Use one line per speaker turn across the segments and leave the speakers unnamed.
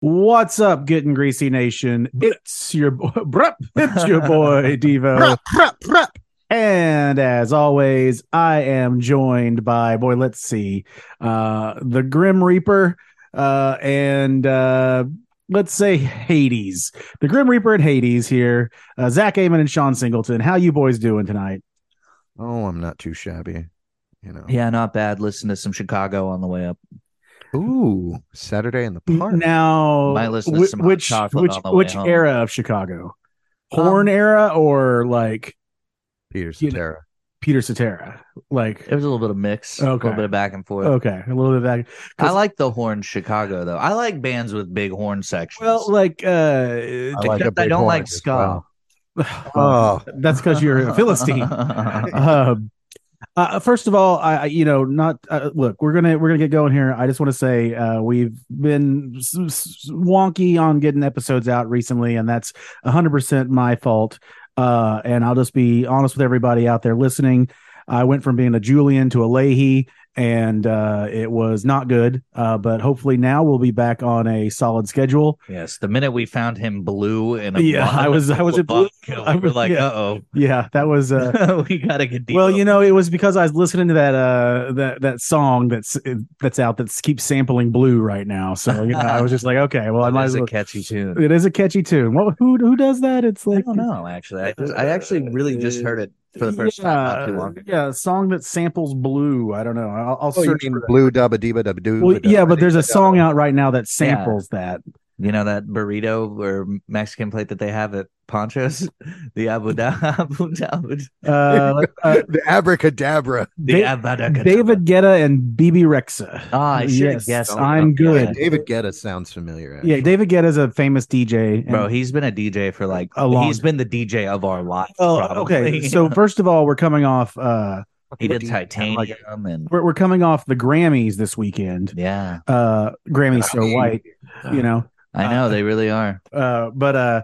What's up, Getting Greasy Nation? It's your boy, brup, it's your boy Devo,
Prep, prep, prep.
and as always, I am joined by boy. Let's see, uh, the Grim Reaper, uh, and uh, let's say Hades, the Grim Reaper and Hades here. Uh, Zach Amon and Sean Singleton, how you boys doing tonight?
Oh, I'm not too shabby. You know.
Yeah, not bad. Listen to some Chicago on the way up.
Ooh, Saturday in the
Mm,
park.
Now,
Might listen to
whi-
some hot
which
chocolate
which
on the way
which
home.
era of Chicago?
Um,
Horn era or like
Peter
you know-
Cetera.
Peter Cetera? Like
It was a little bit of mix, a
Okay. Oh,
little bit of back and forth.
Okay, a little bit back.
I like the horn Chicago though. I like bands with big horn sections.
Well, like uh,
I like a
except I
big
don't
horn
like
as
ska.
well. Oh,
that's because you're a philistine. um, uh, first of all, I I- you know not uh, look. We're gonna we're gonna get going here. I just want to say uh, we've been s- s- wonky on getting episodes out recently, and that's 100 percent my fault. Uh, and I'll just be honest with everybody out there listening. I went from being a Julian to a Leahy, and uh, it was not good. Uh, but hopefully now we'll be back on a solid schedule.
yes. The minute we found him blue and a
Yeah, I was- I was at blue. I
I was
was-
like,
yeah.
uh
Yeah, that was uh,
oh, we gotta get deep.
Well, you know, it was because I was listening to that uh that that song that's that's out that keeps sampling blue right now. So you know, I was just like, okay, well, I might as
a
well.
catchy tune.
It is a catchy tune. What who who does that? It's
I
like
don't know. Actually, I, just, I actually really just heard it for the first time not too long ago.
Yeah, a song that samples blue. I don't know. I'll, I'll
oh, you
search.
mean
for
blue dubba deba dubba
that.
doo?
Well, yeah, but there's a song out right now that samples that.
You know that burrito or Mexican plate that they have at Ponchos, the Abu Dhabi. Abu Dhabi.
Uh, let- uh,
the abracadabra.
The
Da-
Abadakadabra.
David Guetta and BB Rexa.
Ah, I should
yes,
have guessed.
I'm
Yeah,
good.
David Guetta sounds familiar.
Yeah, David Guetta is a famous DJ. and-
Bro, he's been a DJ for like
A long-
He's been the DJ of our lives.
Oh,
probably.
okay. So first of all, we're coming off uh
he did
Kinda like-
titanium and
we're, we're coming off the Grammys this weekend.
yeah,
Uh Grammys so white, you know.
I know they really are.
Uh but uh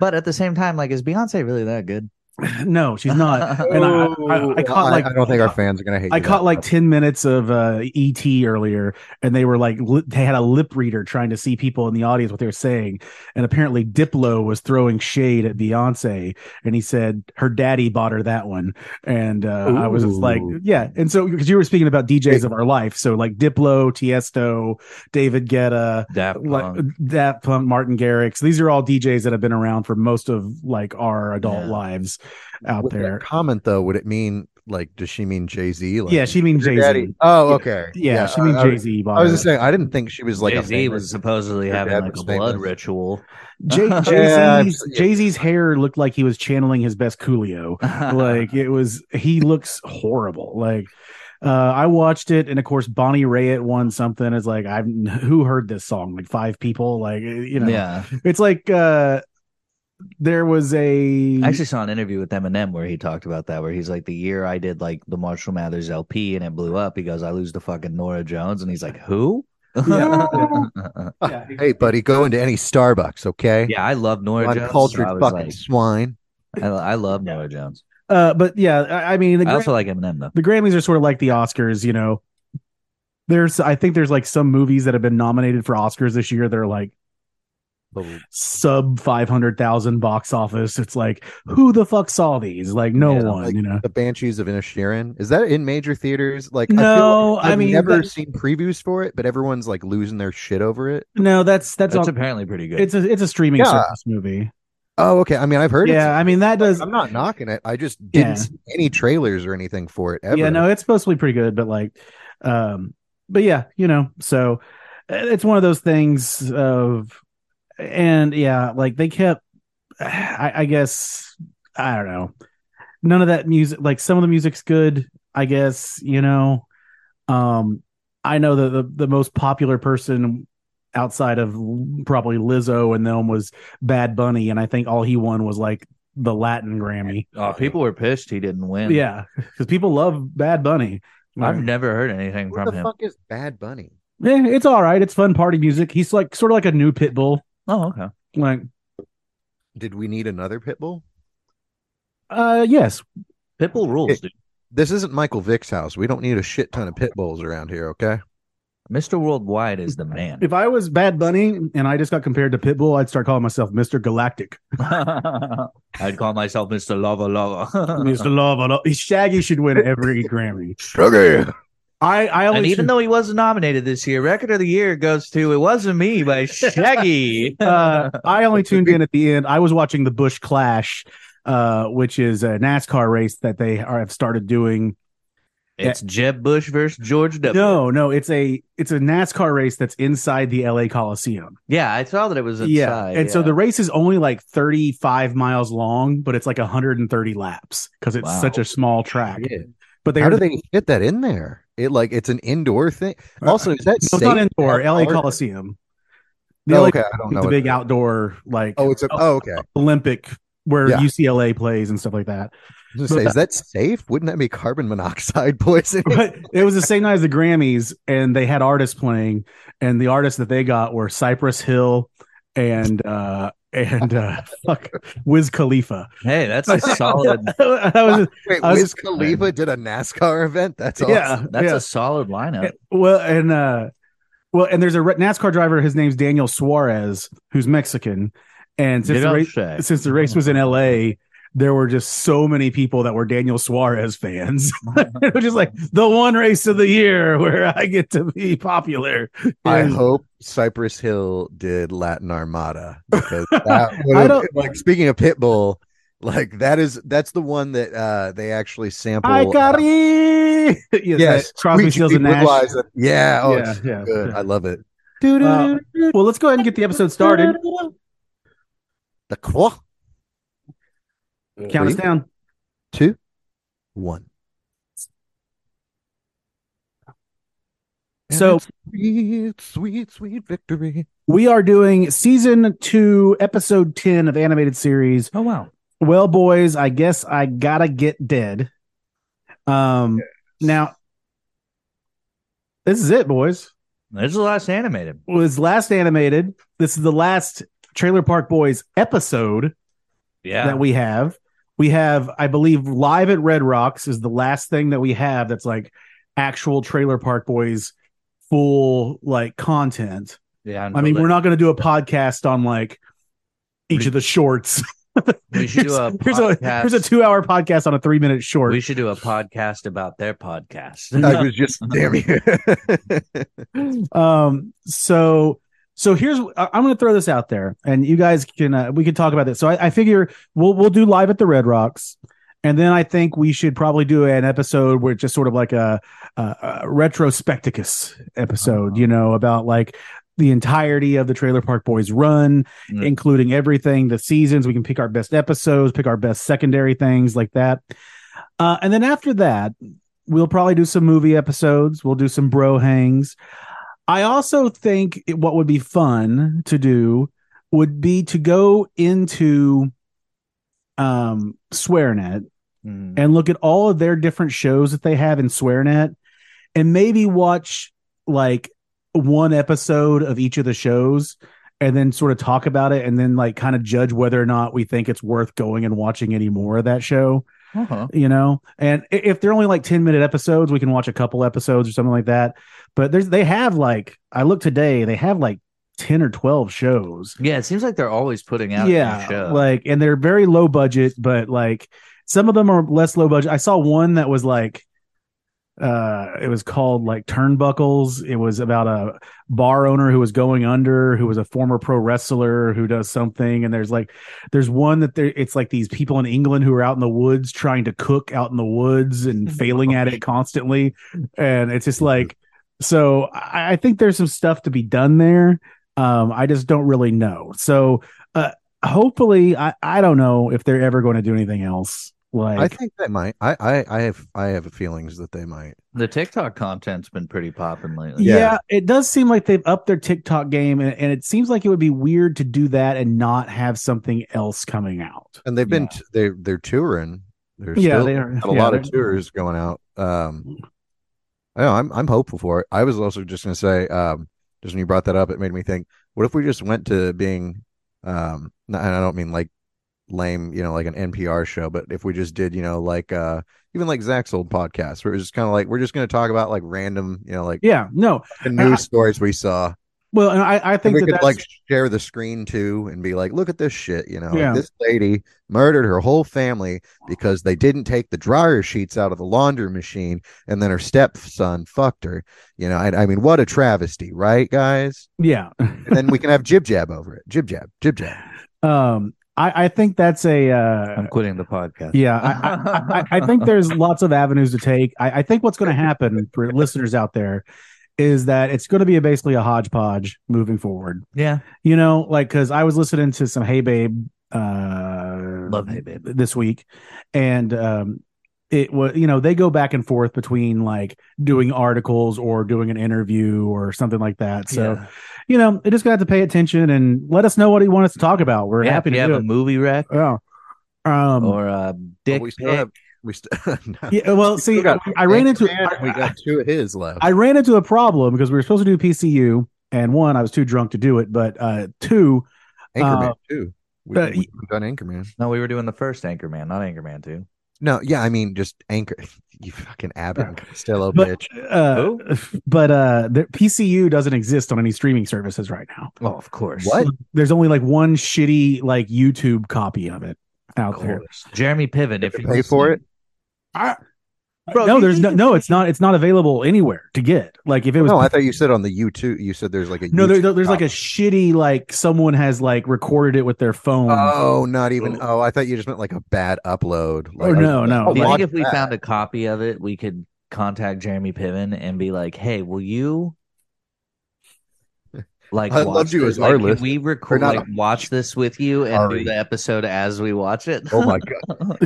But at the same time, like, is Beyonce really that good?
no, she's not. And I, I, I caught like
I don't think our fans are gonna hate.
I
you
caught
that
like
much.
10 minutes of uh, ET earlier, and they were like, li- they had a lip reader trying to see people in the audience what they were saying. And apparently, Diplo was throwing shade at Beyonce, and he said, her daddy bought her that one. And uh, I was just like,
Ooh.
yeah. And so, because you were speaking about DJs of our life, so like Diplo, Tiesto, David Guetta,
Daft
like
Punk.
Daft Punk, Martin Garrix, these are all DJs that have been around for most of like our adult
Yeah.
lives out
With that
there.
comment though, would it mean like? Does she mean Jay Z? Like,
yeah, she means
your
Jay Z.
daddy- Oh, okay.
Yeah, she
I-
means
I-
Jay Z.
I was just saying, I didn't think she was like
Jay
a
Z was
famous-
supposedly
Her
having
dad
like a
was
blood
famous.
ritual.
Jay
Yeah,
Z's
I've- yeah.
Jay Z's hair looked like he was channeling his best Coolio. Like it was, he looks horrible. Like uh, I watched it, and of course Bonnie Raitt won something. It's like I've who heard this song? Like five people. Like eh, you know,
yeah,
it's like uh, there was a
I actually saw an interview with Eminem where he talked about that, where he's like, the year I did like the Marshall Mathers LP and it blew up, he goes, I lose the fucking Nora Jones, and he's like, who?
Yeah. Yeah.
Hey, buddy, go into any Starbucks, okay?
Yeah, I love Nora Jones.
Uncultured
so I was
fucking
like-
swine.
I, I love Nora Jones.
Uh, but yeah, I, I mean, the
I
Gra-
also like Eminem though.
the Grammys are sort of like the Oscars, you know. There's, I think there's like some movies that have been nominated for Oscars this year. They're like sub 500,000 box office. It's like, who the fuck saw these? Like, no
Yeah,
one,
like,
you know?
The Banshees of Inisherin. Is that in major theaters? Like,
No, I
have
mean,
never
that-
seen previews for it, but everyone's like losing their shit over it.
No, that's, that's,
That's
on,
apparently pretty good.
it's a, it's a streaming
Yeah.
service movie.
Oh, okay. I mean, I've heard
Yeah.
it.
I mean, that does,
I'm not knocking it. I just didn't
Yeah.
see any trailers or anything for it ever.
yeah, no, it's supposed to be pretty good, but like, um, but yeah, you know, so uh, it's one of those things of, and yeah, like they kept, I, I guess, I don't know, none of that music, like some of the music's good, I guess, you know, um, I know that the, the most popular person outside of probably Lizzo and them was Bad Bunny, and I think all he won was like the Latin Grammy.
oh, people were pissed he didn't win.
Yeah, because people love Bad Bunny.
I've never heard anything from
What the
him.
fuck is Bad Bunny?
Yeah, eh, it's all right. It's fun party music. He's like sort of like a new Pitbull.
Oh, okay.
Like,
Did we need another Pitbull?
uh, yes,
Pitbull rules,
It-
dude.
This isn't Michael Vick's house. We don't need a shit ton of Pitbulls around here, okay?
Mr. Worldwide is the man.
If I was Bad Bunny and I just got compared to Pitbull, I'd start calling myself Mr. Galactic.
I'd call myself Mr. Lava Lava.
Mr. Love. Love. Shaggy should win every Grammy.
Sugar.
I, I
and
always
even though he wasn't nominated this year, record of the year goes to "It Wasn't Me" by Shaggy.
uh, I only tuned in at the end. I was watching the Bush Clash, uh, which is a NASCAR race that they are, have started doing.
it's Jeb Bush versus George W.
No, no, it's a it's a NASCAR race that's inside the LA Coliseum.
Yeah, I saw that it was inside.
yeah, and so
yeah.
the race is only like 35 miles long, but it's like 130 laps because it's
Wow.
such a small track.
Yeah.
But they
How
are
do they fit that in there? It like it's an indoor thing. Also, is that
Uh, No, it's not
safe?
indoor. LA
Or-
Coliseum. The
Oh,
LA
okay, I don't know.
the
what-
big outdoor like
oh, it's a, oh, okay.
Olympic where
Yeah.
UCLA plays and stuff like that.
I was gonna say, is that safe? Wouldn't that be carbon monoxide poisoning?
but it was the same night as the Grammys, and they had artists playing, and the artists that they got were Cypress Hill and uh and uh fuck Wiz Khalifa.
hey, that's a solid.
that was
Wait,
I was-
Wiz Khalifa did a NASCAR event. That's awesome.
yeah,
That's
yeah.
a solid lineup.
well, and uh well, and there's a re- NASCAR driver. His name's Daniel Suarez, who's Mexican, and since
You
the
don't
race,
say.
since the race was in L.A. There were just so many people that were Daniel Suarez fans. it was just like the one race of the year where I get to be popular.
I
And-
hope Cypress Hill did Latin Armada because that
I
would have,
don't-
like speaking of Pitbull, like that is that's the one that uh they actually sample.
I got
uh,
it. yes,
yes,
Crosby,
we-
Stills,
we
and Nash.
realize that- Yeah, oh,
yeah,
it's
yeah.
good. I love it.
Uh, well, let's go ahead and get the episode started.
The qua
Count us down.
two, one. And
So-
it's sweet, sweet, sweet victory.
We are doing season two, episode 10 of animated series.
Oh wow.
Well, boys, I guess I gotta get dead. Um, now this is it, boys.
There's the last animated.
Was last animated. This is the last Trailer Park Boys episode.
Yeah.
that we have. We have, I believe, live at Red Rocks is the last thing that we have that's like actual Trailer Park Boys full like content.
yeah.
I mean, we're not going to do a podcast on like each of the shorts.
We should do a
here's, a,
podcast.
here's a two hour podcast on a three minute short.
We should do a podcast about their podcast.
I was just damn you.
um so so here's I- i'm gonna throw this out there and you guys can uh, we can talk about this so I, I figure we'll we'll do live at the red rocks and then i think we should probably do an episode where it's just sort of like a, a, a retrospecticus episode you know about like the entirety of the trailer park boys run
Mm.
including everything the seasons we can pick our best episodes pick our best secondary things like that uh, and then after that we'll probably do some movie episodes we'll do some bro hangs I also think it- what would be fun to do would be to go into um SwearNet
Mm.
and look at all of their different shows that they have in SwearNet and maybe watch like one episode of each of the shows and then sort of talk about it and then like kind of judge whether or not we think it's worth going and watching any more of that show
Uh-huh.
you know and i- if they're only like 10 minute episodes we can watch a couple episodes or something like that but there's they have like i looked today they have like 10 or 12 shows
Yeah, it seems like they're always putting out a new
yeah
show.
like and they're very low budget but like some of them are less low budget i saw one that was like uh it was called like turnbuckles it was about a bar owner who was going under who was a former pro wrestler who does something and there's like there's one that there it's like these people in england who are out in the woods trying to cook out in the woods and failing at it constantly and it's just like so i, I think there's some stuff to be done there um i just don't really know so uh hopefully i i don't know if they're ever going to do anything else like
I think they might. I, I, I have I have feelings that they might.
the TikTok content's been pretty popping lately.
Yeah.
Yeah. it does seem like they've upped their TikTok game, and, and it seems like it would be weird to do that and not have something else coming out.
And they've been t- they they're touring. They're
yeah,
still
they are.
got a
yeah,
lot of
they're-
tours going out. Um, I know, I'm I'm hopeful for it. I was also just gonna say, um, just when you brought that up, it made me think. What if we just went to being, um, not, and I don't mean like lame, you know, like an NPR show, but if we just did, you know, like uh even like Zach's old podcast, where it was just kind of like we're just going to talk about like random, you know, like
yeah, no.
the news stories we saw.
Well, and I, I
And
think
we
that
could
that's,
like share the screen too and be like, look at this shit, you know, like,
Yeah.
this lady murdered her whole family because they didn't take the dryer sheets out of the laundry machine, and then her stepson fucked her. You know, I, I mean, what a travesty, right, guys?
yeah.
And then we can have jib jab over it, jib jab, jib jab.
Um, I, I think that's a uh,
I'm quitting the podcast.
yeah. I, I, I think there's lots of avenues to take. I, I think what's going to happen for listeners out there is that it's going to be a, basically a hodgepodge moving forward.
yeah,
You know, like because I was listening to some Hey Babe, uh,
love hey babe.
this week, and um, it was you know they go back and forth between like doing articles or doing an interview or something like that. So
yeah.
you know, you just got to pay attention and let us know what you want us to talk about. We're
Yeah,
happy
if
to
you
do
have a
it.
movie wreck
Yeah. Um.
or a
But
dick
Oh, we still
pic.
have we still.
yeah. Well, see,
got
I ran into
Man, we
I,
got two of his left.
I uh, ran into a problem because we were supposed to do PCU, and one, I was too drunk to do it, but uh, two,
Anchorman
uh,
too. We,
but-
we haven't done Anchorman.
No, we were doing the first Anchorman, not Anchorman two.
No, yeah, I mean just Anchor. You fucking Abbott and Costello
but
bitch. Oh.
uh, but uh, the PCU doesn't exist on any streaming services right now.
Oh, of course.
What?
There's only like one shitty like YouTube copy of it
Of
out there.
course. Jeremy Piven. If
Did
you
they pay for it?
Bro,
no,
you
there's
think
no, no,
it's
it's not, it's not available anywhere to get. Like if it was
No, I thought you said on the YouTube. You said there's like a
No, there,
YouTube
there's like a
copy.
shitty like someone has like recorded it with their phone.
Oh, not even. Oh, I thought you just meant like a bad upload. Like,
Oh, no, no.
I'll
Do you
watch
think if we
that.
found a copy of it, we could contact Jeremy Piven and be like, "Hey, will you like
I
watch
loved you
this?
as our
like,
list.
Can we record
not-
like, watch this with you and
Sorry.
do the episode as we watch it?
Oh my god.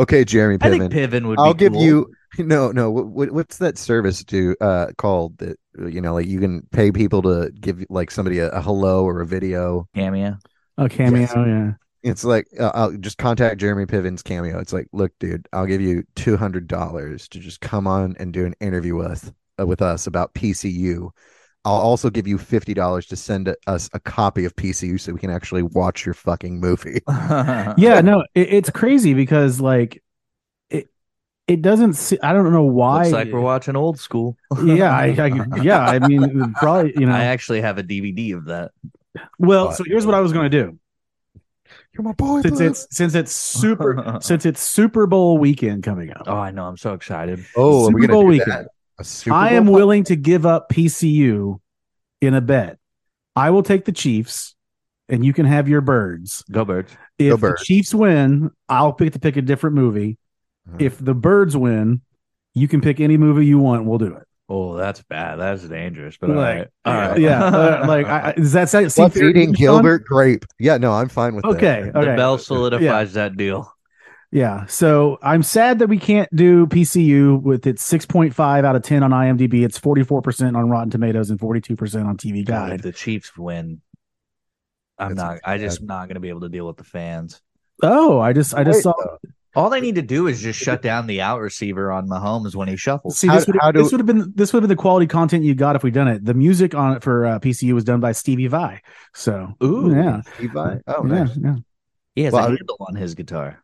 okay, Jeremy
I think
Piven.
Piven would.
I'll
be
give
cool.
you. No, no. What, what, what's that service do? Uh, called that? You know, like you can pay people to give like somebody a, a hello or a video.
cameo.
a cameo,
Yes.
yeah.
It's like uh, I'll just contact Jeremy Piven's cameo. It's like, look, dude, I'll give you two hundred dollars to just come on and do an interview with uh, with us about PCU. I'll also give you fifty dollars to send us a copy of PCU so we can actually watch your fucking movie.
Yeah, no, it, it's crazy because like it it doesn't see, I don't know why
Looks like we're watching old school.
yeah, I, I yeah, I mean probably, you know.
I actually have a DVD of that.
well, so here's what I was going to do.
You're my boy.
Since
bro.
it's since it's super since it's Super Bowl weekend coming up.
Oh, I know. I'm so excited.
oh, are we
Super
gonna
Bowl
do
weekend.
that? A Super
I
Bowl?
am willing to give up PCU in a bet. I will take the Chiefs and you can have your birds.
Go birds.
If the
Birds.
Chiefs win, I'll pick to pick a different movie.
Mm-hmm.
Mhm.
If the birds win, you can pick any movie you want. We'll do it.
Oh, that's bad. That's dangerous. But all
Like,
right. All right.
Yeah, uh, like I, I- does that sound? seem
What's
fair to you,
eating
Sean?
Gilbert grape? Yeah, no, I'm fine with that.
Okay,
the
okay,
bell solidifies that deal.
yeah. So I'm sad that we can't do PCU with its 6.5 out of 10 on IMDb. It's 44 percent on Rotten Tomatoes and 42 percent on TV
God, if
Guide.
the Chiefs win, I'm
That's
not.
okay.
I just not going to be able to deal with the fans.
Oh, I just I just
Wait,
saw.
uh, though.
All they need to do is just shut down the out receiver on Mahomes when he shuffles.
See,
How-
this would
how do-
this would have been this would have been the quality content you got if we done it. The music on it for uh, PCU was done by Stevie Vai. So
Ooh.
yeah,
Levi? Oh,
yeah,
nice.
yeah.
He has
Well,
a
I-
handle on his guitar.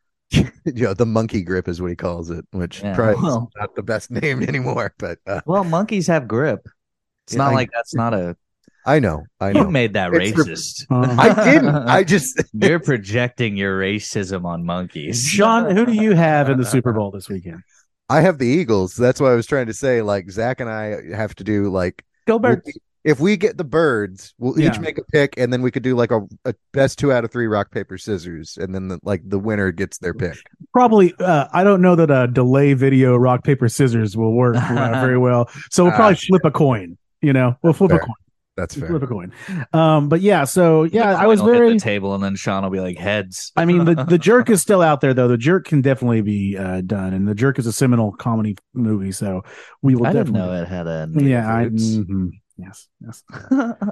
yeah, the monkey grip is what he calls it, which
Yeah.
probably
Well.
is not the best name anymore. But uh,
Well, monkeys have grip. It's
Yeah,
not
I-
like that's not a.
I know, I
You
know.
made that
It's the-
racist.
Um,
I didn't. I just
You're projecting your racism on monkeys.
Sean, who do you have in the Super Bowl this weekend?
I have the Eagles. That's what I was trying to say. Like Zach and I have to do like
Go birds.
we'll- if we get the birds, we'll
Yeah.
each make a pick, and then we could do like a, a best two out of three rock paper scissors, and then the, like the winner gets their pick.
Probably. Uh, I don't know that a delay video rock paper scissors will work uh, very well. So we'll
Ah,
probably flip a coin. You know, we'll flip
Fair.
a coin.
That's fair.
Flip a coin. Um, but yeah, so yeah,
The
I was
coin will hit
very.
the table, and then Sean will be like heads.
I mean, the, the jerk is still out there though. The jerk can definitely be uh, done, and the jerk is a seminal comedy movie. So we will
I didn't
definitely.
know it had a.
Yeah, I,
roots.
mhm. yes, yes.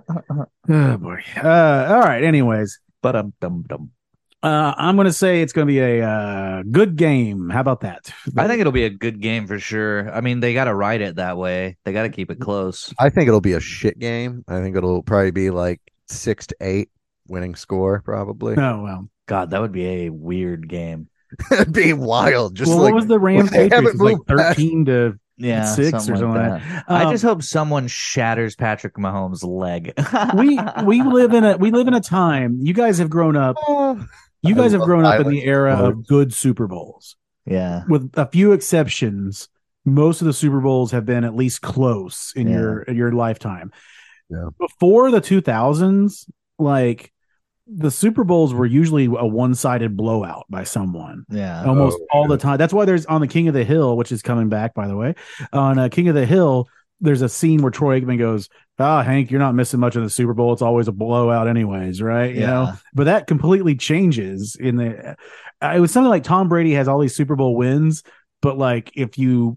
Oh boy. Uh, all right. Anyways,
but um dum dum.
uh, I'm going to say it's going to be a uh, good game. How about that?
I think it'll be a good game for sure. I mean, they got to ride it that way. They got to keep
Mm.
it close.
I think it'll be a shit game. I think it'll probably be like six to eight winning score, probably.
Oh well.
God, that would be a weird game.
That'd be wild. Just
well,
like
what was the Rams
they haven't
Patriots? It was
moved
like
past-
thirteen to
Yeah,
six or something like
that.
that.
I
Um,
just hope someone shatters Patrick Mahomes' leg.
we we live in a we live in a time. You guys have grown up.
"Ah."
You
I
guys have
love
grown up in
violence.
the era of good Super Bowls,
yeah.
with a few exceptions. Most of the Super Bowls have been at least close in
Yeah.
your in your lifetime.
Yeah.
Before the two thousands, like the Super Bowls were usually a one sided blowout by someone.
Yeah.
almost
Oh,
all the
yeah.
time. That's why there's on the King of the Hill, which is coming back, by the way. On uh, King of the Hill, there's a scene where Troy Aikman goes, "Ah, Hank, you're not missing much of the Super Bowl. It's always a blowout, anyways, right? You know."
Yeah.
But that completely changes in the. Uh, it was something like Tom Brady has all these Super Bowl wins, but like if you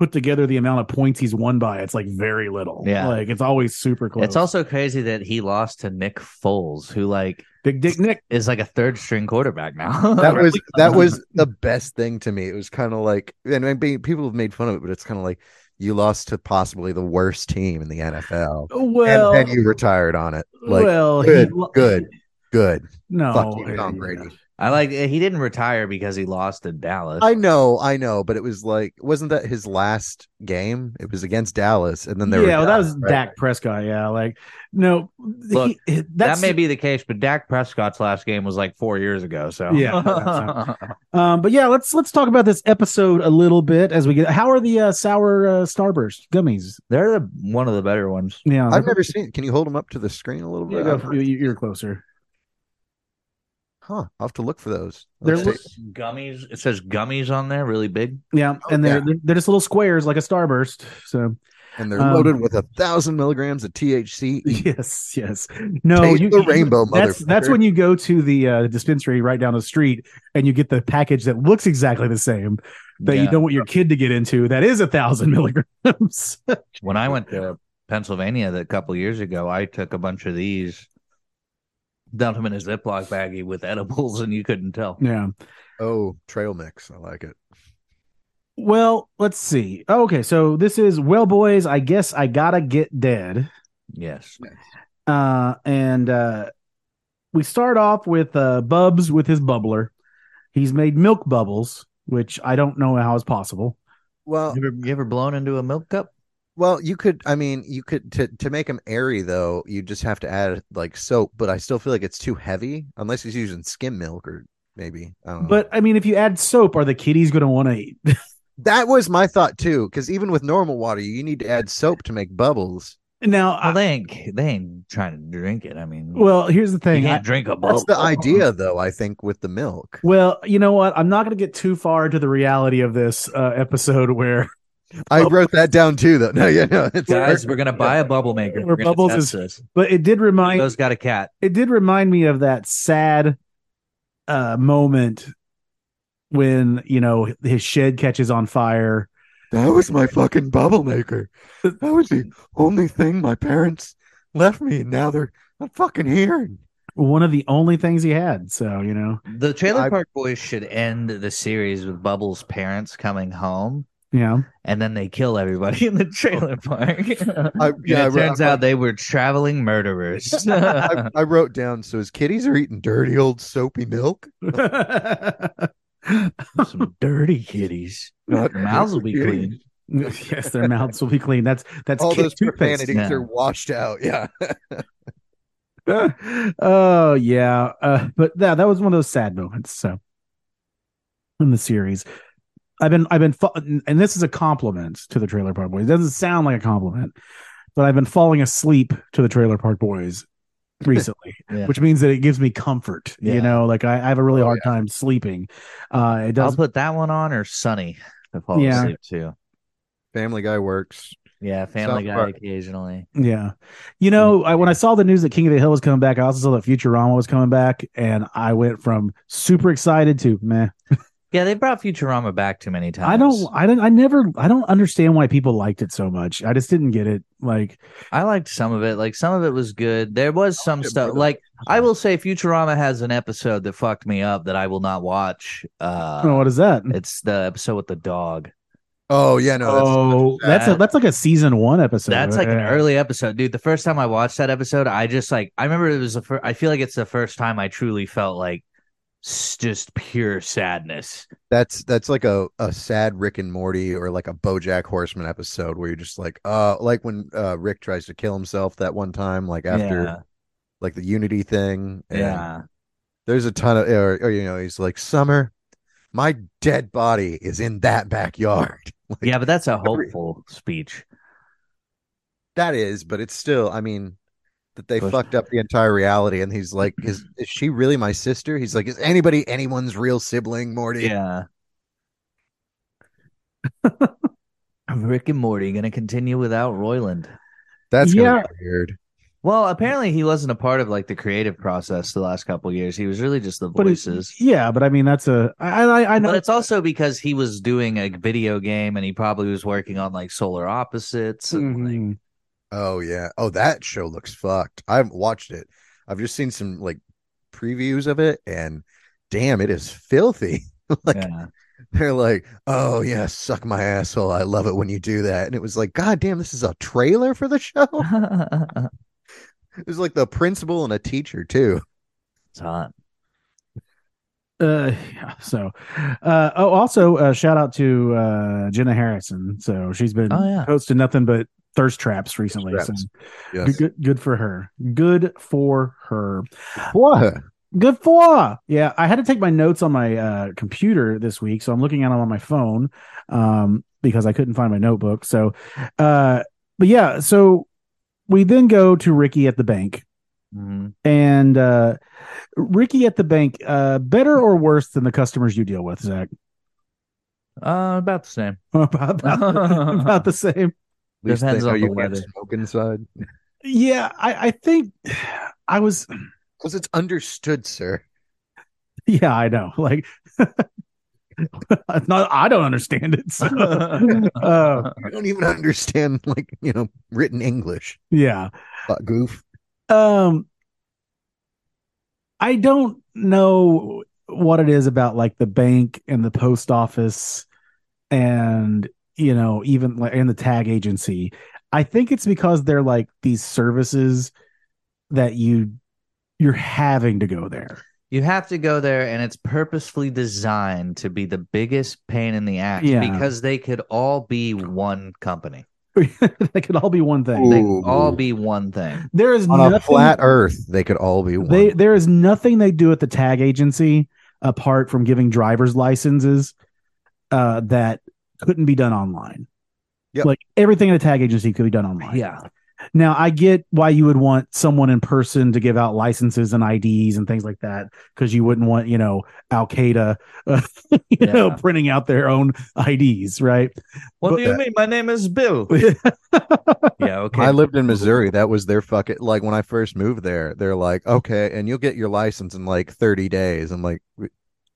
put together the amount of points he's won by, it's like very little.
Yeah.
like it's always super close.
It's also crazy that he lost to Nick Foles, who like
Big Dick Nick.
is like a third string quarterback now.
that was that was the best thing to me. It was kind of like, and I mean, people have made fun of it, but it's kind of like you lost to possibly the worst team in the NFL,
Well,
and then you retired on it. Like,
well, he
good,
lo-
good, good.
No,
Fuck you, Tom
yeah.
Brady.
I like he didn't retire because he lost to Dallas.
I know, I know, but it was like, wasn't that his last game? It was against Dallas, and then there.
yeah, well,
were
that
Dallas,
was
right?
Dak Prescott. Yeah, like no,
Look,
he,
that
that's
may be the case, but Dak Prescott's last game was like four years ago. So
Yeah, that's- Um, but yeah, let's let's talk about this episode a little bit as we get. How are the uh, sour uh, Starburst gummies?
they're the, one of the better ones.
Yeah,
I've never seen. Can you hold him up to the screen a little
Yeah,
bit?
go for- you- you're closer.
Huh? I'll have to look for those.
They're
Let's see.
Gummies. It says gummies on there, really big.
Yeah, and they're
Oh, yeah.
they're- they're just little squares like a starburst. So
and they're
um,
loaded with a thousand milligrams of THC.
yes, yes. No,
Taste
you,
the
you-
rainbow,
That's that's
motherfucker.
when you go to the uh, dispensary right down the street and you get the package that looks exactly the same that you
Yeah.
don't want your kid to get into. That is a thousand milligrams.
When I went to Pennsylvania the- a couple years ago, I took a bunch of these, dumped them in a Ziploc baggie with edibles, and you couldn't tell.
yeah.
Oh, trail mix. I like it.
Well, let's see. Oh, okay, so this is Well Boys, I guess I gotta get dead.
Yes.
Uh and uh we start off with uh Bubs with his bubbler. He's made milk bubbles, which I don't know how is possible.
Well,
You ever, you ever blown into a milk cup?
well, you could. I mean, you could to to make them airy though. You just have to add like soap. But I still feel like it's too heavy unless he's using skim milk or maybe. I don't know.
But I mean if you add soap, are the kitties gonna want to eat?
that was my thought too, because even with normal water, you need to add soap to make bubbles.
now
Well,
I,
they ain't, they ain't trying to drink it. I mean,
well, here's the
you
thing.
can't
I-
drink a bubble.
That's the idea, though. I think with the milk.
well, you know what? I'm not gonna get too far into the reality of this uh episode where
I wrote that down too, though. No, yeah, no. It's
Guys, we're gonna buy a bubble maker.
Where
We're gonna
bubbles
test
is-
this.
but it did remind
Those got a cat.
it did remind me of that sad uh moment when you know his shed catches on fire
That was my fucking bubble maker. That was the only thing my parents left me, and now they're I'm fucking here.
one of the only things he had so you know
The Trailer
I-
Park Boys should end the series with Bubbles' parents coming home,
yeah
and then they kill everybody in the trailer park. yeah,
I, Oh. I
it
wrote-
turns out they were traveling murderers.
I, I wrote down. So his kitties are eating dirty old soapy milk.
Some dirty kitties.
Not
Their mouths will be clean.
yes their mouths will be clean that's that's
All
kid
those
toothpaste.
yeah.
profanities are washed out. Yeah,
oh yeah uh, but yeah, that was one of those sad moments so in the series i've been i've been fa- and this is a compliment to the trailer park boys it doesn't sound like a compliment but i've been falling asleep to the trailer park boys recently
Yeah.
which means that it gives me comfort
Yeah.
you know like i, I have a really
Oh,
hard time sleeping uh it
I'll
does
put that one on or Sunny to fall
Yeah.
asleep to.
Family Guy works.
Yeah, Family
South
Guy
Park.
occasionally.
yeah you know
Mm-hmm.
I, when i saw the news that king of the hill was coming back i also saw that futurama was coming back and i went from super excited to meh
Yeah, they brought Futurama back too many times.
I don't. I don't. I never. I don't understand why people liked it so much. I just didn't get it. Like,
I liked some of it. Like some of it was good. There was some
Yeah,
stuff.
but-
Like I will say, Futurama has an episode that fucked me up that I will not watch. Uh,
oh, what is that?
It's the episode with the dog.
Oh yeah, no. That's,
oh, that's a
bad.
that's like a season one episode.
That's like an
Yeah.
early episode, dude. The first time I watched that episode, I just like I remember it was the first. I feel like it's the first time I truly felt like s- just pure sadness.
That's that's like a, a sad Rick and Morty or like a BoJack Horseman episode where you're just like, uh, like when uh, Rick tries to kill himself that one time, like after
Yeah.
like the Unity thing. and
yeah.
there's a ton of, or, or, you know, he's like, Summer, my dead body is in that backyard. Like,
Yeah, but that's a
every-
hopeful speech.
that is, but it's still, I mean, that they
But-
fucked up the entire reality. And he's like, is is she really my sister? He's like, is anybody anyone's real sibling, Morty?
Yeah. Rick and Morty gonna continue without Royland.
That's gonna
Yeah.
be weird.
Well, apparently he wasn't a part of like the creative process the last couple years. He was really just the
But it-
voices.
yeah, but I mean that's a I I, I know
But it's also because he was doing a video game and he probably was working on like Solar Opposites. And, like,
Mhm.
Oh yeah. Oh, that show looks fucked. I haven't watched it. I've just seen some like previews of it, and damn, it is filthy. like
yeah.
they're like, oh yeah, suck my asshole. I love it when you do that. And it was like, god damn, this is a trailer for the show. it was like the principal and a teacher too.
it's hot.
Uh, yeah, so, uh, oh, also, uh, shout out to uh, Jenna Harrison. So she's been
Oh, yeah.
posting nothing but thirst traps recently.
traps.
So good, good, good for her. Good for her.
What?
Good for yeah. I had to take my notes on my uh, computer this week, so I'm looking at them on my phone um, because I couldn't find my notebook. So, uh, but yeah, so we then go to Ricky at the bank,
Mhm.
and uh, Ricky at the bank. Uh, better or worse than the customers you deal with, Zach?
Uh, about the same.
about, about, about the same.
At least they
Depends
know
on the
you can't
weather.
smoke inside.
Yeah, I, I think I was.
Because it's understood, sir.
Yeah, I know. Like, not I don't understand it. So, uh,
You don't even understand, like, you know, written English.
yeah.
Uh, goof.
Um, I don't know what it is about like the bank and the post office, and you know even like and the tag agency. I think it's because they're like these services that you you're having to go there.
You have to go there, and it's purposefully designed to be the biggest pain in the ass
Yeah.
because they could all be one company.
they could all be one thing.
They
Ooh.
could all be one thing.
There is
On
nothing,
a flat earth, they could all be one.
They there is nothing they do at the tag agency apart from giving drivers licenses uh, that couldn't be done online.
Yep.
Like everything at the tag agency could be done online.
Yeah.
Now I get why you would want someone in person to give out licenses and IDs and things like that because you wouldn't want you know Al Qaeda uh, you know
Yeah.
printing out their own IDs, right?
What
But-
do you mean? My name is Bill. yeah. Okay.
I lived in Missouri. That was their fucking like when I first moved there. They're like, okay, and you'll get your license in like 30 days. I'm like, "W-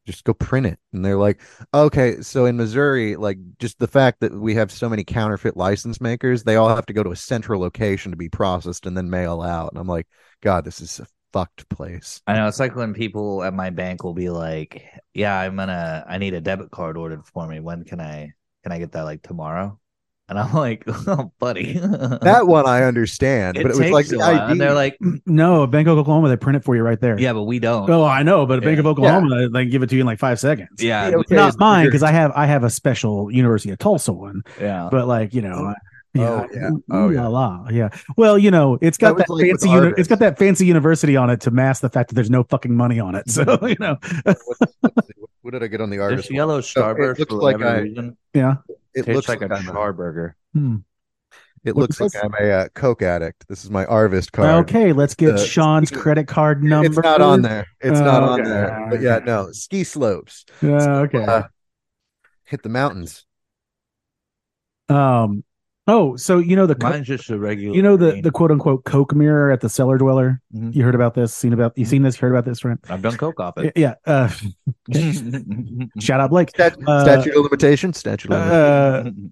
just go print it. And they're like, okay, so in Missouri, like just the fact that we have so many counterfeit license makers, they all have to go to a central location to be processed and then mail out. And I'm like, God, this is a fucked place.
I know it's like when people at my bank will be like, "Yeah, I'm gonna, I need a debit card ordered for me. When can I, can I get that like tomorrow?" And I'm like, "Oh, buddy, that
That one I understand, but Uh-huh. it was like the ID.
And they're like,
no, Bank of Oklahoma they print it for you right there.
"Yeah, but we don't.
Oh, I know, but Bank of
Yeah.
Oklahoma they give it to you in like five seconds.
yeah,
Yeah,
we-
okay.
not mine
sure.
because I have I have a special University of Tulsa one,
yeah,
but like you know,
Oh,
I- yeah,
yeah.
ooh,
Oh, yeah.
la, la, yeah. Well, you know, it's got
That
that,
was like with
fancy uni-
Arby's.
it's got that fancy university on it to mask the fact that there's no fucking money on it. So you know,
What's- let's see, what, what did I get on the
this
artist? one?
yellow starburst
looks
for
like
whatever
I-
reason
yeah.
It
tastes
looks
like, a
I'm
charburger.
Hmm.
It
What
looks
is
like
this?
I'm a uh, coke addict. This is my Arvest card.
Okay, let's get
Uh,
Sean's
speaking of-
credit card number.
It's not on there. It's
Oh,
not on
okay.
there. But yeah, no. Ski slopes.
Yeah, okay.
Uh, hit the mountains.
um. Oh, so you know the co-
Mine's just a regular.
you know the
green.
the quote unquote Coke mirror at the cellar dweller.
Mhm.
You heard about this? Seen about? You seen this? Heard about this? Right?
I've done coke off
Yeah.
it.
yeah uh, shout out Blake.
Stat-
Uh,
statute of limitation. Statute of limitation.
Uh,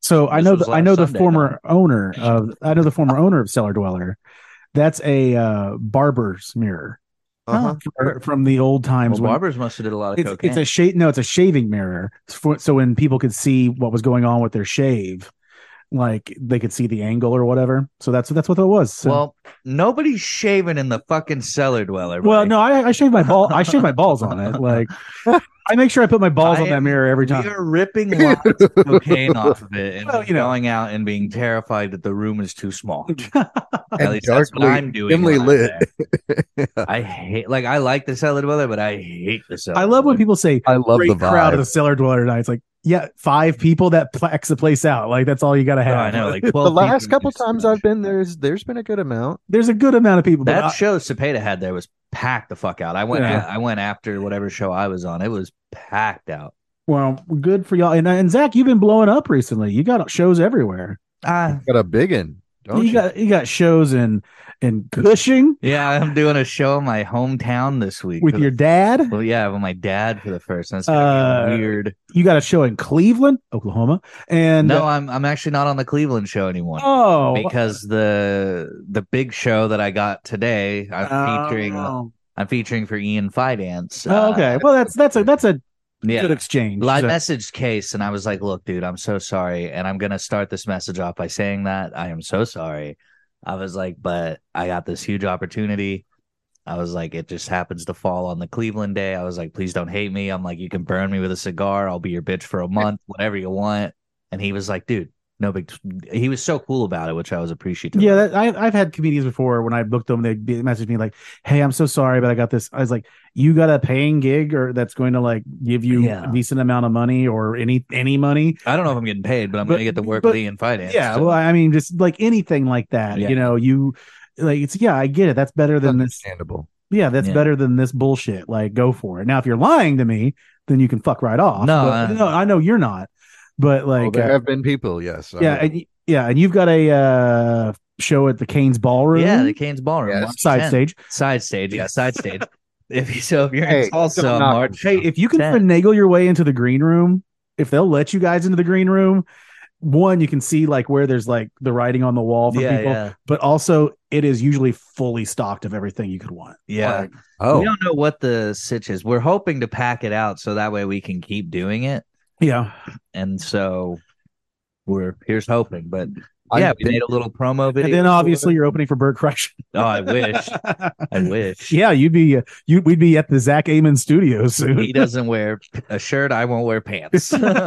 So I
This
know
was
the, I
last
know the
Sunday,
former owner of I know the former owner of Cellar Dweller. That's a uh, barber's mirror
Uh-huh.
for- from the old times.
well,
when-
barbers must have did a lot of
it's,
cocaine.
it's a shave. No, it's a shaving mirror. For, so when people could see what was going on with their shave, like they could see the angle or whatever. So that's that's what it was. So-
Well, nobody's shaving in the fucking cellar dweller.
well,
buddy.
no, I, I shave my ball. I shave my balls on it. Like I make sure I put my balls on
I-
that mirror every time.
We are ripping lots of cocaine off of it and
Well,
just
you know.
going out and being terrified that the room is too small. At
And
least that's what
darkly-
I'm doing.
dimly
when I'm
lit.
there. I hate, like, I like the cellar dweller, but I hate the cellar.
I love when
dweller.
people say
I love
great
the vibe.
crowd of the cellar dweller tonight. It's like yeah, five people that plaques the place out. Like that's all you got to
Oh,
have.
I know, like
the
twelve.
last
people
couple
is too
times
much.
I've been there's there's been a good amount.
There's a good amount of people. But
that
I-
show Cepeda had there was packed the fuck out. I went,
Yeah.
I went after whatever show I was on. It was packed out.
well, good for y'all. And and Zach, you've been blowing up recently. You got shows everywhere.
Ah,
Got a big one, don't
You,
you?
got you got shows in in Cushing
yeah, I'm doing a show in my hometown this week
with
for the-
your dad.
Well, yeah, with my dad for the first. That's gonna be
Uh,
weird.
You got a show in Cleveland, Oklahoma, and
no, I'm I'm actually not on the Cleveland show anymore.
oh,
because the the big show that I got today, I'm featuring
Oh.
I'm featuring for Ian Fidance. uh,
Oh, okay, well that's that's a that's a good
yeah.
exchange.
Live
So-
message case, and I was like, "Look, dude, I'm so sorry," and I'm gonna start this message off by saying that I am so sorry. I was like, but I got this huge opportunity. I was like, it just happens to fall on the Cleveland day. I was like, please don't hate me. I'm like, you can burn me with a cigar. I'll be your bitch for a month, whatever you want. And he was like, dude, no big. He was so cool about it, which I was appreciative.
Yeah,
of.
that, I, I've had comedians before when I booked them, they'd be, message me like, "Hey, I'm so sorry, but I got this." I was like, "You got a paying gig, or that's going to like give you
Yeah.
a decent amount of money, or any any money."
I don't know if I'm getting paid, but I'm
But-
gonna get to work
but-
with Ian Finance.
yeah,
so-
well, I mean, just like anything like that,
Yeah.
you know, you like it's yeah, I get it. That's better than this.
Understandable.
Yeah, that's
Yeah.
better than this bullshit. Like, go for it. Now, if you're lying to me, then you can fuck right off.
No,
But-
I-
no, I know you're not, but
Oh,
like,
there
uh,
have been people, yes. I
yeah,
would-
and, y- yeah, and you've got a uh, show at the Canes Ballroom,
yeah, the Canes Ballroom,
Yes.
March
side
10th.
stage.
side stage, yeah, side stage. If you, so, if you're
Hey,
in Tulsa,
don't knock
March,
Hey, if you can
10.
finagle your way into the green room, if they'll let you guys into the green room, one, you can see like where there's like the writing on the wall for
yeah,
people,
yeah,
but also it is usually fully stocked of everything you could want.
yeah.
Like,
Oh,
We don't know what the sitch is. We're hoping to pack it out so that way we can keep doing it,
yeah.
and so we're here's hoping. But
I've
yeah, we
been-
made a little promo video.
And then obviously you're opening for Bird Crash.
oh, I wish, I wish.
yeah, you'd be uh, you we'd be at the Zach Amon studios soon.
He doesn't wear a shirt. I won't wear pants.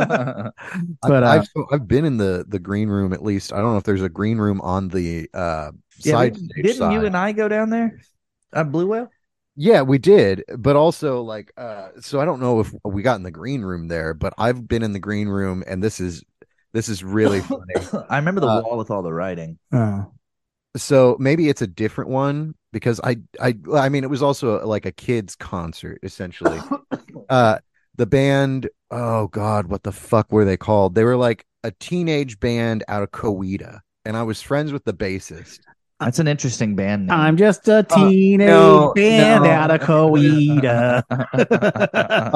But
I-
uh,
I've, I've been in the the green room at least. I don't know if there's a green room on the uh
Yeah,
side
didn't,
stage
didn't
side.
you and I go down there on Blue Whale?
yeah, we did, but also like uh so I don't know if we got in the green room there, but I've been in the green room and this is this is really funny.
I remember the
Uh,
wall with all the writing.
uh,
so maybe it's a different one because I I I mean it was also uh, like a kids concert essentially. uh the band oh god what the fuck were they called? They were like a teenage band out of Coweta and I was friends with the bassist.
That's an interesting band name.
I'm just a teenage
Uh, no,
band
no.
out of Coeta. Uh,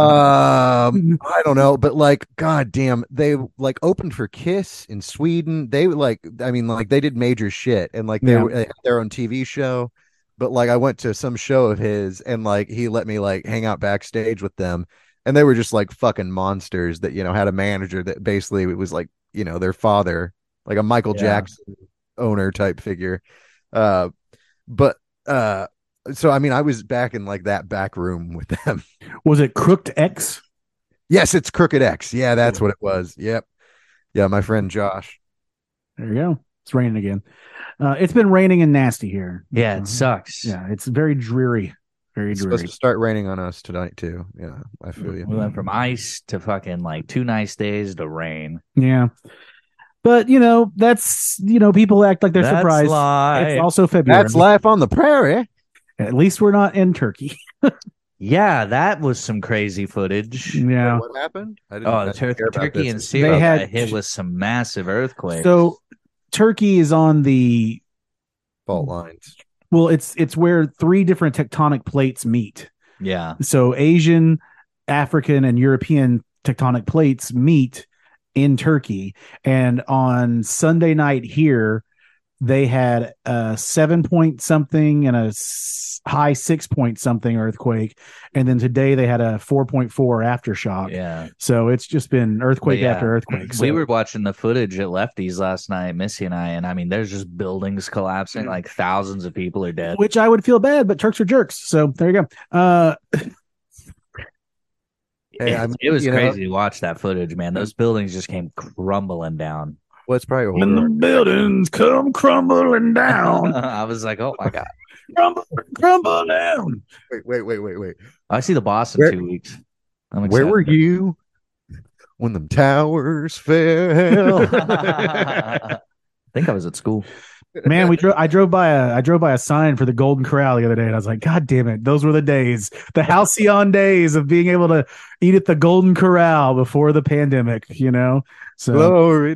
um i don't know but like god damn they like opened for kiss in sweden they like i mean like they did major shit and like they,
Yeah.
were, they had their own tv show but like i went to some show of his and like he let me like hang out backstage with them and they were just like fucking monsters that you know had a manager that basically it was like you know their father like a michael
Yeah.
jackson owner type figure uh but uh so i mean i was back in like that back room with them
Was it Crooked X?
Yes, it's Crooked X. Yeah, that's what it was. Yep. Yeah, my friend Josh.
There you go. It's raining again. Uh, it's been raining and nasty here. Uh,
yeah, it sucks.
Yeah, it's very dreary. Very
It's supposed
dreary.
to start raining on us tonight too. Yeah, I feel
We
you.
went from ice to fucking like two nice days to rain.
Yeah. But you know, that's you know, people act like they're
That's
surprised.
life.
It's also February.
That's life on the prairie.
At least we're not in Turkey.
yeah, that was some crazy footage.
Yeah.
What happened? I didn't, I
Oh,
didn't
Tur-
hear about
Turkey
this.
and Syria
They Mm-hmm. had-
got hit with some massive earthquakes.
So Turkey is on the
fault lines.
well, it's it's where three different tectonic plates meet.
yeah,
So Asian, African, and European tectonic plates meet in Turkey. And on Sunday night here, they had a seven point something and a s- high six point something earthquake, and then today they had a four point four aftershock.
Yeah.
So it's just been earthquake
But yeah,
after earthquake. So
We were watching the footage at Lefty's last night, Missy and I, and I mean, there's just buildings
Mm-hmm.
collapsing, like thousands of people are dead.
which I would feel bad, but Turks are jerks. So there you go. Uh,
Hey,
it,
I mean,
it was
you know-
crazy to watch that footage, man. Those buildings just came crumbling down.
Well, it's probably horror.
buildings come crumbling
I was like, oh my god.
crumble, crumble down.
Wait, wait, wait, wait, wait.
I see the boss in
Where-
two weeks. I'm
Where were
excited.
you when them towers fell?
I think I was at school.
Man, we drove. I drove by a. I drove by a sign for the Golden Corral the other day, and I was like, "God damn it! Those were the days, the halcyon days of being able to eat at the Golden Corral before the pandemic." You know, so
Glory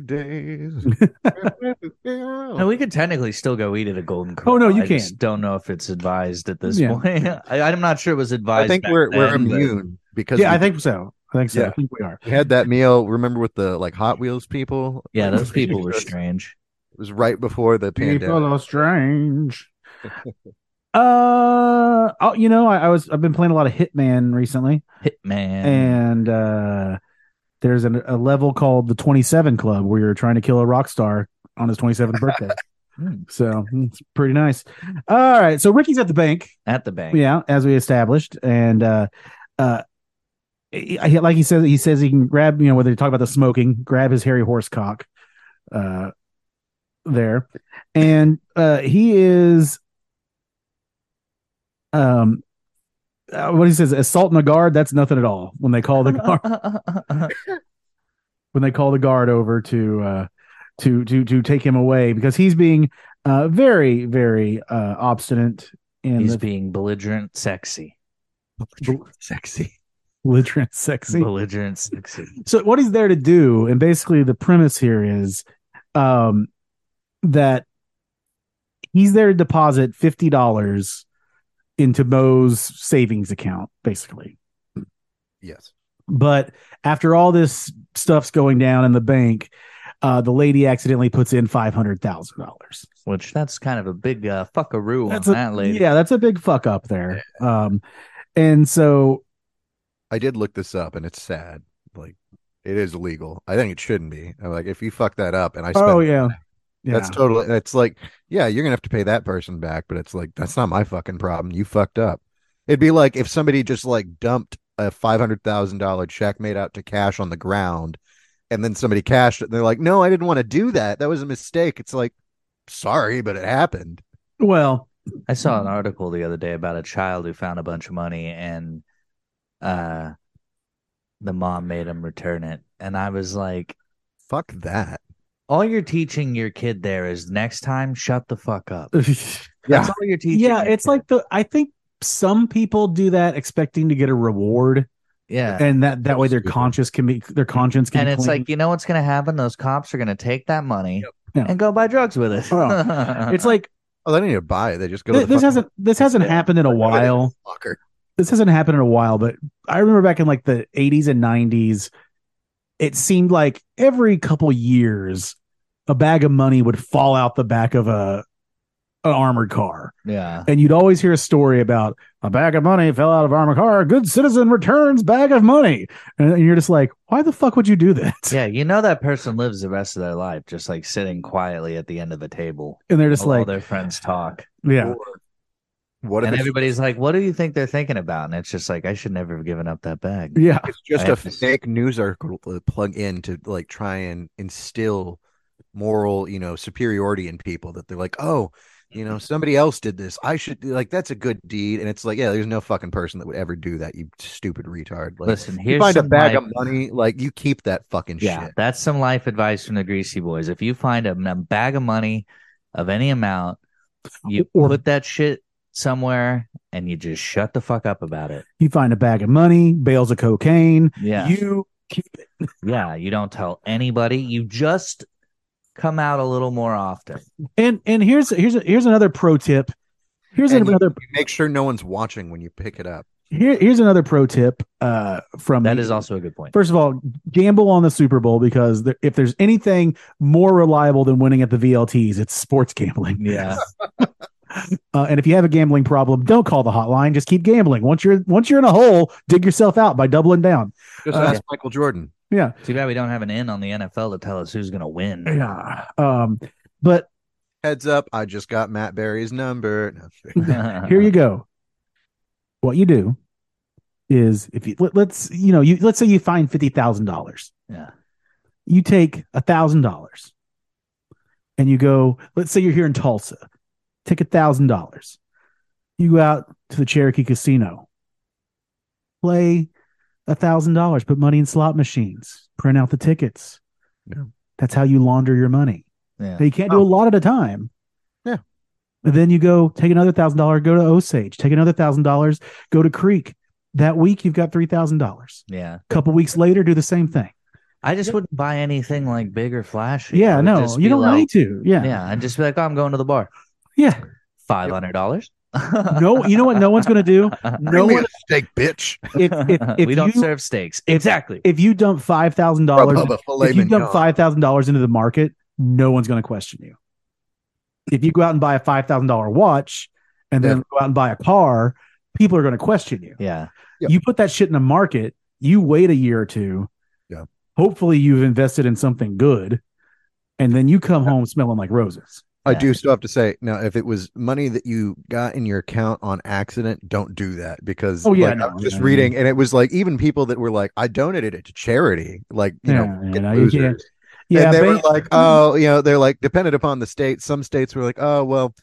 days.
No, we could technically still go eat at a Golden Corral.
Oh, no, you
I just
can.
don't know if it's advised at this
Yeah.
point. I, I'm not sure it was advised.
I think
back
we're we're
then, but-
immune because
yeah,
we,
I think so. I think so.
Yeah.
I think we are.
we had that meal. Remember with the like Hot Wheels people?
Yeah, those people were
It
strange.
was right before the pandemic.
are strange. uh, oh, you know, I, I was. I've been playing a lot of Hitman recently,
Hitman.
and uh, there's an, a level called the Twenty Seven Club where you're trying to kill a rock star on his twenty seventh birthday.
Hmm,
So mm, it's pretty nice. All right. So Ricky's at the bank.
At the bank.
Yeah, as we established, and uh, uh, he- he- like he says, he says he can grab. You know, whether you talk about the smoking, grab his hairy horse cock, uh, there, and uh, he is, um, uh, what he says, assaulting a guard. That's nothing at all when they call the guard when they call the guard over to uh to to to take him away because he's being uh very very uh obstinate and
He's
the
being belligerent sexy. Sexy.
belligerent sexy
Belligerent sexy.
so what he's there to do and basically the premise here is um that he's there to deposit $50 into Mo's savings account basically
Yes.
but after all this stuff's going down in the bank uh the lady accidentally puts in $500,000
Which that's kind of a big uh, fuckaroo
That's
on
a-
that lady.
Yeah, that's a big fuck up there. Um, and so
I did look this up and it's sad. Like it is illegal. I think it shouldn't be. I'm like if you fuck that up and I spend
oh yeah, yeah,
That's totally. That's like, yeah, you're gonna have to pay that person back, but it's like that's not my fucking problem. You fucked up. It'd be like if somebody just like dumped a five hundred thousand dollar check made out to cash on the ground, and then somebody cashed it. And they're like, no, I didn't want to do that. That was a mistake. It's like, sorry, but it happened.
well,
I saw an
Hmm.
article the other day about a child who found a bunch of money and uh the mom made him return it. And I was like,
Fuck that.
all you're teaching your kid there is next time shut the fuck up.
Yeah.
That's all you're teaching.
yeah.
your
It's like the I think some people do that expecting to get a reward,
kid. yeah.
and that that way their
Stupid.
conscience can be their conscience can.
and
be
it's
clean.
like you know what's going to happen those cops are going to take that money
Yeah.
and go buy drugs with it uh,
it's like
Oh, they don't need to buy it. They just go. to
th-
the
this
fucking
hasn't this hasn't happened in a while.
locker.
This hasn't happened in a while, but I remember back in like the eighties and nineties, it seemed like every couple years a bag of money would fall out the back of a an armored car.
yeah
and you'd always hear a story about a bag of money fell out of armored car. Good citizen returns bag of money, and you're just like, why the fuck would you do that?
yeah you know that person lives the rest of their life just like sitting quietly at the end of a table
And they're just
while all
like,
their friends talk
yeah,
Or What if
and
it's,
everybody's like what do you think they're thinking about and it's just like i should never have given up that bag
yeah,
it's just
I-
a fake news article to plug in to like try and instill moral, you know, superiority in people that they're like, oh, you
Mm-hmm.
know, somebody else did this. I should like that's a good deed, and it's like, yeah, there's no fucking person that would ever do that. You stupid retard. Like,
listen
you
here's
find a
some
bag of
life-
money, like you keep that fucking
yeah
shit.
that's some life advice from the greasy boys if you find a, a bag of money of any amount you
Or-
put that shit somewhere and you just shut the fuck up about it
you find a bag of money, bales of cocaine,
yeah
you keep it.
Yeah, you don't tell anybody. You just come out a little more often.
And and here's here's here's another pro tip. Here's
And you-
another
you make sure no one's watching when you pick it up.
here, here's another pro tip uh, from
That
me.
is also a good point.
First of all, gamble on the Super Bowl because there, if there's anything more reliable than winning at the VLTs, it's sports gambling.
Yeah.
Uh, and if you have a gambling problem, don't call the hotline. Just keep gambling. Once you're once you're in a hole, dig yourself out by doubling down.
Just
Uh,
ask Michael Jordan.
Too bad we don't have an in on the NFL to tell us who's going to win.
Yeah. Um, but
Heads up, I just got Matt Berry's number. No.
here you go. What you do is if you let, let's you know you let's say you find fifty thousand dollars.
Yeah.
You take a thousand dollars, and you go. Let's say you're here in Tulsa. Take a thousand dollars. You go out to the Cherokee Casino. Play a thousand dollars. Put money in slot machines. Print out the tickets.
Yeah.
That's how you launder your money.
Yeah.
Now, you can't do a lot at a time.
Yeah.
But then you go take another thousand dollar, go to Osage, take another thousand dollars, go to Creek. That week you've got three thousand dollars.
Yeah.
A couple weeks later, do the same thing.
I just wouldn't buy anything like big or flashy. I
Yeah,
would
no,
just
you
be
don't
like,
need to.
Yeah.
Yeah,
I'd just be like, oh, I'm going to the bar.
yeah.
Five hundred dollars.
No, you know what? No one's gonna do. No
Bring me
one.
a steak, bitch.
If if if
we don't
you
serve steaks.
if-
exactly.
if you dump five thousand dollars,
Bubba, filet
if you dump
mignon.
five thousand dollars into the market, no one's gonna question you. If you go out and buy a five thousand dollar watch, and then
Yeah.
go out and buy a car, people are gonna question you.
yeah.
Yep.
You put that shit in the market, you wait a year or two.
Yeah.
Hopefully you've invested in something good, and then you come home smelling like roses.
I
Yeah.
do still have to say now, if it was money that you got in your account on accident, don't do that because
Oh, yeah,
like,
no,
I was just
no, no.
reading and it was like even people that were like, I donated it to charity, like you
Yeah,
know,
yeah,
get
no, you can't-
losers.
Yeah,
and they
ba-
were like, oh, you know, they're like dependent upon the state. Some states were like, oh, well,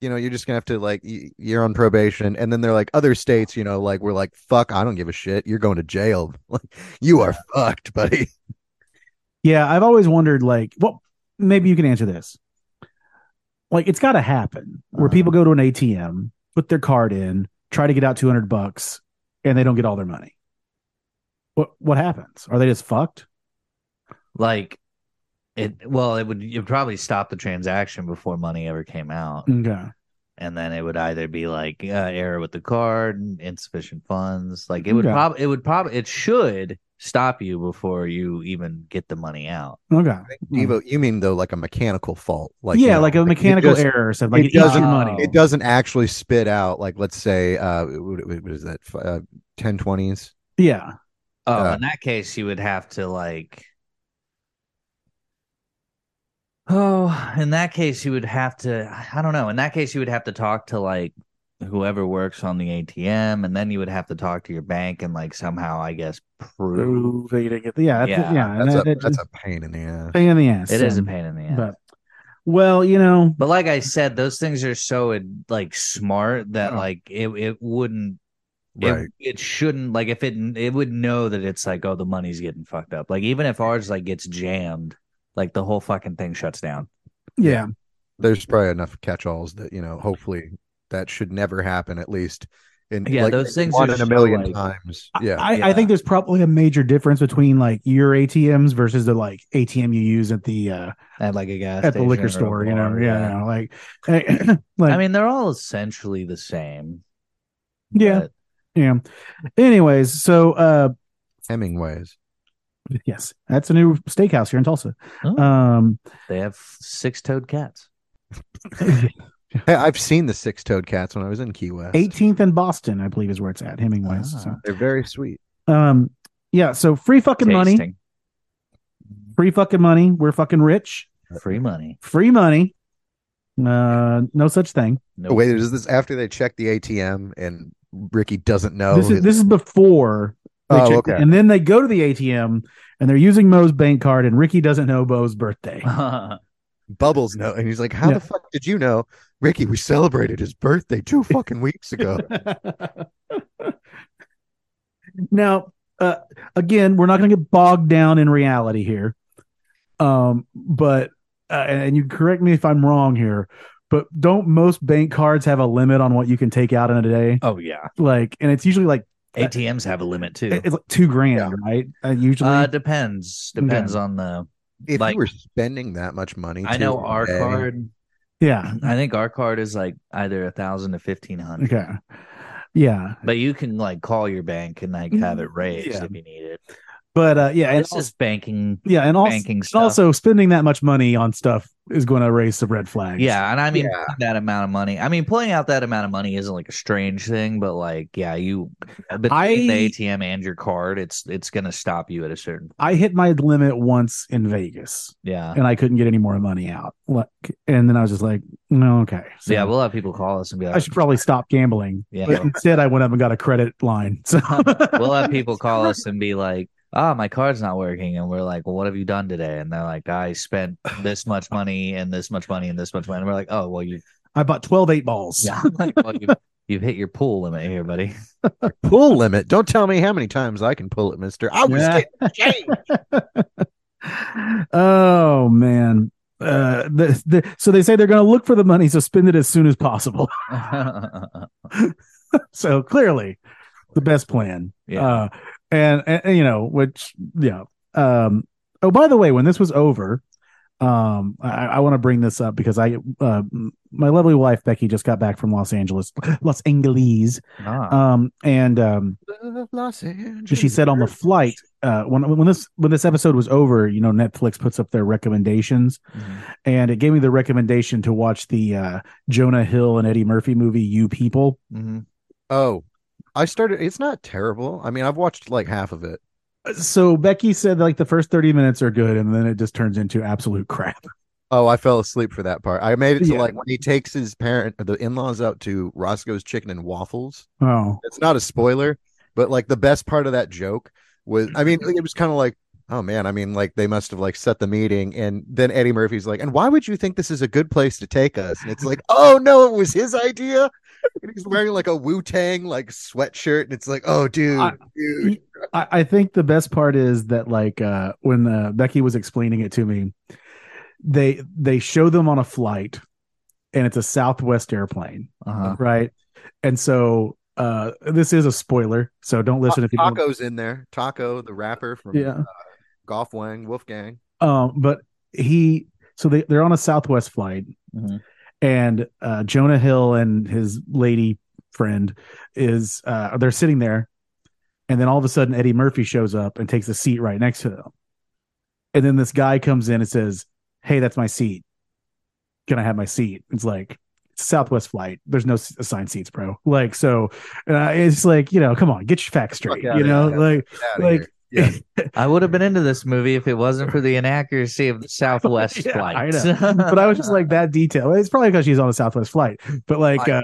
you know, you're just gonna have to like y- you're on probation, and then they're like other states, you know, like we're like, fuck, I don't give a shit, you're going to jail, like you are fucked, buddy.
yeah. I've always wondered, like, well, maybe you can answer this. Like, it's got to happen where
Uh-huh.
people go to an ATM, put their card in, try to get out two hundred bucks, and they don't get all their money. What what happens? Are they just fucked?
Like it well, it would you'd probably stop the transaction before money ever came out.
Okay.
And then it would either be like uh, error with the card, insufficient funds. Like it would
Okay.
probably it would probably it should stop you before you even get the money out.
Okay.
Devo, you mean though, like a mechanical fault, like you
Mm. yeah,
know,
like a
it
mechanical
just-
error or something. Like it,
it
eats your
doesn't-
money.
it doesn't actually spit out like let's say uh what, what is that f- uh, 1020s
yeah.
Oh,
Uh,
in that case, you would have to like. Oh, in that case, you would have to. I don't know. In that case, you would have to talk to like whoever works on the ATM, and then you would have to talk to your bank and like somehow, I guess, prove
Prove that you didn't get the- yeah, that's, yeah,
Yeah,
and
that's,
Uh, that-
a,
that
that's
just-
a pain in the ass
pain in the ass.
it is a
and-
pain in the ass.
But
But,
well, you know,
like I said, those things are so like smart that
Yeah.
like it it wouldn't it,
right
it shouldn't like if it it would know that it's like oh the money's getting fucked up like even if ours like gets jammed like the whole fucking thing shuts down
yeah,
there's probably enough catch-alls that you know hopefully that should never happen at least in
Yeah,
like,
those things
one
are
in
so,
a million
like-
times yeah
I, I
yeah.
think there's probably a major difference between like your ATMs versus the like ATM you use at the uh,
at like a gas
at the liquor
station
store.
or a
You know,
bar,
yeah, you know, like, like
I mean they're all essentially the same
yeah,
but-
yeah. Anyways, so uh,
hemingways
yes, that's a new steakhouse here in Tulsa.
Oh.
Um,
they have six toed cats
hey, i've seen the six-toed cats when i was in key west
18th in Boston, I believe, is where it's at. Hemingway's.
Ah.
they're very sweet
So, um, yeah. So free fucking money,
Tasting.
free fucking money. We're fucking rich.
free money
Free money. Uh, no such thing.
no
wait is this after they check the atm and ricky doesn't know
this is
that-
this is before they
Oh,
check it.
okay.
and then they go to the ATM and they're using Mo's bank card and Ricky doesn't know Bo's birthday. Oh,
Bubbles know, and he's like, "How
Yeah.
the fuck did you know, Ricky? We celebrated his birthday two fucking weeks ago."
now, uh, again, we're not going to get bogged down in reality here, um, but uh, and and you can correct me if I'm wrong here, but don't most bank cards have a limit on what you can take out in a day?
oh yeah
Like, and it's usually like
atms have a limit too
it's like two grand,
Yeah.
right? Uh, usually,
uh depends depends on the
If
Like-
you were spending that much money,
i
too,
know
in a
our
day,
card
yeah.
i think our card is like either a thousand to fifteen hundred
Okay. yeah,
But you can like call your bank and like have it
Mm-hmm.
raised
Yeah.
if you need it.
but uh, yeah, and
It's just banking
al- yeah, and also,
banking
and
stuff.
also spending that much money on stuff is going to raise some red flags.
yeah, and I mean
Yeah.
that amount of money. I mean pulling out that amount of money isn't like a strange thing, but like yeah, you between
I-
the ATM and your card, it's it's gonna stop you at a certain
I hit my limit once in Vegas,
yeah.
and I couldn't get any more money out. Like, and then I was just like, no, okay, so
yeah, we'll have people call us and be like,
I should probably stop gambling.
Yeah.
But instead, I went up and got a credit line. So
we'll have people call us and be like, "Ah, my card's not working," and we're like, "Well, what have you done today?" And they're like, "I spent this much money and this much money and this much money." And we're like, "Oh, well, you,
I bought 12 eight balls.
yeah, I'm like, well, you've, you've hit your pool limit here, buddy."
Pull limit. Don't tell me how many times I can pull it, Mister. I was
Yeah.
getting changed.
oh man. Uh, the, the, so they say they're going to look for the money, so spend it as soon as possible. Ah, so clearly, the best plan.
yeah,
Uh, and, and and, you know, which yeah. Um. Oh, by the way, when this was over, um, I, I want to bring this up because I, uh, my lovely wife Becky just got back from Los Angeles, Los Angeles,
Nah.
um, and um,
Los
she
Angeles.
she said on the flight uh, when when this when this episode was over, you know, Netflix puts up their recommendations,
Mhm.
and it gave me the recommendation to watch the uh, Jonah Hill and Eddie Murphy movie You People.
Mhm.
Oh, I started. It's not terrible. I mean, I've watched like half of it.
So Becky said like the first thirty minutes are good, and then it just turns into absolute crap.
Oh, I fell asleep for that part. I made it to
Yeah.
like when he takes his parent, the in laws out to Roscoe's Chicken and Waffles.
Oh,
It's not a spoiler, but like the best part of that joke was, I mean, it was kind of like, oh man, I mean, like they must have like set the meeting, and then Eddie Murphy's like, and why would you think this is a good place to take us? And it's like, oh no, it was his idea. And he's wearing like a Wu Tang like sweatshirt, and it's like, oh dude,
I-
dude.
I, I think the best part is that like uh, when uh, Becky was explaining it to me, they they show them on a flight, and it's a Southwest airplane,
Uh-huh.
right? And so uh, this is a spoiler, so don't listen if you don't.
Taco's in there. Taco, the rapper from
Yeah.
uh, Golf Wang, Wolfgang.
Um, but he so they they're on a Southwest flight,
Mm-hmm.
Mhm.
and uh, Jonah Hill and his lady friend is uh, they're sitting there, and then all of a sudden Eddie Murphy shows up and takes a seat right next to them, and then this guy comes in and says, "Hey, that's my seat. Can I have my seat?" It's like. it's a Southwest flight. There's no s- assigned seats, bro. Like so, uh, it's like you know, come on, get your facts straight.
outta
You
here,
know,
yeah.
like
Get outta
Like-
here. yeah.
I would have been into this movie if it wasn't for the inaccuracy of the Southwest
Yeah,
flight.
I know. but I was just like that detail. It's probably because she's on a Southwest flight. But like,
I-
uh,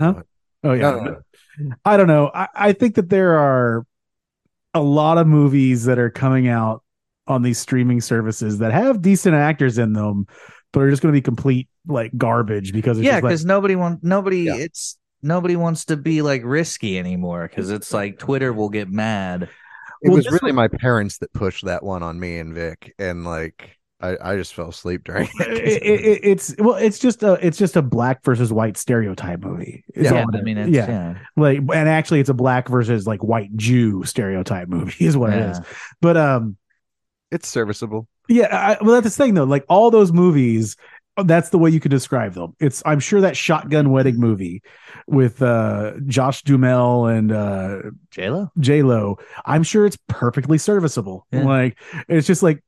Huh? oh yeah,
No, no, no.
I don't know. I, I think that there are a lot of movies that are coming out on these streaming services that have decent actors in them, but are just going to be complete like garbage because it's
yeah,
just like-
because nobody wants nobody.
Yeah.
It's nobody wants to be like risky anymore because it's like Twitter will get mad.
It
Well,
was
this
really my parents that pushed that one on me and Vic, and like I, I just fell asleep during
it, it, it- it's well, it's just a it's just a black versus white stereotype movie. It's
Yeah,
all
Yeah,
it
I
is.
mean, it's,
yeah.
yeah.
like and actually it's a black versus like white Jew stereotype movie is what it
Yeah.
is. But um,
It's serviceable.
Yeah, I, well, that's the thing though. Like all those movies, that's the way you could describe them. It's I'm sure that Shotgun Wedding movie with uh, Josh Dumel and uh,
J Lo.
J Lo. I'm sure it's perfectly serviceable.
Yeah.
Like it's just like,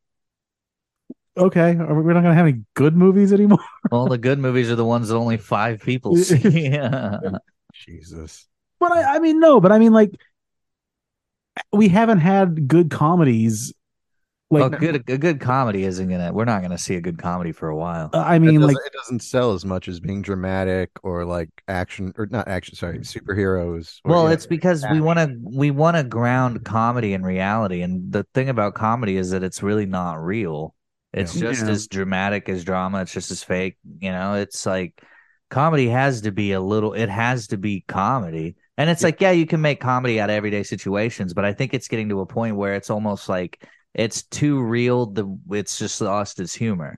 okay, are we, we're not gonna have any good movies anymore.
All the good movies are the ones that only five people see. yeah.
Jesus.
But I, I mean, no. But I mean, like, we haven't had good comedies.
Well,
Like,
Oh, good a good comedy isn't gonna. We're not gonna see a good comedy for a while.
I
I
mean, like,
it doesn't sell as much as being dramatic or like action or not action, sorry, superheroes. Or,
Well,
yeah.
it's because we want to we want to ground comedy in reality, and the thing about comedy is that it's really not real. It's
Yeah.
just
Yeah.
as dramatic as drama. It's just as fake. You know, it's like comedy has to be a little. It has to be comedy, and it's like yeah, you can make comedy out of everyday situations, but I think it's getting to a point where it's almost like it's too real. The it's just lost its humor.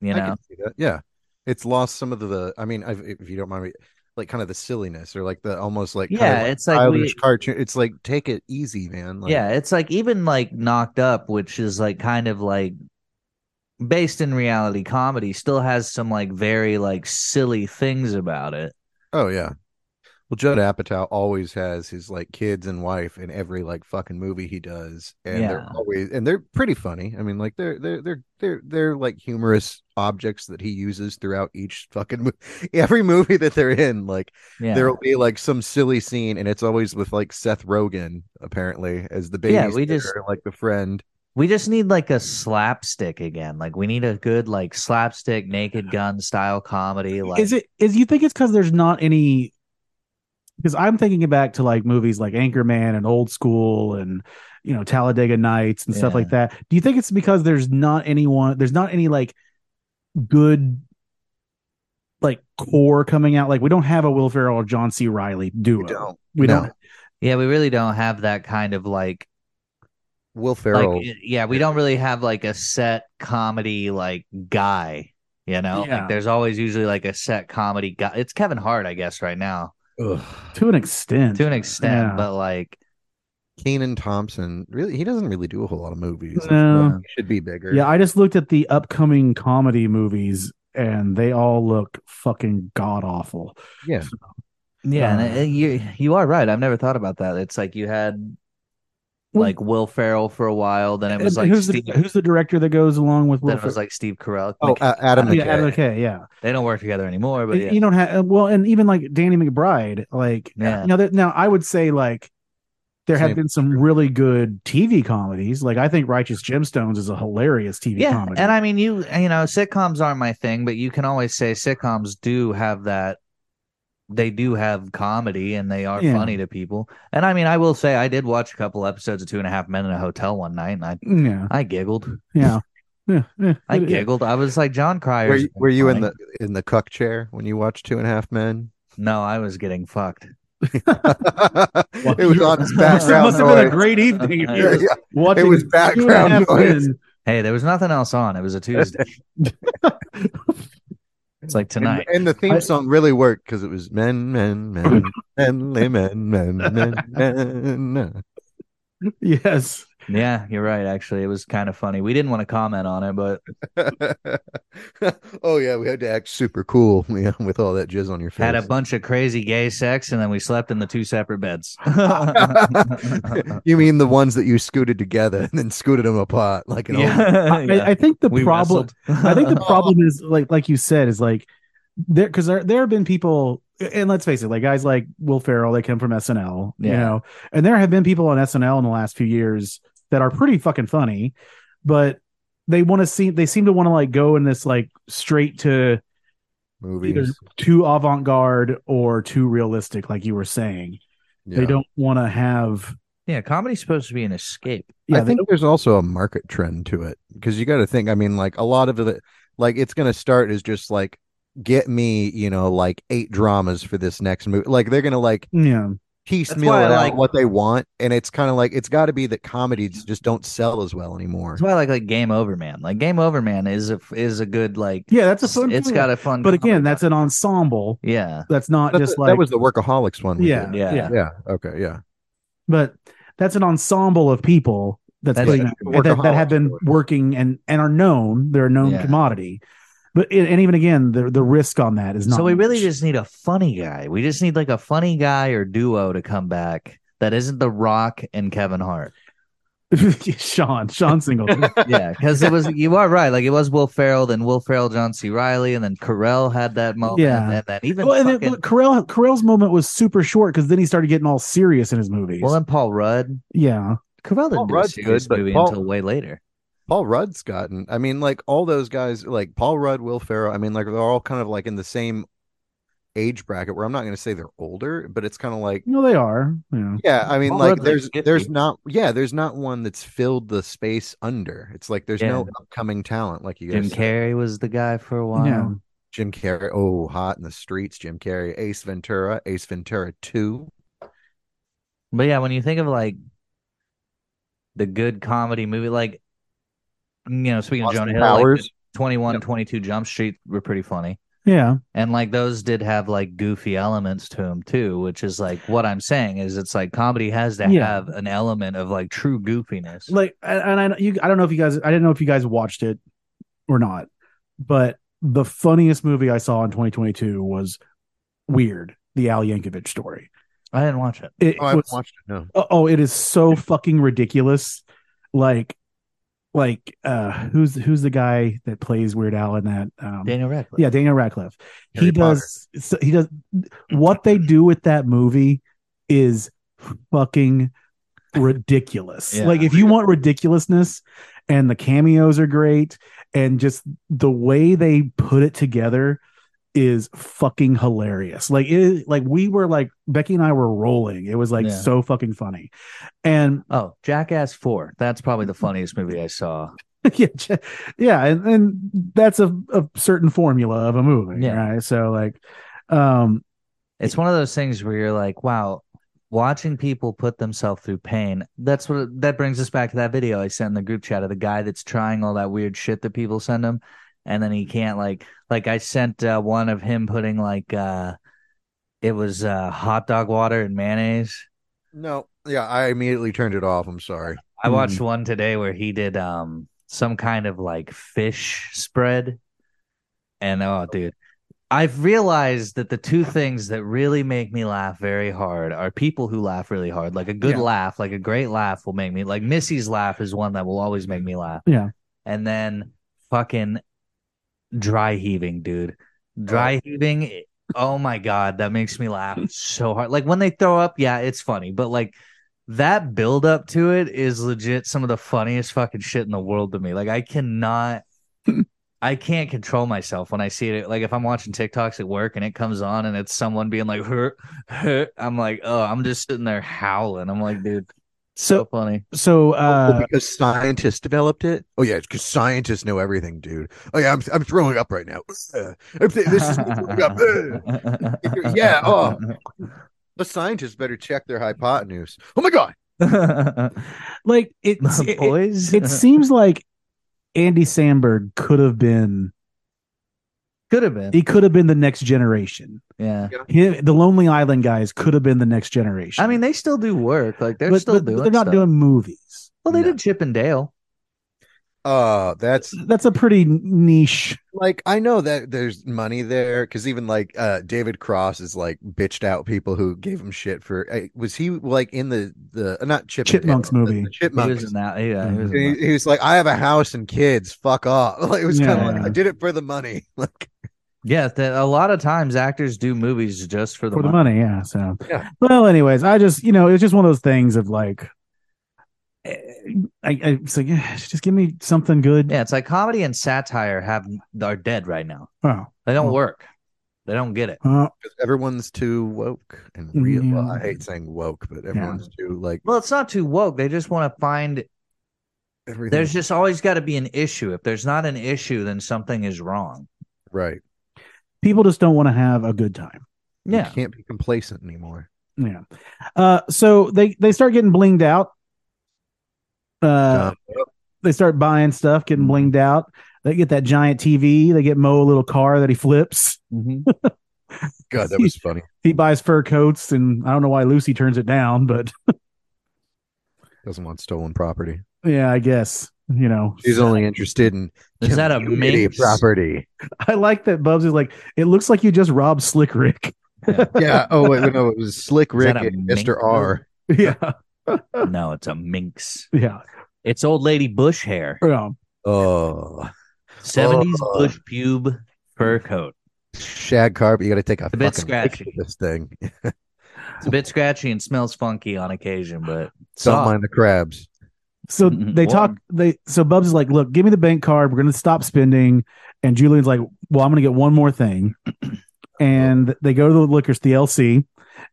You
I
know,
can see that. Yeah. It's lost some of the, I mean, i if you don't mind me, like kind of the silliness or like the almost like, kind of,
yeah, it's like
childish
we,
cartoon. It's like, take it easy, man. Like,
yeah, it's like even like Knocked Up, which is like kind of like based in reality comedy, still has some like very like silly things about it.
Oh yeah. Well, Judd Apatow always has his like kids and wife in every like fucking movie he does, and they're
Yeah.
always and they're pretty funny. I mean, like they're they're they're they're they're like humorous objects that he uses throughout each fucking movie. every movie that they're in. Like
Yeah.
there'll be like some silly scene, and it's always with like Seth Rogen apparently as the baby.
Yeah, we just-
like the friend.
We just need like a slapstick again. Like we need a good like slapstick naked gun style comedy. Like
is it is you think it's because there's not any because i'm thinking back to like movies like anchorman and old school and you know talladega nights and stuff
Yeah.
like that do you think it's because there's not anyone there's not any like good like core coming out like we don't have a will ferrell or john c riley duo
We don't.
we
No.
don't
Yeah, we really don't have that kind of like
Will
like
Ferrell.
it- yeah, we don't really have like a set comedy like guy, you know?
Yeah.
Like there's always usually like a set comedy guy. It's Kevin Hart, I guess, right now
Ugh.
to an extent
to an extent,
Yeah.
but like
Keenan Thompson really he doesn't really do a whole lot of movies.
No.
He should be bigger.
yeah i just looked at the upcoming comedy movies and they all look fucking god awful
yeah.
yeah, and
Uh,
it- it- you you are right. I've never thought about that. It's like you had
Well-
like Will Ferrell for a while, then it was
And
like
who's
Steve,
the who's the director that goes along with Will
then it was
Fer-
like Steve Carell.
Oh,
Like,
uh, Adam McKay.
yeah, Adam McKay, yeah.
they don't work together anymore, but yeah.
you don't have well, and even like Danny McBride, like
Yeah.
now there, now I would say like there have
Same.
been some really good TV comedies. Like I think Righteous Gemstones is a hilarious TV
yeah
comedy.
and i mean you you know sitcoms aren't my thing but you can always say sitcoms do have that they do have comedy and they are
Yeah.
funny to people and i mean i will say i did watch a couple episodes of two and a half men in a hotel one night and i
yeah,
i giggled
Mm, yeah, yeah, yeah.
i
It-
giggled i was like john cryer
Were you, were you in the in the cuck chair when you watched Two and a Half Men?
no i was getting fucked
it was
you-
on his
It
Background
must have been a
background noise.
great evening. if you
Yeah,
were
yeah.
watching
was
Two and a
background
Half
noise.
Men.
hey there was nothing else on it was a tuesday it's like
And,
tonight
and the
I-
theme song really worked because it was men, men, men, men, men, men, men, men. men.
Yes,
yeah you're right actually it was kind of funny we didn't want to comment on it but
oh yeah, we had to act super cool yeah, with all that jizz on your face.
had a bunch of crazy gay sex and then we slept in the two separate beds
uh,
you mean the ones that you scooted together and then scooted them apart like an old
I, I think the
we
problem.
wrestled.
I think the problem is like like you said is like there because there there have been people and let's face it like guys like Will Ferrell they come from SNL you
Yeah.
know and there have been people on SNL in the last few years that are pretty fucking funny but they want to see they seem to want to like go in this like straight to either
movies.
too avant garde or too realistic like you were saying
Yeah.
they don't want to have
yeah, comedy's supposed to be an escape.
yeah
I think there's also a market trend to it because you got to think. I mean, like a lot of it, like it's going to start as just like get me, you know, like eight dramas for this next movie. Like they're going to like
they, yeah
piecemeal
why I
it out
like-
what they want, and it's kind of like it's got to be that comedies just don't sell as well anymore.
That's why I like like Game Over Man. Like Game Over Man is a is a good like
yeah that's a
it's
fun movie.
got a fun
but again
comedy.
that's an ensemble
yeah.
that's not
That's
just
the-
like
that was the workaholics one. we
yeah,
did.
yeah
Yeah.
yeah. Okay, yeah.
but that's an ensemble of people that's,
That's
putting
like
out- that, that have been
workaholics.
working and and are known they're a known
Yeah.
commodity but it, and even again the the risk on that is not
So we really
much.
just need a funny guy. We just need like a funny guy or duo to come back that isn't The Rock and Kevin Hart.
sean sean singleton
Yeah, because it was you are right. Like it was Will Ferrell, then Will Ferrell, John C. Riley, and then Carell had that moment.
Yeah.
and then even
well and
fucking-
then, look, Carell, Carell's moment was super short because then he started getting all serious in his movies
well, then Paul Rudd.
yeah
Carell
Paul
didn't do a
Rudd's
serious
good, but
movie
Paul-
until way later.
Paul Rudd's gotten. I mean, like all those guys, like Paul Rudd, Will Ferrell. I mean, like they're all kind of like in the same age bracket. Where I'm not going to say they're older, but it's kind of like
no they are yeah
Yeah, I mean,
Paul
like
Rudd's, like,
there's
50.
there's not yeah there's not one that's filled the space under. It's like there's no
Yeah.
upcoming talent like you guys.
Jim
said.
Carrey was the guy for a while.
Yeah.
Jim Carrey, oh, hot in the streets. Jim Carrey, Ace Ventura, Ace Ventura Two.
But yeah, when you think of like the good comedy movie, like you know, speaking of Jonah
Austin
Hill,
Powers.
like the 21,
Yep.
22 Jump Street were pretty funny.
yeah
And like those did have like goofy elements to them too, which is like what I'm saying is it's like comedy has to
Yeah.
have an element of like true goofiness.
like and and I you I don't know if you guys I didn't know if you guys watched it or not, but the funniest movie I saw in 2022 was Weird, the Al Yankovic story.
I didn't watch it.
It
Oh, I haven't
was-
watched it. No.
oh, oh, it is so fucking ridiculous. Like, like uh, who's who's the guy that plays Weird Al in that? Um,
Daniel Radcliffe.
yeah, Daniel Radcliffe. he
Harry Potter.
does. So he does. What they do with that movie is fucking ridiculous.
Yeah.
Like if you want ridiculousness, and the cameos are great, and just the way they put it together is fucking hilarious. Like it, like we were like Becky and I were rolling. It was like
Yeah.
so fucking funny, and
Oh, Jackass Four. That's probably the funniest movie I saw.
yeah, j- yeah, and, and that's a, a certain formula of a movie,
Yeah.
right? So like, um,
It's one of those things where you're like, wow, watching people put themselves through pain. That's what that brings us back to that video I sent in the group chat of the guy that's trying all that weird shit that people send him, and then he can't like like I sent uh, one of him putting like uh it was uh hot dog water and mayonnaise.
No. Yeah, I immediately turned it off. I'm sorry.
I
Hmm.
watched one today where he did um some kind of like fish spread. And oh dude, I've realized that the two things that really make me laugh very hard are people who laugh really hard. Like a good
Yeah.
laugh, like a great laugh will make me like Missy's laugh is one that will always make me laugh.
Yeah.
And then fucking dry heaving, dude. Dry heaving. Oh my god, that makes me laugh so hard. Like when they throw up, yeah, it's funny, but like that build up to it is legit some of the funniest fucking shit in the world to me. Like I cannot I can't control myself when I see it. Like if I'm watching TikToks at work and it comes on and it's someone being like hurt, hurt, I'm like, oh, I'm just sitting there howling. I'm like, dude, so
so
funny.
so uh,
Well, because scientists developed it. Oh yeah, it's because scientists know everything, dude. Oh yeah, I'm I'm throwing up right now. Ugh. I'm th- this is me throwing up. Ugh. Yeah, oh. The scientists better check their hypotenuse. Oh my god.
like it, it, it,
boys.
it seems like Andy Samberg could have been
could have been.
he could have been the next generation.
Yeah.
He- the Lonely Island guys could have been the next generation.
I mean, they still do work. Like they're
But-
still
but
doing.
they're not
stuff.
doing movies.
Well, they
No.
did Chip and Dale.
Uh that's
That's a pretty niche.
like I know that there's money there because even like uh David Cross is like bitched out people who gave him shit for uh, was he like in the the uh, not Chip and Dale,
Chipmunks
the-
movie.
the
He was
Chipmunks
in that.
Mm-hmm.
Yeah. He was in
And
that.
he, he was like I have a house and kids fuck off like it was kind of like
Yeah.
I did it for the money like
Yeah. The, a lot of times actors do movies just for the
for the
money.
money. Yeah. So,
Yeah.
well, anyways, I just, you know, it's just one of those things of like, eh, I, I it's like, eh, just give me something good.
Yeah. It's like comedy and satire have are dead right now.
Oh,
They don't
Oh.
work. They don't get it.
oh,
everyone's too woke and
Mm,
real.
yeah.
Well, I hate saying woke, but everyone's too like
Well, it's not too woke. They just want to find.
Mm-hmm.
everything.
There's just always got to be an issue. If there's not an issue, then something is wrong.
right.
people just don't want to have a good time.
Yeah.
you can't be complacent anymore.
Yeah. Uh, so they, they start getting blinged out. Uh, they start buying stuff, getting blinged out. They get that giant TV. They get Mo a little car that he flips.
God, that was funny.
He buys fur coats, and I don't know why Lucy turns it down, but
Doesn't want stolen property.
yeah, I guess you know
She's only interested in
Is that a
community
minx?
property?
I like that Bubs is like, it looks like you just robbed Slick Rick.
yeah. Oh wait, no, it was Slick Rick
that a
and
minx?
Mr. R.
yeah.
No, it's a minx.
Yeah.
It's old lady bush hair.
Yeah.
Oh,
70s
Oh.
bush pube fur coat.
shag carpet. You got to take a,
a bit
fucking picture
scratchy.
of this thing.
It's a bit scratchy and smells funky on occasion, but
Don't
soft.
mind the crabs.
So
Mhm.
they
Well-
talk. They so Bubs is like, look, give me the bank card. We're gonna stop spending. And Julian's like, well, I'm gonna get one more thing. And they go to the liquors, the LC,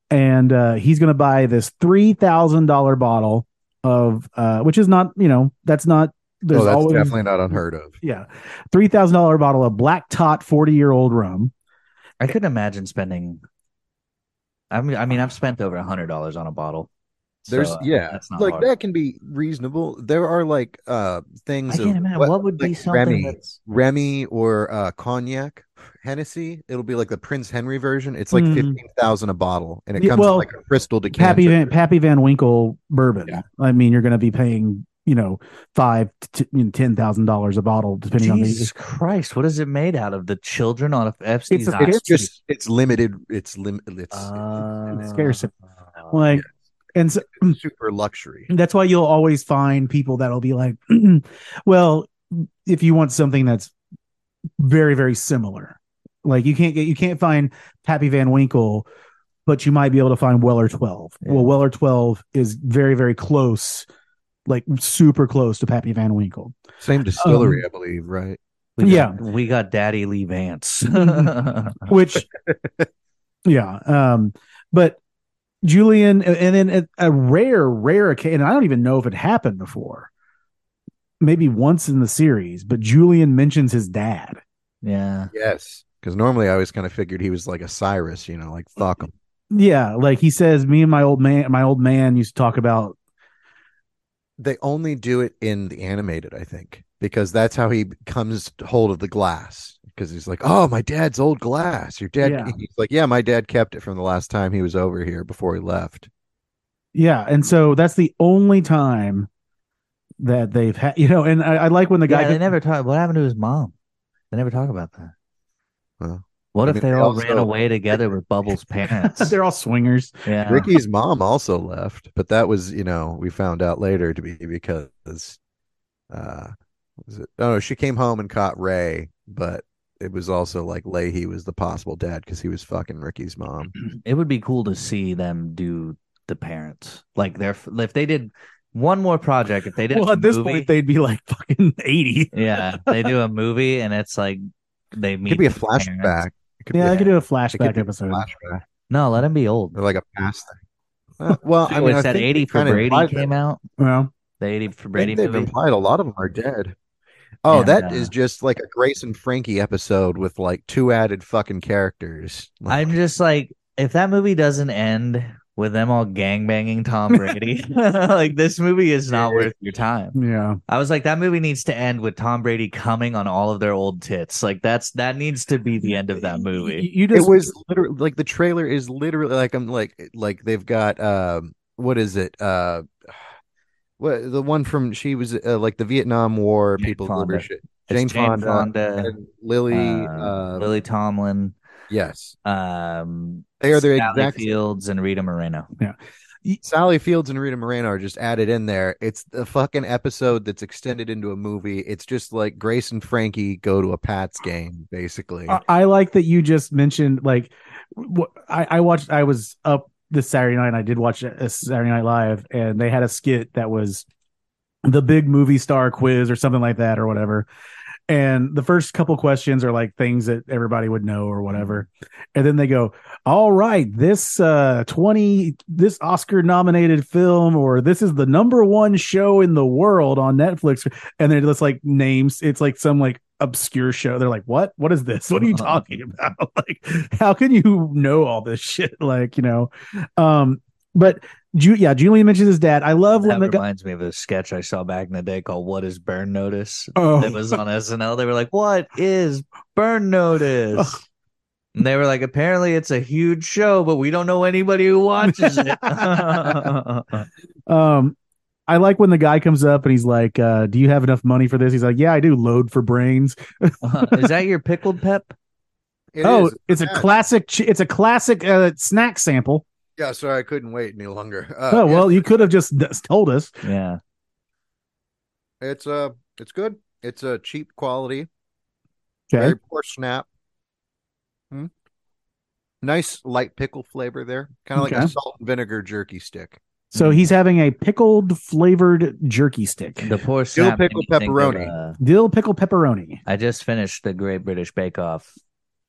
and uh, he's gonna buy this three thousand dollar bottle of, uh, which is not, you know, that's not. There's
Oh, that's
always
definitely not unheard of.
yeah, three thousand dollar bottle of black tot forty year old rum.
I couldn't imagine spending. I mean, I mean, I've spent over a hundred dollars on a bottle. So,
There's
uh,
yeah,
that's not
like
hard.
that can be reasonable. There are like uh things.
I
of
can't imagine
what-
what, would be
like
something
Remy.
that's
Remy or uh, cognac, Hennessy. It'll be like the Prince Henry version. It's like
Hmm.
Mm.
fifteen thousand a bottle, and it
Yeah,
comes
well,
in like a crystal decanter.
Pappy Van Pappy Van Winkle bourbon.
Yeah.
I mean, you're going to be paying you know five to you know, ten thousand dollars a bottle depending on the
Jesus Christ, what is it made out of? The children on Epstein's
It's a-
island?
It's just it's limited. It's lim. It's
Uh,
scarcity. like and so
it's super luxury.
that's why you'll always find people that'll be like well if you want something that's very very similar like you can't get you can't find pappy van winkle but you might be able to find weller 12
Yeah.
well weller 12 is very very close like super close to pappy van winkle
Same distillery, I believe. Right.
we got-
yeah.
we got Daddy Lee Vance.
which yeah um but julian and then a, a rare rare occasion i don't even know if it happened before maybe once in the series but julian mentions his dad
yeah,
Yes. Because normally I always kind of figured he was like a Cyrus. You know, like fuck him.
yeah like he says me and my old man my old man used to talk about
They only do it in the animated, I think, because that's how he comes hold of the glass. Because he's like, "Oh, my dad's old glass. Your dad."
Yeah.
He's like, "Yeah, my dad kept it from the last time he was over here before he left."
yeah and so that's the only time that they've had you know and i, I like when the
the guy
guy
yeah, they never talk. What happened to his mom? They never talk about that.
Well,
what
I
if
mean,
they,
they
all
also-
ran away together with Bubbles' parents?
they're all swingers
yeah,
Ricky's mom also left, but that was, you know, we found out later to be because, uh, what was it? Oh, she came home and caught Ray, but it was also like Leahy was the possible dad because he was fucking Ricky's mom.
it would be cool to see them do the parents like they're if they did one more project if they did
well
a
at this
movie,
point they'd be like fucking 80
yeah they do a movie and it's like they
It
meet
could be a
the parents.
flashback. It could
yeah,
be
i could do a
it could
flashback
be a
episode
flashback
no let him be old
or like a past thing. Uh, well, I mean, I
it's that
think
80
they
for
kinda
brady
implied
came
that.
out
well
the 80 for
I
brady
think They've
movie
implied a lot of them are dead. Oh,
And,
that is
uh,
just like a Grace and Frankie episode with like two added fucking characters. Like,
i'm just like if that movie doesn't end with them all gangbanging tom brady like this movie is not worth your time
yeah
I was like, that movie needs to end with Tom Brady coming on all of their old tits. Like that's that needs to be the end of that movie.
You
it
just
was literally like the trailer is literally like I'm like like they've got um what is it uh what the one from she was uh, like the Vietnam War
Jane
people
Fonda.
who were shit.
It's
Jane Fonda,
Fonda,
and Lily
uh,
uh,
Lily Tomlin,
yes
um,
they are their
Sally
exact
Fields, and Rita Moreno.
Sally Fields and Rita Moreno are just added in there. It's the fucking episode that's extended into a movie. It's just like Grace and Frankie go to a Pats game basically.
Uh,
I, I like that you just mentioned like wh- I, I watched I was up this Saturday night and I did watch a a Saturday Night Live and they had a skit that was the big movie star quiz or something like that or whatever. And the first couple questions are like things that everybody would know or whatever. And then they go, All right, this uh 20 this Oscar nominated film or this is the number one show in the world on Netflix. And they're just like names. It's like some like obscure show. They're like, What? What is this? What are you talking about? like, how can you know all this shit? Like, you know. Um, but Ju- yeah, Julian mentions his dad. I love
That
when the guy
reminds me of a sketch I saw back in the day called "What Is Burn Notice."
Oh.
That was on SNL. They were like, "What is Burn Notice?" And they were like, "Apparently, it's a huge show, but we don't know anybody who watches it."
Um, I like when the guy comes up and he's like, uh, "Do you have enough money for this?" He's like, "Yeah, I do." Load for brains.
is that your pickled pep?
It
oh,
is.
it's a
Yeah.
classic. ch- It's a classic uh, snack sample.
Yeah, sorry, I couldn't wait any longer. Uh,
oh
yeah,
well, you could have just d- told us.
Yeah.
it's uh, it's good. It's a uh, cheap quality,
Okay,
very poor snap. Hmm. Nice light pickle flavor there, kind of like
Okay.
a salt and vinegar jerky stick.
so he's having a pickled flavored jerky stick,
The poor snap made
pickle
me think of,
pepperoni.
uh,
dill pickle pepperoni.
I just finished the Great British Bake Off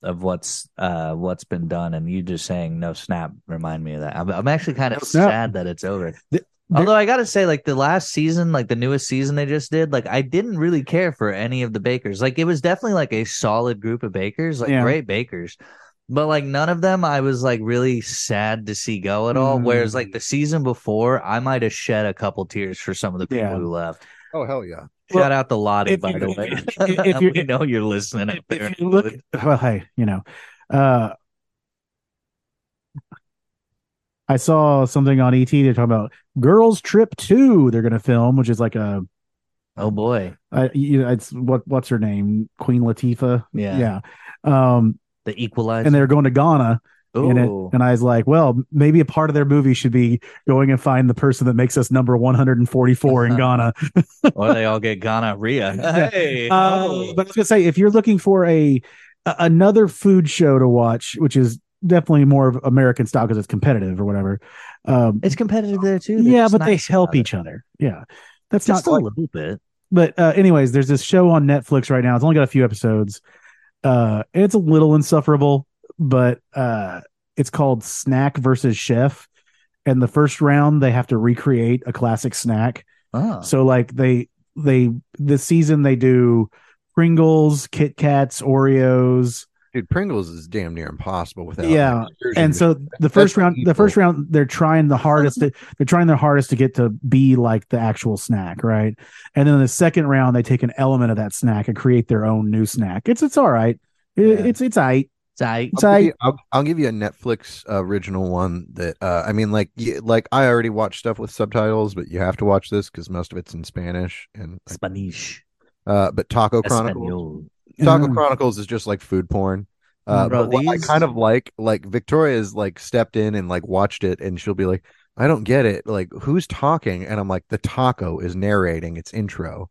of what's uh what's been done, and you just saying no snap remind me of that. I'm, I'm actually kind of
No snap.
sad that it's over.
The-
Although I gotta say, like the last season, like the newest season they just did, like I didn't really care for any of the bakers. Like it was definitely like a solid group of bakers, like
Yeah.
great bakers. But like none of them, I was like really sad to see go at all.
Mm.
Whereas like the season before, I might have shed a couple tears for some of the people
Yeah.
who left.
Oh hell yeah!
Well,
Shout out to Lottie,
if
by
you-
the way.
if- if you-
we know you're listening out there.
If you look, well, hey, you know, uh, E I saw something on ET. They're talking about Girls Trip Two. They're gonna film, which is like a
Oh boy.
I, you know, it's what what's her name, Queen Latifah.
Yeah.
Yeah. Um,
The Equalizer.
and they're going to Ghana in it,
Ooh.
and I was like, well, maybe a part of their movie should be going and find the person that makes us number one hundred and forty four in Ghana.
or they all get gonorrhea. Hey.
Uh,
oh.
but I was gonna say, if you're looking for a a- another food show to watch, which is definitely more of American style because it's competitive or whatever. Um,
it's competitive there too. They're
yeah,
just
but they
nice
help
about it.
each other. Yeah, that's
Just
not
a
like,
little bit.
but uh, anyways, there's this show on Netflix right now. It's only got a few episodes. Uh, and it's a little insufferable, but uh, it's called Snack versus Chef. And the first round, they have to recreate a classic snack.
Oh.
So like they they this season they do Pringles, Kit Kats, Oreos,
Dude, Pringles is damn near impossible without.
Yeah,
like,
and so the first
That's
round the
evil.
first round they're trying the hardest to, they're trying their hardest to get to be like the actual snack right and then the second round they take an element of that snack and create their own new snack it's it's all right It-
Yeah.
it's it's all right
Tight.
It's
I'll,
like-
give you, I'll, I'll give you a Netflix uh, original one that uh, I mean, like, you, like I already watch stuff with subtitles, but you have to watch this because most of it's in Spanish. And
Spanish.
uh, but Taco Chronicles,
Espanol.
Taco
Mm-hmm.
Mm.
Chronicles is just like food porn. Uh,
Bro,
but what I
these-
kind of like, like Victoria's like stepped in and like watched it, and she'll be like, "I don't get it. Like, who's talking?" And I'm like, "The taco is narrating its intro."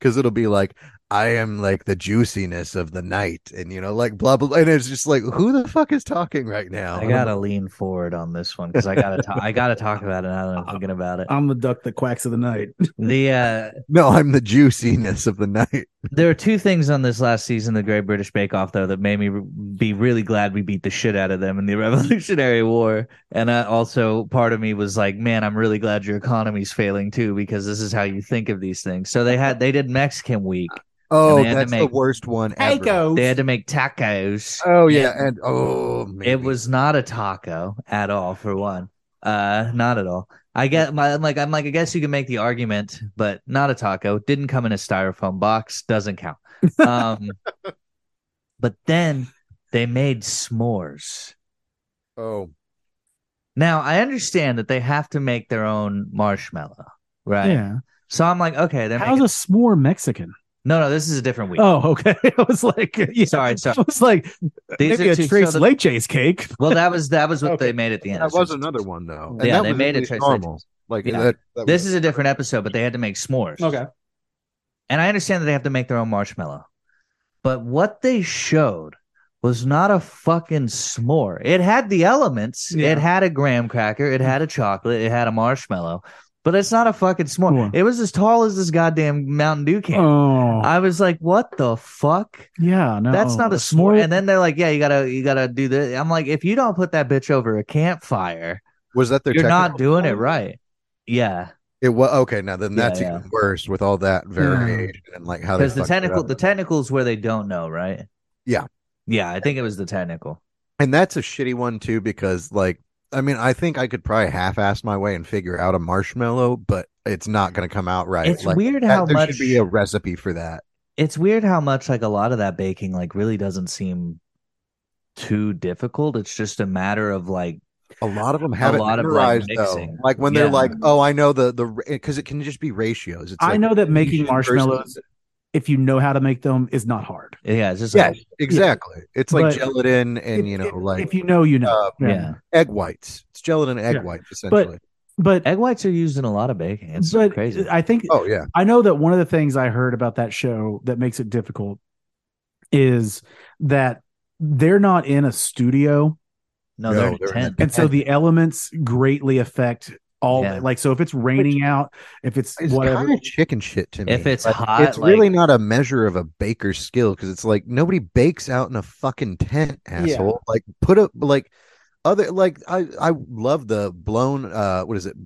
Because it'll be like, I am like the juiciness of the night, and you know, like blah blah, blah. and it's just like, who the fuck is talking right now?
I
And I'm
gotta lean forward on this one because I gotta ta- I gotta talk about it. now that I'm thinking about it.
i'm the duck that quacks of the night
The uh,
No, I'm the juiciness of the night.
there are two things on this last season, of the Great British Bake Off, though, that made me re- be really glad we beat the shit out of them in the Revolutionary War. And uh, also, part of me was like, man, I'm really glad your economy's failing too, because this is how you think of these things. So they had they did Mexican Week.
Oh,
And they had to
that's the
make-
worst one ever.
Echo.
They had to make tacos.
Oh yeah, and oh,
It
maybe.
was not a taco at all, for one. Uh, not at all. I get my I'm like I'm like I guess you can make the argument, but not a taco. Didn't come in a styrofoam box. Doesn't count. Um, but then they made s'mores.
Oh,
Now I understand that they have to make their own marshmallow, right?
yeah
So I'm like, okay, they're
how's
making...
a s'more mexican
no, no. This is a different week.
oh okay i was like yeah.
Sorry, sorry.
i was like
These
maybe
are
a
two- so
trace
the-
leches cake
Well, that was that was what
Okay.
they made at the end.
that was another one though.
Yeah,
that
they
was
made
at
it
least
trace
normal. Like
Yeah.
that, that
This
was-
is a different episode, but they had to make s'mores. And I understand that they have to make their own marshmallow. But what they showed was not a fucking s'more. It had the elements.
Yeah.
It had a graham cracker. It had a chocolate. It had a marshmallow. But it's not a fucking s'more.
Yeah.
It was as tall as this goddamn Mountain Dew can.
oh
I was like, what the fuck?
yeah no
That's not a s'more. And then they're like, yeah, you gotta you gotta do this. I'm like, if you don't put that bitch over a campfire,
was that their
you're not
technical
doing
Oh.
it
term?
right. Yeah.
It was okay. Now then,
Yeah,
that's
yeah. Hmm.
even worse with all that variation and like how they
Because the
fucked it
technical
up.
the technicals where they don't know, right?
Yeah.
Yeah, I think it was the technical.
And that's a shitty one too, because like I mean, I think I could probably half-ass my way and figure out a marshmallow, but it's not going to come out right.
It's
like,
weird
that-
how
there
much
should be a recipe for that.
it's weird how much like a lot of that baking like really doesn't seem too difficult. It's just a matter of like
A lot of them have a
lot
lot
of,
of
like,
like
mixing.
Though. Like when they're
Yeah.
like, "Oh, I know the the," because it can just be ratios. It's
I
like,
know that making
versus-
marshmallows, if you know how to make them, is not hard.
yeah, it's just
Yeah,
like
exactly. It's like
But
gelatin and
If-
you know,
if-
like
if you know, you know.
uh,
yeah.
egg whites. It's gelatin and egg
Yeah.
whites essentially.
But
Egg whites are used in a lot of baking. It's
but uh,
crazy.
I think
oh yeah,
I know that one of the things I heard about that show that makes it difficult is that they're not in a studio,
no,
No,
they're
they're in
intense.
a-
and so the elements greatly affect all.
Yeah.
Like, so if it's raining out, if it's,
it's
whatever,
kind of chicken shit to me.
If it's
Like,
hot,
it's really
like-
not a measure of a baker's skill because it's like nobody bakes out in a fucking tent, asshole. Like put a like other like I I love the blown uh what is it?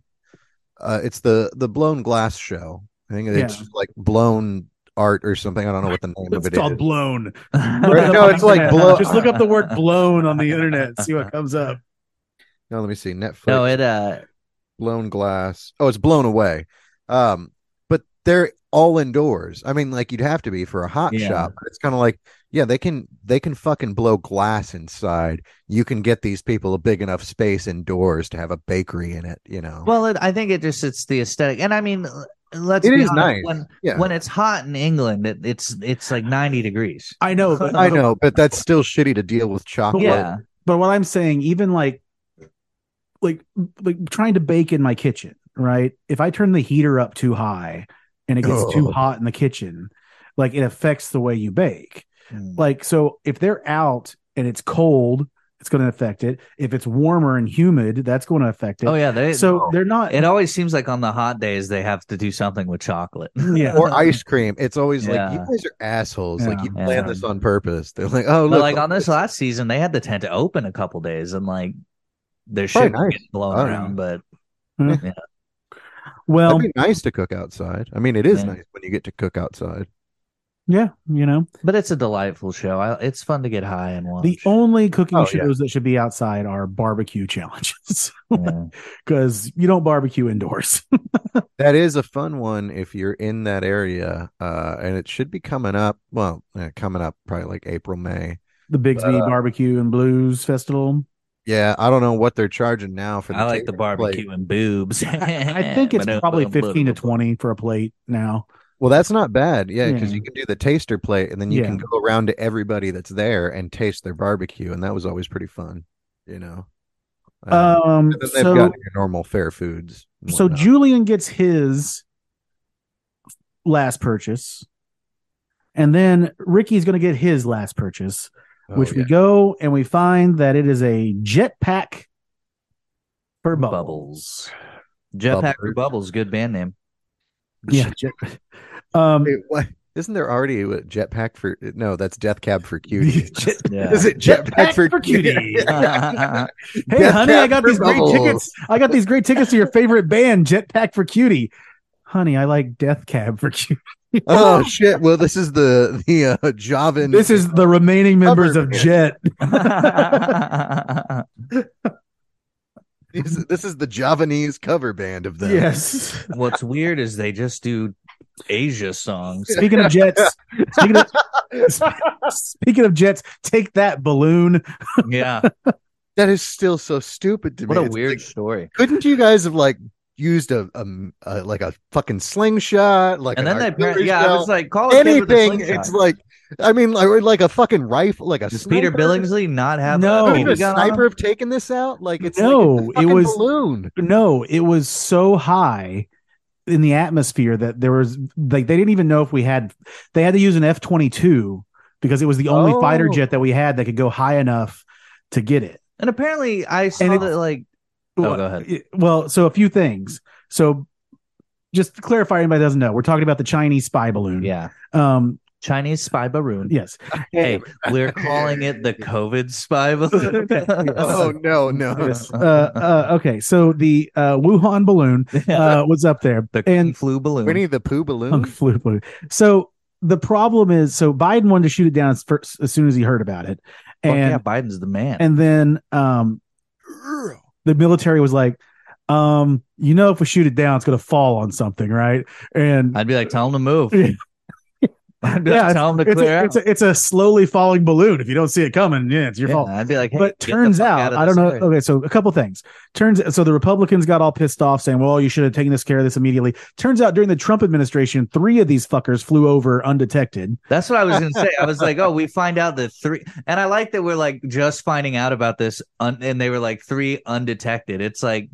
Uh, it's the the blown glass show. I think it's
Yeah.
just like blown art or something. I don't know what the name of
it's
it is.
called blown.
Right, no, it's like blow-
Just look up the word blown on the internet, see what comes up.
no, let me see Netflix.
No, it uh
blown glass. Oh, it's blown away. Um, but they're all indoors. I mean, like you'd have to be for a hot
Yeah.
shop. But it's kind of like yeah they can they can fucking blow glass inside you can get these people a big enough space indoors to have a bakery in it you know
Well, it, I think it just it's the aesthetic, and I mean, l- let's
It
be
is
honest,
nice.
when
yeah
when it's hot in England, it, it's it's like ninety degrees.
I know, but
i know but that's still shitty to deal with chocolate
Yeah,
But what I'm saying, even like, like, like trying to bake in my kitchen, right? If I turn the heater up too high and it gets too
Ugh.
hot in the kitchen, like it affects the way you bake.
Mm.
Like, so if they're out and it's cold, it's going to affect it. If it's warmer and humid, that's going to affect it.
oh yeah. They,
so they're not.
it always seems like on the hot days they have to do something with chocolate.
yeah.
or ice cream it's always like
Yeah.
you guys are assholes like
Yeah.
you
Yeah.
planned this on purpose they're like oh
But
look
like on this last season, they had the tent to open a couple days, and like their
Probably
shit
nice.
was getting blown
Oh, yeah.
around. But
well,
it'd be nice to cook outside i mean it is
Yeah.
nice when you get to cook outside
yeah, you know,
but it's a delightful show. I, it's fun to get high and watch.
the only cooking
Oh, yeah.
shows that should be outside are barbecue challenges
Yeah.
because you don't barbecue indoors.
That is a fun one if you're in that area, uh, and it should be coming up. Well, eh, coming up probably like April, May.
the Bigsby Barbecue and Blues Festival.
Yeah, I don't know what they're charging now for. The
I like the
catering plate.
barbecue and boobs.
I think it's
uh,
probably 15 to 20 for a plate now.
Well, that's not bad. Yeah, because
Yeah.
you can do the taster plate, and then you
Yeah.
can go around to everybody that's there and taste their barbecue, and that was always pretty fun. You know. Um,
Um,
and then they've
so,
got your normal fair foods. and
so
whatnot.
Julian gets his last purchase, and then Ricky's going to get his last purchase,
Oh,
which we
yeah.
go and we find that it is a jetpack for bubble.
bubbles. Jetpack for
Bubblers.
Bubbles, good band name.
Yeah. jet- um,
Wait, what? Isn't there already a jetpack for? No, that's death cab for cutie.
jet-
Yeah.
Is it jetpack
Jetpack
for,
for cutie?
I
hey, honey, I got
for
these great
Bubbles.
tickets. I got these great tickets to your favorite band, Jetpack for Cutie. Honey, I like Death Cab for Cutie.
Oh shit! Well, this is the the uh, Javan.
This is the remaining members of
Cover.
Jet.
this, is- this is the Javanese cover band of them.
Yes.
What's weird is they just do Asia songs.
Speaking of jets, speaking of, speaking of jets, take that balloon.
Yeah.
that is still so stupid to
What
me.
a
It's
weird
like,
story.
couldn't you guys have like used a, a, a like a fucking slingshot, like
And then
an
they
artillery
apparently, yeah, I
shell,
was like, oh, call it
anything? It's like, I mean, like, like a fucking rifle, like a
does Peter
sniper?
Billingsley not have
No.
a
Could
Oh,
even
BB
a
gun on him?
sniper have taken this out? Like it's
No,
like, it's a
it
fucking
was-
balloon.
No, it was so high in the atmosphere that there was like they didn't even know if we had they had to use an F twenty two because it was the only
Oh.
fighter jet that we had that could go high enough to get it.
And apparently, I saw
it-
that like Oh,
well,
go ahead.
it- well, so a few things. So just to clarify anybody doesn't know, we're talking about the Chinese spy balloon.
yeah,
Um
Chinese spy balloon.
yes.
Hey, we're calling it the COVID spy balloon.
Oh no, no.
Yes. Uh, uh, okay, so the uh, Wuhan balloon uh, was up there,
the
and
flu balloon.
Winnie the Pooh balloon.
Kung Flu balloon. So the problem is, so Biden wanted to shoot it down as, first, as soon as he heard about it,
Fuck
and
yeah, Biden's the man.
and then um, the military was like, um, you know, if we shoot it down, it's going to fall on something, right? And
I'd be like, tell him to move.
Yeah.
I'd be
Yeah,
like, tell him to
it's
clear
a,
out.
it's, a, it's a slowly falling balloon. If you don't see it coming, yeah, it's your
Yeah,
fault.
I'd be like, hey,
but
get the
turns
fuck
out,
of
I
this
don't know.
area.
Okay, so a couple things. Turns so the Republicans got all pissed off, saying, "Well, you should have taken this care of this immediately." Turns out, during the Trump administration, three of these fuckers flew over undetected.
That's what I was gonna say. I was like, oh, we find out that three, and I like that we're like just finding out about this, un- and they were like three undetected. It's like,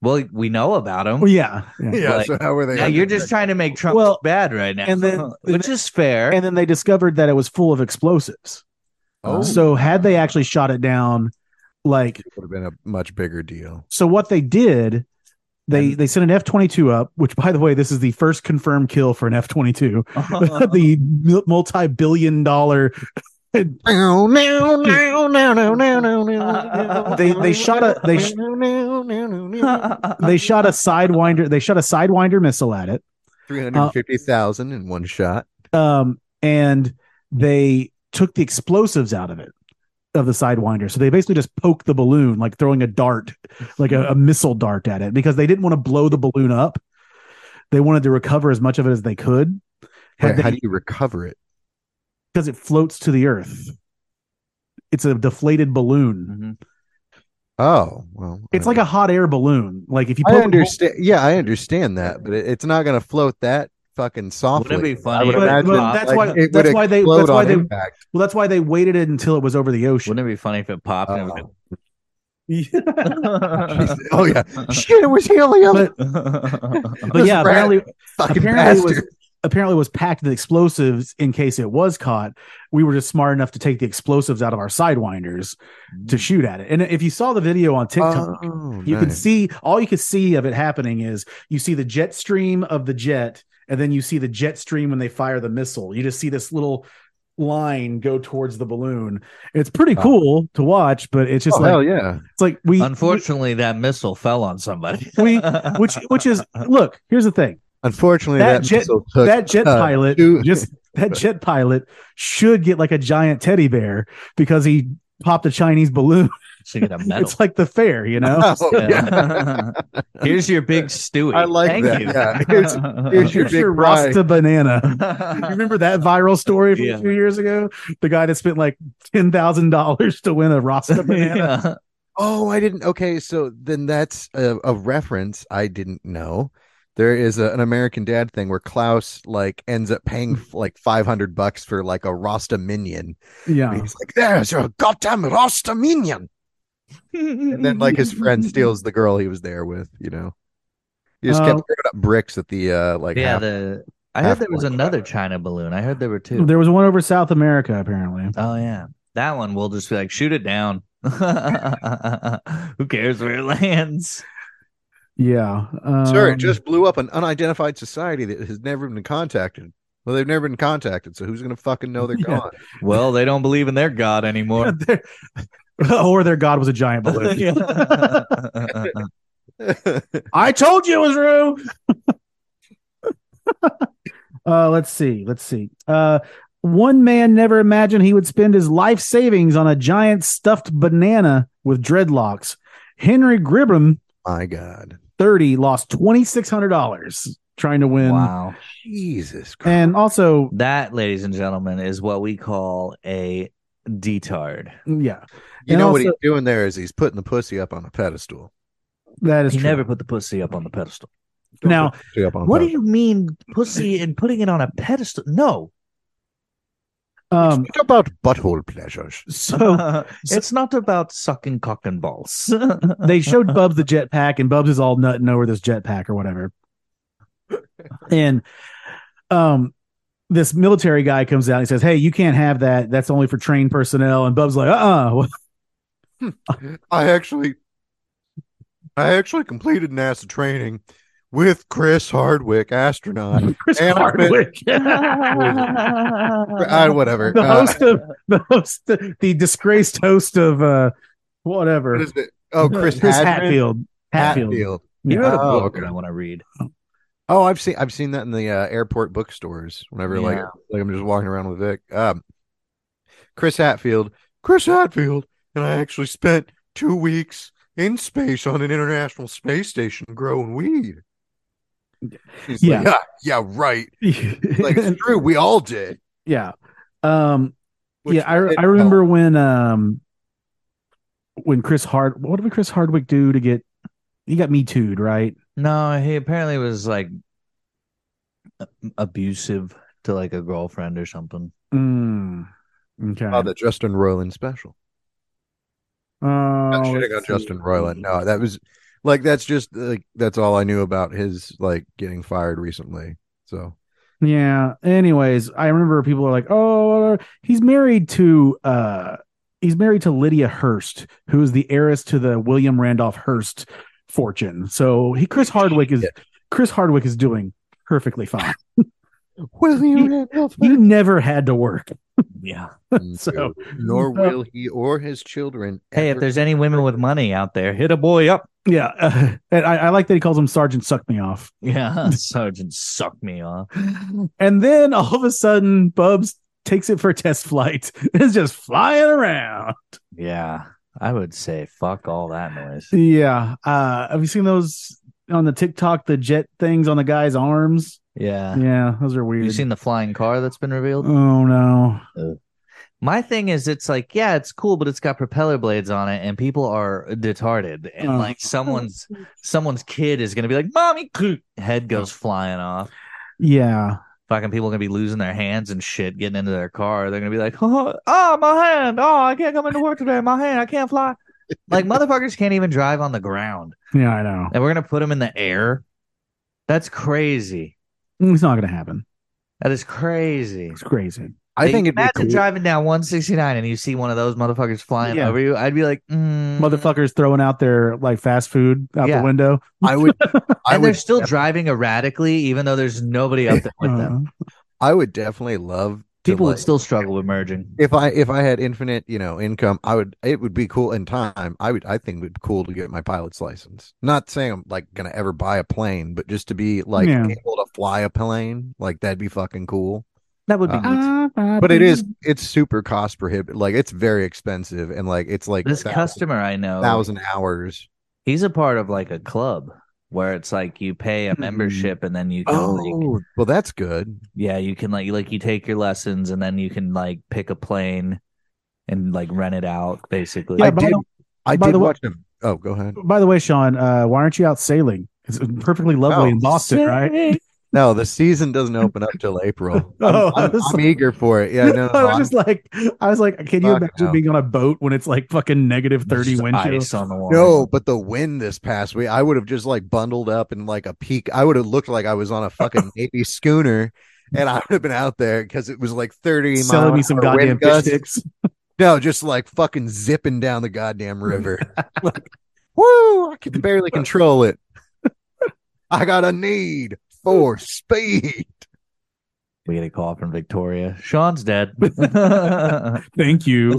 well, we know about them.
Well, yeah, yeah.
Yeah.
Like,
so how were they?
Now you're just trying to make Trump
Well,
look bad right now,
and then-
which is fair.
and then they discovered that it was full of explosives.
Oh.
So had they actually shot it down, like
it would have been a much bigger deal.
so, what they did, they
And-
they sent an F twenty two up. Which, by the way, this is the first confirmed kill for an F twenty two. The
Uh-huh.
multi billion dollar.
No, no, no, no, no, no, no, no.
They they shot a they sh- they
Um,
shot a sidewinder. They shot a sidewinder missile at it.
three hundred fifty thousand in one shot.
um, and they took the explosives out of it of the sidewinder so they basically just poked the balloon like throwing a dart like a, a
Mm-hmm.
missile dart at it because they didn't want to blow the balloon up they wanted to recover as much of it as they could
Wait,
had they
how do you recover it?
because it floats to the earth. It's a deflated balloon.
Mhm.
Oh, well.
It's like a hot air balloon. Like if you
I
poke a hole-
understand. Yeah, I understand that, but it, it's not going to float that fucking softly.
Wouldn't it be
I
funny?
would
if it
But-
imagine
but
popped-
that's
like,
why-
it would
that's why they-
explode
that's why
on
they-
impact.
well, that's why they waited it until it was over the ocean.
Wouldn't it be funny if it popped? and
Oh.
it
oh yeah, shit! It was helium.
But- but
This
yeah,
rat-
apparently,
fucking
apparently it
bastard.
was apparently it was packed with explosives in case it was caught. We were just smart enough to take the explosives out of our sidewinders to shoot at it. And if you saw the video on TikTok,
Mm. Oh,
you can
nice.
see all you could see of it happening is you see the jet stream of the jet, and then you see the jet stream when they fire the missile. You just see this little line go towards the balloon. It's pretty
Wow.
cool to watch, but it's just
oh,
like
hell yeah.
it's like we
Unfortunately, that missile fell on somebody.
we which which is look, here's the thing.
Unfortunately,
That
that,
jet-
missile took
that jet
uh,
pilot
two-
just that jet pilot should get like a giant teddy bear because he popped a Chinese balloon.
should get a medal.
It's like the fair, you know.
Oh, yeah.
Yeah. Here's your big Stewie.
I like
Thank
that.
You.
Yeah. Here's- here's
Uh, Here's
big
your
prize.
Rasta banana. You remember that viral story from
Yeah.
a few years ago? The guy that spent like ten thousand dollars to win a Rasta banana.
Yeah.
Oh, I didn't. Okay, so then that's a, a reference I didn't know. There is a, an American Dad thing where Klaus like ends up paying
Mm.
f- like five hundred bucks for like a Rasta minion. And
Yeah.
He's like, "There's your goddamn Rasta minion," and then like his friend steals the girl he was there with. You know, he just
Oh.
kept throwing up bricks at the uh like
yeah,
half-
the I heard there was
half-point.
another China balloon. I heard there were two.
There was one over South America apparently.
Oh yeah, that one we'll just be like shoot it down. Who cares where it lands?
Yeah. Um,
Sir, it just blew up an unidentified society that has never been contacted. Well, they've never been contacted, so who's going to fucking know they're
Yeah.
gone?
Well, they don't believe in their god anymore.
or their god was a giant balloon.
Yeah.
I told you it was Rue. uh, let's see. Let's see. Uh, one man never imagined he would spend his life savings on a giant stuffed banana with dreadlocks. Henry Gribham,
My God,
30, lost $2,600 trying to win.
wow,
Jesus Christ!
And also,
that, ladies and gentlemen, is what we call a detard.
yeah,
you
and
know what
also-
he's doing there is he's putting the pussy up on a pedestal.
that is
He
true.
never put the pussy up on the pedestal.
Don't
Now-
put the pussy up on a
What do
pedestal.
you mean, pussy, and putting it on a pedestal? No,
um,
Speak about butthole pleasures?
so
it's not about sucking cock and balls.
they showed Bubs the jetpack, and Bubs is all nutting over this jetpack or whatever. And um, this military guy comes out and he says, "Hey, you can't have that. That's only for trained personnel." And Bubs like, "Uh, uh
I actually, I actually completed NASA training with Chris Hardwick, astronaut.
Chris
And I bet-
Hardwick,
I, whatever.
the
Uh,
host of the host, the disgraced host of uh, whatever,
what is it? Oh, Chris,
Chris
Hadfield.
Hatfield, Hatfield,
Hatfield.
He
Yeah.
wrote a
Oh,
book
okay.
that I want to read.
Oh, I've seen I've seen that in the uh, airport bookstores. Whenever like
Yeah.
like I'm just walking around with Vic, um, Chris Hatfield, Chris Hatfield, and I actually spent two weeks in space on an international space station growing weed. He's like,
Yeah.
yeah, yeah, right. Oh. Like it's true, we all did.
yeah, um,
Which
yeah, I,
didn't
I remember when um when Chris Hard what did Chris Hardwick do to get he got me too'd, right?
No, he apparently was like a- abusive to like a girlfriend or something.
Mm. Okay.
help. Oh, the Justin Roiland special.
Oh,
I should have
let's
got
see.
Justin Roiland. No, that was like that's just like that's all I knew about his like getting fired recently. So
Yeah. Anyways, I remember people were like, "Oh, he's married to uh he's married to Lydia Hearst, who is the heiress to the William Randolph Hearst fortune." So, he Chris Hardwick is Chris Hardwick is doing perfectly fine.
William
He- he never had to work.
Yeah.
So-
nor
so-
will he or his children.
Hey, if
ever-
there's any women with money out there, hit a boy up.
Yeah, uh, and I, I like that he calls him Sergeant Suck Me Off.
Yeah. Sergeant suck me off.
And then all of a sudden, Bubs takes it for a test flight. It's just flying around.
Yeah. I would say fuck all that noise.
Yeah. Uh, have you seen those on the TikTok? The jet things on the guy's arms.
Yeah.
Yeah, those are weird.
You seen the flying car that's been revealed?
oh no.
My thing is, it's like, yeah, it's cool, but it's got propeller blades on it, and people are retarded, and
Oh.
like someone's someone's kid is gonna be like, "Mommy," head goes flying off.
Yeah.
Fucking people are gonna be losing their hands and shit, getting into their car. They're gonna be like, "Oh, oh my hand! Oh, I can't come into work today. My hand, I can't fly." Like motherfuckers can't even drive on the ground,
Yeah, I know.
and we're gonna put them in the air. That's crazy.
It's not gonna happen.
That is crazy.
It's crazy.
I
Hey,
think it'd be
imagine
cool.
driving down 169 and you see one of those motherfuckers flying
Yeah.
over you. I'd be like, mm.
Motherfuckers throwing out their like fast food out
Yeah.
the window.
I would. I
And they're
would.
still driving erratically, even though there's nobody up there with them.
Uh,
I would definitely love. to,
People would
like-
still struggle with merging.
If I if I had infinite, you know, income, I would. It would be cool in time. I would. I think it would be cool to get my pilot's license. Not saying I'm like gonna ever buy a plane, but just to be like
Yeah.
able to fly a plane, like that'd be fucking cool.
That would be.
Uh,
neat.
Uh-huh.
But it is. It's super cost prohibitive. Like it's very expensive, and like it's like
this
thou-
customer I know,
thousand hours.
he's a part of like a club where it's like you pay a
Hmm.
membership and then you can, like,
well, that's good.
yeah, you can like, like you take your lessons and then you can like pick a plane and like rent it out basically.
Yeah,
I
by
did.
the-
I
by
did
the way-
watch. a- oh, go ahead.
By the way, Sean, uh, why aren't you out sailing? It's perfectly lovely
Oh,
in Boston, right?
No, the season doesn't open up till April.
Oh, I
I'm,
was
I'm
like-
eager for it. Yeah, no, no,
I was
I'm-
just like, I was like, can you
Fuck
imagine
no.
being on a boat when it's like fucking negative thirty
Just
wind chill?
ice on the water.
no, but the wind this past week, I would have just like bundled up in like a peak. I would have looked like I was on a fucking Navy schooner, and I would have been out there because it was like thirty.
Selling
mile
me
an
some
hour wind
goddamn fish
gusts.
sticks.
No, just like fucking zipping down the goddamn river. Like, woo! I can barely control it. I got a need for speed.
We get a call from Victoria. Sean's dead.
Thank you.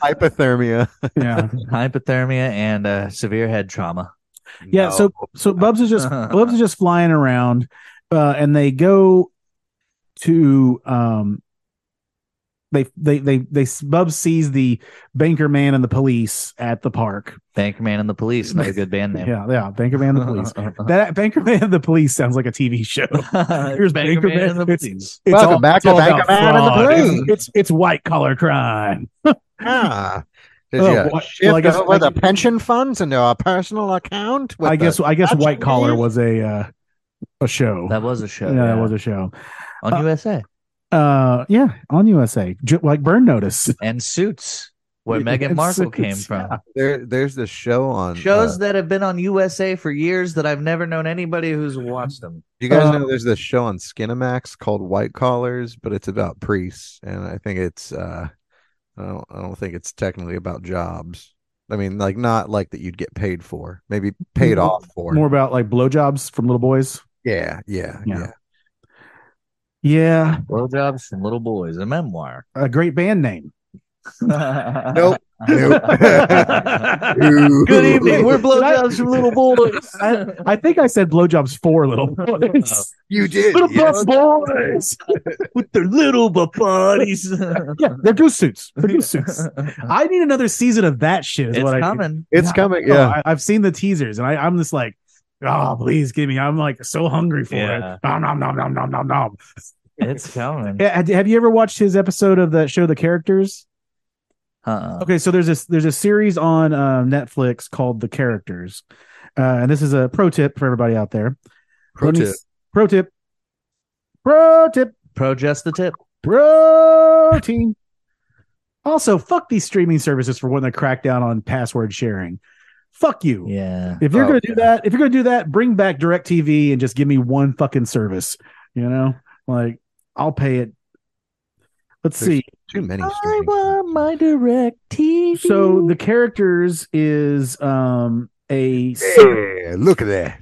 Hypothermia.
yeah.
Hypothermia and uh, severe head trauma.
Yeah,
No.
so so Bubs is just Bubs is just flying around, uh, and they go to um, they they they they Bubs sees the banker man and the police at the park.
Thank Man and the Police. Another good band name.
Yeah, yeah, banker man and the police. that banker man and the police sounds like a TV show. Here's Banker Man and the
Police.
It's
Welcome back to
all
Banker
about
Man and the
fraud.
Police.
It's, it's it's white collar crime.
Ah. Did
Oh,
you
what-
shift
well, I guess-
over
I
the
guess-
pension funds into a personal account? with
I
the-
guess I guess
That's
white collar
weird.
was a uh, a show.
That was a show.
yeah, that
yeah.
was a show.
on
uh,
USA
Uh, yeah, on USA, Ju- like Burn Notice.
and Suits, where
Yeah,
Meghan
and
Markle
Suits,
came from.
yeah.
there, there's this show on.
Shows
uh,
that have been on USA for years that I've never known anybody who's watched them.
you guys
uh,
know there's this show on Skinamax called White Collars, but it's about priests, and I think it's. uh I don't. I don't think it's technically about jobs. I mean, like not like that you'd get paid for, maybe paid
More-
off for.
More about like blowjobs from little boys.
yeah, yeah,
Yeah.
yeah,
Yeah,
Blowjobs from Little Boys, a memoir.
a great band name.
Nope. nope.
Good evening. We're
Did I-
blowjobs from little boys.
I, I think I said blowjobs for little boys.
You did.
little
yes.
boys.
With their little bu- bodies.
Yeah, they're goose suits. They're goose suits. I need another season of that shit. Is
it's
what I,
coming.
It's
Yeah.
coming.
Oh,
Yeah.
I, I've seen the teasers, and I, I'm just like, oh, please give me. I'm like so hungry for
Yeah.
it. Nom nom nom nom nom nom nom.
It's coming.
Yeah, had- have you ever watched his episode of the show The Characters?
Uh-uh.
Okay, so there's this there's a series on uh, Netflix called The Characters, uh, and this is a pro tip for everybody out there.
Pro
Let me
tip.
s- Pro tip. Pro tip.
Pro just the tip.
Protein. also, fuck these streaming services for when they crack down on password sharing. Fuck you.
Yeah.
If you're
Oh,
gonna do
yeah.
that, if you're gonna do that, bring back DirecTV and just give me one fucking service. You know, like I'll pay it. Let's
There's
see.
Too many.
I
streaming
want my direct TV.
So the characters is um a se-
services. Yeah, look at that.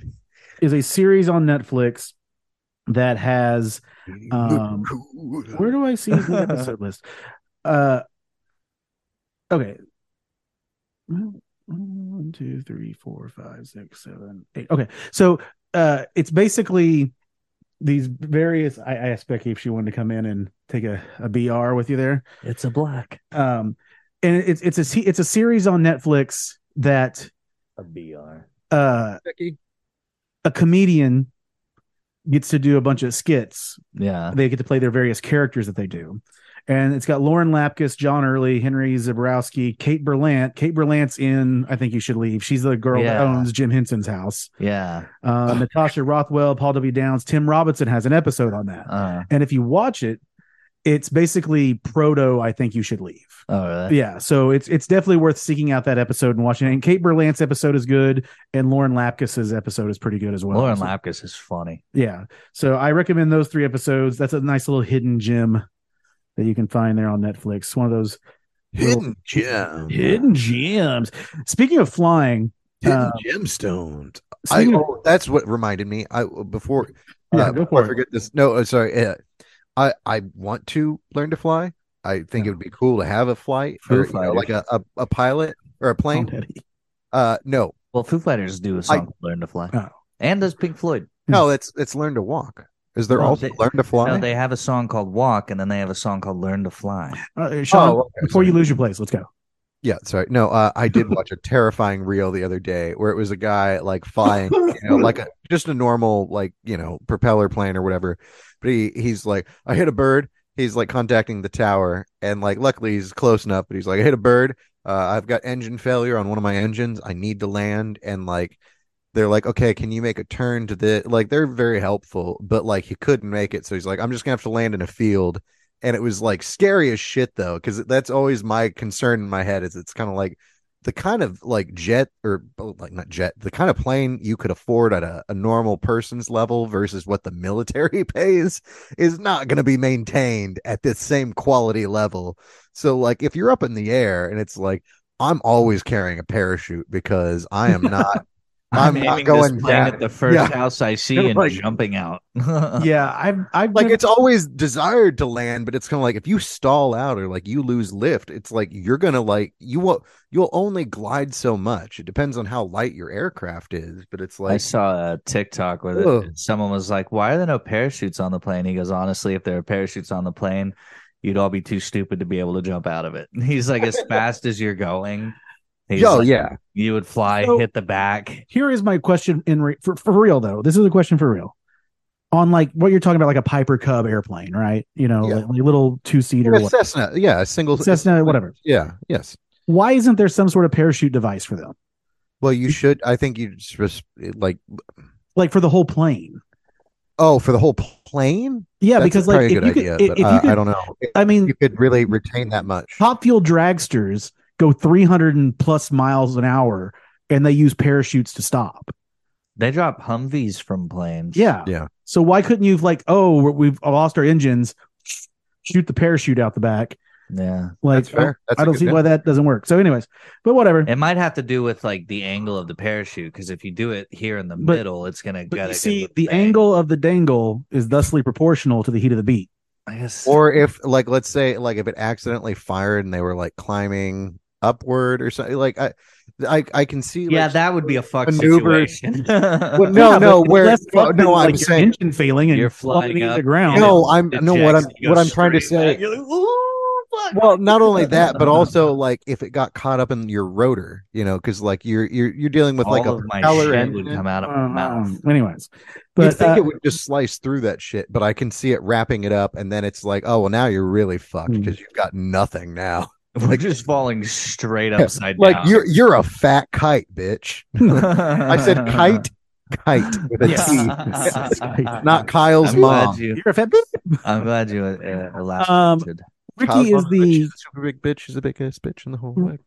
is a series on Netflix that has Um,
Look cool.
where do I see the episode list? Uh, okay. One, two, three, four, five, six, seven, eight. Okay, so uh, it's basically these various. I, I asked Becky if she wanted to come in and take a, a BR with you there.
it's a black.
Um, and it's it's a se- it's a series on Netflix that
A BR.
uh,
Becky?
a comedian gets to do a bunch of skits.
Yeah.
They get to play their various characters that they do. And it's got Lauren Lapkus, John Early, Henry Zabrowski, Kate Berlant. Kate Berlant's in I Think You Should Leave. She's the girl that
Yeah.
owns Jim Henson's house.
Yeah.
Uh, Natasha Rothwell, Paul W. Downs, Tim Robinson has an episode on that.
Uh,
And if you watch it, it's basically proto I Think You Should Leave.
oh, really?
Yeah, so it's it's definitely worth seeking out that episode and watching. it. And Kate Berlant's episode is good, and Lauren Lapkus's episode is pretty good as well.
Lauren
So-
Lapkus is funny.
yeah. So I recommend those three episodes. That's a nice little hidden gem that you can find there on Netflix. One of those
Hidden gem.
hidden gems. Speaking of flying,
Hidden
uh,
gemstones. I,
speaking of-
oh, that's what reminded me. I before
Yeah,
uh,
go
before
for
I
it.
forget this. No, uh, sorry. Uh, I I want to learn to fly. I think it would be cool to have a flight
Foo
or you know,
Fighters.
like a, a, a pilot or a plane. Uh, no,
Well, Foo Fighters do a song called Learn to Fly.
Oh.
And does Pink Floyd.
Hmm.
no, it's it's learn to walk. Is
Oh,
there
No,
also
they-
learn to fly?
No, they have a song called Walk, and then they have a song called Learn to Fly.
Uh, Sean,
Oh, okay,
before you
sorry.
lose your place, let's go.
Yeah, sorry. No, uh, I did watch a terrifying reel the other day where it was a guy like flying, you know, like a just a normal like you know propeller plane or whatever. But he he's like, I hit a bird. He's like contacting the tower, and like luckily he's close enough. But he's like, I hit a bird. Uh, I've got engine failure on one of my engines. I need to land, and like they're like, okay, can you make a turn to the like? They're very helpful, but like he couldn't make it, so he's like, I'm just gonna have to land in a field and it was like scary as shit though because that's always my concern in my head is it's kind of like the kind of like jet or oh, like not jet the kind of plane you could afford at a, a normal person's level versus what the military pays is not going to be maintained at this same quality level so like if you're up in the air and it's like i'm always carrying a parachute because i am not i'm, not going
this plane
down.
at the first
Yeah.
house I see
They're
and
like-
jumping out.
Yeah, I've I've
like
been-
it's always desired to land but it's kind of like if you stall out or like you lose lift it's like you're gonna like you will you'll only glide so much it depends on how light your aircraft is but it's
I
like
saw a TikTok where the-
Ugh.
someone was like, "Why are there no parachutes on the plane?" He goes, "Honestly, if there were parachutes on the plane, you'd all be too stupid to be able to jump out of it." He's like, "As fast as you're going, he's
yo
like,
yeah
you would fly,
So-
hit the back."
here is my question in re- for for real though. This is a question for real. On like what you're talking about, like a Piper Cub airplane, right? You know,
Yeah.
like, like little two seater,
Yeah, Cessna, yeah, a single
Cessna, whatever.
Yeah, yes.
Why isn't there some sort of parachute device for them,
Well, you should. I think you just like.
like for the whole plane?
Oh, for the whole plane.
Yeah,
That's
because
probably
like
a
if
good
you could,
idea,
if,
but
if
uh,
you could,
I
I,
don't know. If
mean,
you could really retain that much.
top fuel dragsters go 300 and plus miles an hour, and they use parachutes to stop.
They drop Humvees from planes.
Yeah,
Yeah.
So why couldn't you have like, oh, we're- we've lost our engines, shoot the parachute out the back?
yeah.
Like, oh,
That's fair. That's
I
a
don't
good
see why that doesn't work. So, anyways, but whatever.
It might have to do with like the angle of the parachute because if you do it here in the
But-
middle, it's gonna
But
get
you
a
see,
good
the
bang.
angle of the dangle is thusly proportional to the heat of the beat.
I guess,
or if like let's say like if it accidentally fired and they were like climbing upward or something like i i, I can see
yeah,
like,
that would be a fuck
maneuver-
situation.
Well, no
Yeah,
no
but
where
less
well,
fuck
no
than,
i'm
like, your
saying
engine failing and
You're
you're
flying
flying into
up,
the ground.
No, I'm- no, what I'm-
you go
what I'm trying to
straight
say-
back, you're like, "Ooh, fuck."
well not only that but also like if it got caught up in your rotor you know because like you're you're you're dealing with
all
like a
of my
propeller uh-huh.
shit
engine
would come out of my mouth.
Um, anyways,
you
but
think
uh,
it would just slice through that shit but i can see it wrapping it up and then it's like oh well now you're really fucked
Mm.
because you've got nothing now
We're just falling straight
Yeah,
upside
like
down.
you're you're a fat kite bitch i said kite kite with a T.
Yeah.
not kyle's
I'm
mom
glad you.
you're a fat
I'm glad you uh, elaborated.
Um, Ricky
Cosmo
is the
super big bitch is the biggest bitch in the whole world.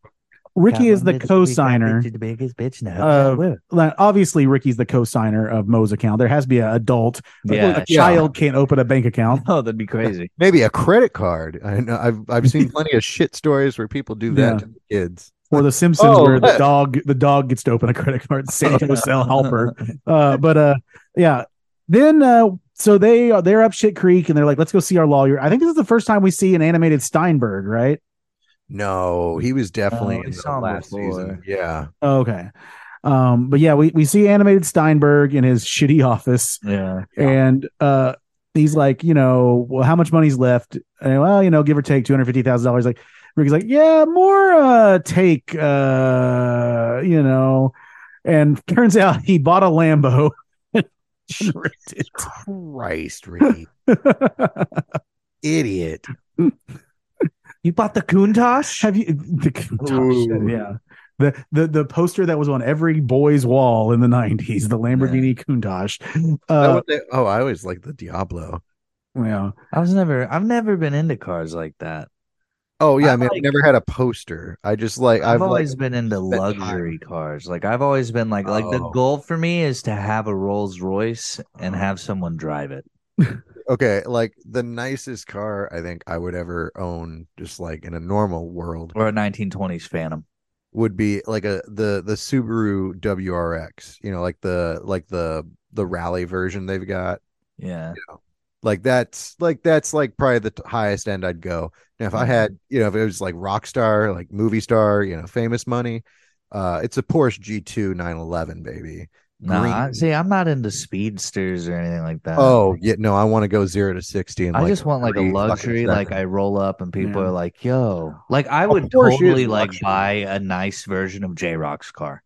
Ricky is the co-signer.
The biggest bitch
Uh, Like, obviously, Ricky's the co-signer of Mo's account. There has to be an adult.
yeah,
a child can't open a bank account.
Oh, that'd be crazy.
Maybe a credit card. I know I've I've seen plenty of shit stories where people do that
Yeah.
to the kids.
Or The Simpsons,
Oh,
where the
that-
dog the dog gets to open a credit card. Santa Cell Helper. Uh, but uh, yeah. Then uh, so they are they're up shit creek and they're like, let's go see our lawyer. I think this is the first time we see an animated Steinberg, right?
No, he was definitely
Oh, we
in
saw
the
him
last
before.
season. Yeah.
Okay. Um, but yeah, we, we see animated Steinberg in his shitty office.
Yeah.
Yeah.
and uh he's like you know well how much money's left and, well you know give or take $250000 like ricky's like yeah more uh take uh you know and turns out he bought a lambo sure it
Christ, Ricky.
did.
Idiot.
You bought the Countach?
Have you the Countach,
Ooh.
yeah. The, the the poster that was on every boy's wall in the 90s, the Lamborghini Countach.
Oh,
Uh,
what the- oh, I always like the Diablo.
yeah.
I was never. I've never been into cars like that.
Oh yeah,
I
I mean,
like-
I never had a poster. I just like
I've,
I've, like,
always been into
spent time.
luxury cars. Like I've always been like like the
Oh. Uh-huh.
goal for me is to have a Rolls Royce and have someone drive it.
okay, like the nicest car I think I would ever own, just like in a normal world,
Or a 1920s Phantom.
would be like a the the Subaru WRX. You know, like the like the the rally version they've got.
Yeah.
Like that's like that's like probably the t- highest end I'd go. Now, if I had,
Mm-hmm.
you know, if it was like rock star, like movie star, you know, famous money, uh, it's a Porsche G2 911, baby.
No, I,
Green.
see, I'm not into speedsters or anything like that.
Oh yeah, no, I want to go zero to sixty. And
I just want like a luxury. Like I roll up and people
Yeah.
are like, "Yo!" Like I
Of
would
course it is
totally like
luxury.
buy a nice version of J Rock's car,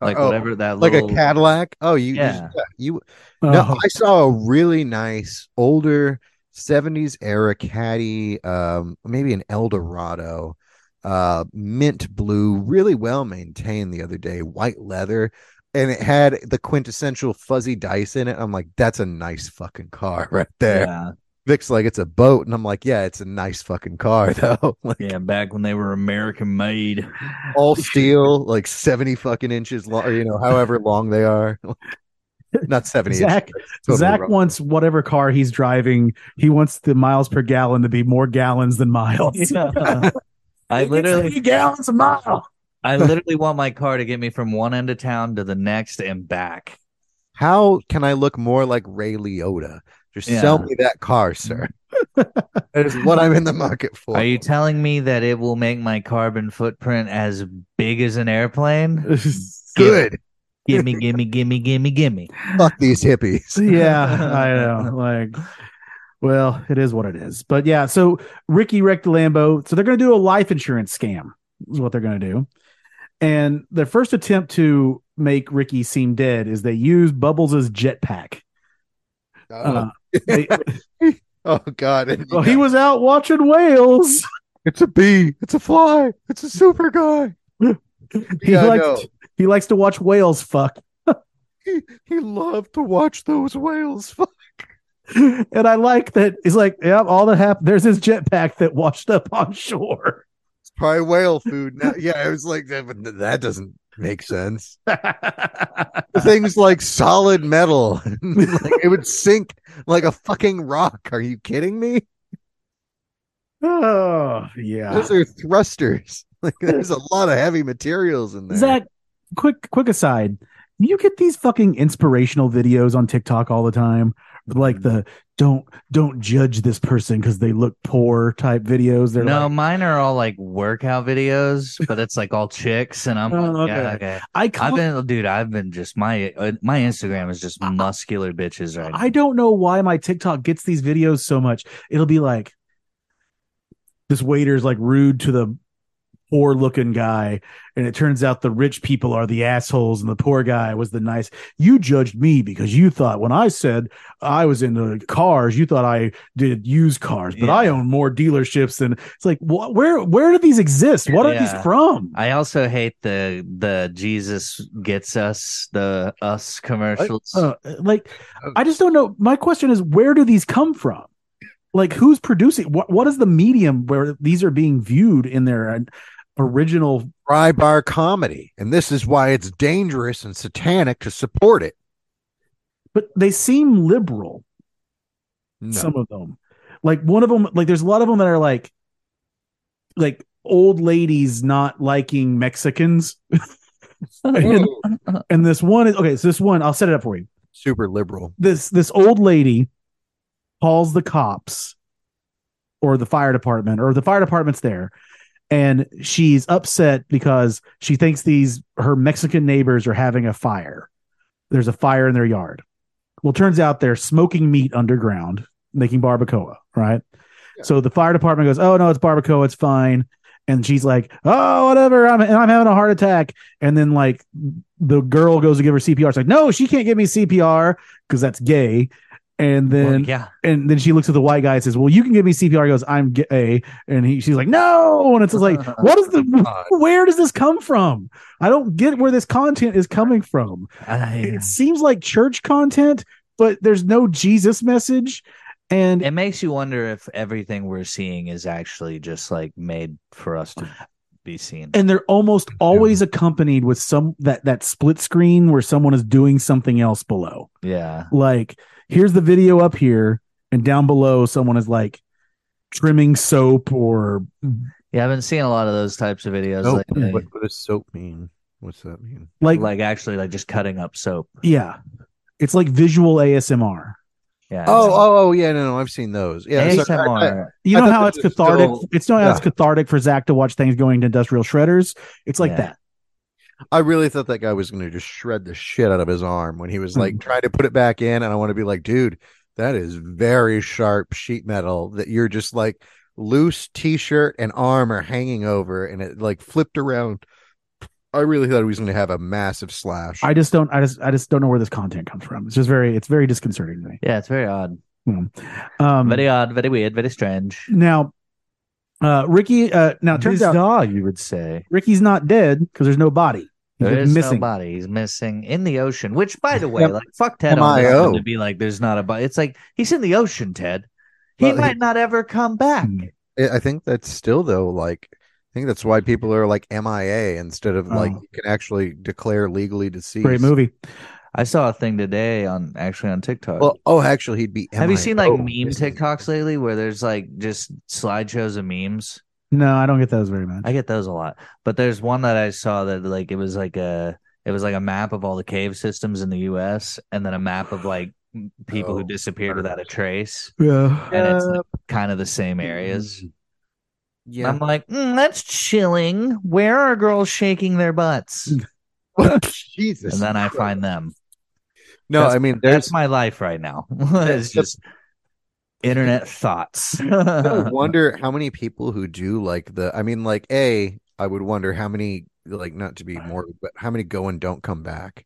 like
Oh,
whatever that
like
little,
a Cadillac. Oh, you,
Yeah.
you, you-
Oh,
No, I saw a really nice older '70s era caddy, um, maybe an Eldorado, uh, mint blue, really well maintained. The other day, white leather. And it had the quintessential fuzzy dice in it. I'm like, that's a nice fucking car right there.
Yeah,
Vic's like, it's a boat. And I'm like, yeah, it's a nice fucking car, though. Like,
yeah. Back when they were American made.
all steel, like 70 fucking inches long, or, you know, however long they are. Not 70
Zach-
inches. Totally
Zach
wrong.
wants whatever car he's driving, he wants the miles per gallon to be more gallons than miles.
I
He gets
literally,
three gallons a mile.
I literally want my car to get me from one end of town to the next and back.
How can I look more like Ray Liotta? Just
Yeah.
sell me that car, sir. that is what I'm in the market for.
Are you telling me that it will make my carbon footprint as big as an airplane?
good?
Gimme, gimme, gimme, gimme, gimme.
Fuck these hippies.
yeah, I know. Like, well, it is what it is. But yeah, so Ricky wrecked the Lambo. So they're going to do a life insurance scam, is what they're going to do. And their first attempt to make Ricky seem dead is they use Bubbles' jetpack. Uh,
Oh,
they-
oh, God.
well, he was out watching whales.
It's a bee. It's a fly. It's a super guy.
He
Yeah, I know.
likes he likes to watch whales fuck.
He, he loved to watch those whales. fly.
And I like that he's like, yep, all that happened. There's his jetpack that washed up on shore.
It's probably whale food. Now. Yeah, I was like, that, but that doesn't make sense. things like solid metal. like it would sink like a fucking rock. Are you kidding me?
oh yeah.
Those are thrusters. Like there's a lot of heavy materials in there.
Zach, quick quick aside. You get these fucking inspirational videos on TikTok all the time, like the don't don't judge this person because they look poor type videos. They're
no,
like,
mine are all like workout videos, but it's like all chicks, and I'm
Oh,
like, yeah,
okay.
okay.
I
I've
can't,
been, dude. I've been just my uh, my Instagram is just muscular bitches right now.
I don't know why my TikTok gets these videos so much. It'll be like this waiter's like rude to the poor looking guy, and it turns out the rich people are the assholes, and the poor guy was the nice. You judged me because you thought when I said I was into cars, you thought I did used cars, but
Yeah.
I own more dealerships than it's like wh- where where do these exist? What are
Yeah.
these from?
I also hate the the Jesus gets us the us commercials.
Uh, like I just don't know. My question is, where do these come from? Like, who's producing? What What is the medium where these are being viewed in their uh, original?
Fry bar comedy. And this is why it's dangerous and satanic to support it.
But they seem liberal.
No.
Some of them, like one of them, like there's a lot of them that are like, like old ladies not liking Mexicans, and,
Ooh,
and this one is okay. So this one, I'll set it up for you.
super liberal.
this this old lady calls the cops or the fire department or the fire department's there and she's upset because she thinks these her mexican neighbors are having a fire there's a fire in their yard well turns out they're smoking meat underground making barbacoa right
Yeah.
so the fire department goes oh no it's barbacoa it's fine and she's like, "Oh, whatever, I'm and I'm having a heart attack." And then like the girl goes to give her CPR. It's like, "No, she can't give me CPR because that's gay." And
Well,
then
yeah,
and then she looks at the white guy and says, "Well, you can give me CPR." He goes, "I'm gay," and he she's like, "No," and it's just like, "What is the? Where does this come from? I don't get where this content is coming from.
I-
It seems like church content, but there's no Jesus message." And
it makes you wonder if everything we're seeing is actually just like made for us to be seen.
and they're almost always accompanied with some that that split screen where someone is doing something else below
Yeah,
like here's the video up here and down below someone is like trimming soap or
yeah, I've been seeing a lot of those types of videos,
Soap.
lately.
What, what does soap mean? What's that mean?
like,
like actually like just cutting up soap.
yeah it's like visual asmr
Yeah.
Oh, oh, oh, yeah, no, no, I've seen those. Yeah, so- I- I-
ASMR.
you
I
know
thought
how
that
it's
was
cathartic
still-
it's not how it's
yeah.
cathartic for zach to watch things going to industrial shredders it's like
Yeah.
that
I really thought that guy was going to just shred the shit out of his arm when he was like trying to put it back in. And I want to be like, dude, that is very sharp sheet metal that you're just like loose t shirt and arm are hanging over and it like flipped around. I really thought he was going to have a massive slash.
i just don't i just i just don't know where this content comes from it's just very it's very disconcerting to me
Yeah, it's very odd.
um
Very odd, very weird, very strange.
now uh ricky uh now it turns
Who's
out
dog, you would say.
Ricky's not dead because there's no body. He's
There
been
is
missing.
no body. He's missing in the ocean. Which, by the way,
Yep.
like fuck Ted on this
MIO.
one to be like, there's not a body. It's like he's in the ocean, Ted. He
Well, he- Hmm.
might not ever come back.
I I think that's still though like I think that's why people are like MIA instead of like
Oh.
you can actually declare legally deceased.
Great movie.
I saw a thing today on actually on TikTok.
Well, oh, actually, he'd be.
Have you seen like
MIO.
meme TikToks lately where there's like just slideshows of memes?
No, I don't get those very much.
I get those a lot. But there's one that I saw that like it was like a it was like a map of all the cave systems in the US and then a map of like people
Oh,
who disappeared without a trace.
yeah.
And it's like, kind of the same
Mm-hmm.
areas. And I'm like, "Mm, that's chilling. Where are girls shaking their butts? And
Jesus.
then I
Christ.
find them.
No,
that's-
I mean,
That's
there's
my life right now. it's
the-
just uh, internet thoughts.
I wonder how many people who do like the. I mean, like a. I would wonder how many like not to be morbid, but how many go and don't come back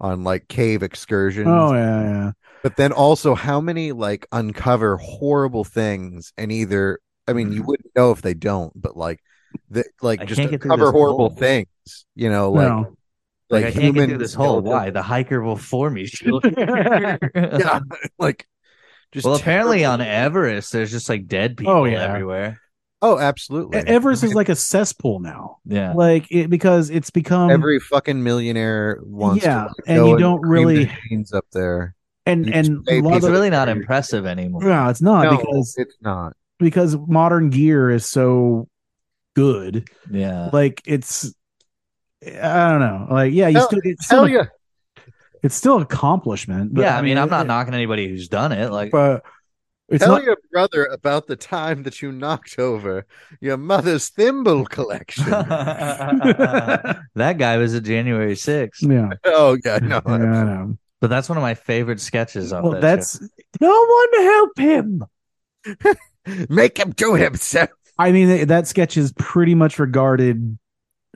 on like cave excursions.
Oh yeah, yeah.
But then also how many like uncover horrible things and either I mean
Mm-hmm.
you wouldn't know if they don't, but like that like
I
just
can't get through
uncover
this
horrible
hole.
things, you know, like
No.
like, I can't get
human
through this hole.
skeletal-
Why? The hiker will for me.
Yeah, like just
Well, apparently on
terrible-
Everest, there's just like dead people
Oh, yeah.
everywhere.
Oh, absolutely.
E- Everest is like a cesspool now,
Yeah.
like it, because it's become
every fucking millionaire wants
Um, yeah,
to like,
and
go
you don't
cream their
really-
jeans up there
and
you
and
say
a lot of
It's
people-
the-
really not impressive anymore.
no, it's not
no
because
it's not
because modern gear is so good.
Yeah.
Like it's, I don't know. Like yeah, you
Hell-
still it's still,
hell yeah
it's still accomplishment. But,
yeah. I mean, I'm not
it-
knocking anybody who's done it. Like,
But it's
tell
not
your brother about the time that you knocked over your mother's thimble collection
that guy was at January 6th.
yeah.
oh yeah no
yeah I know.
But that's one of my favorite sketches off
Well,
that
that's no one to help him.
make him do himself
I mean, th- that sketch is pretty much regarded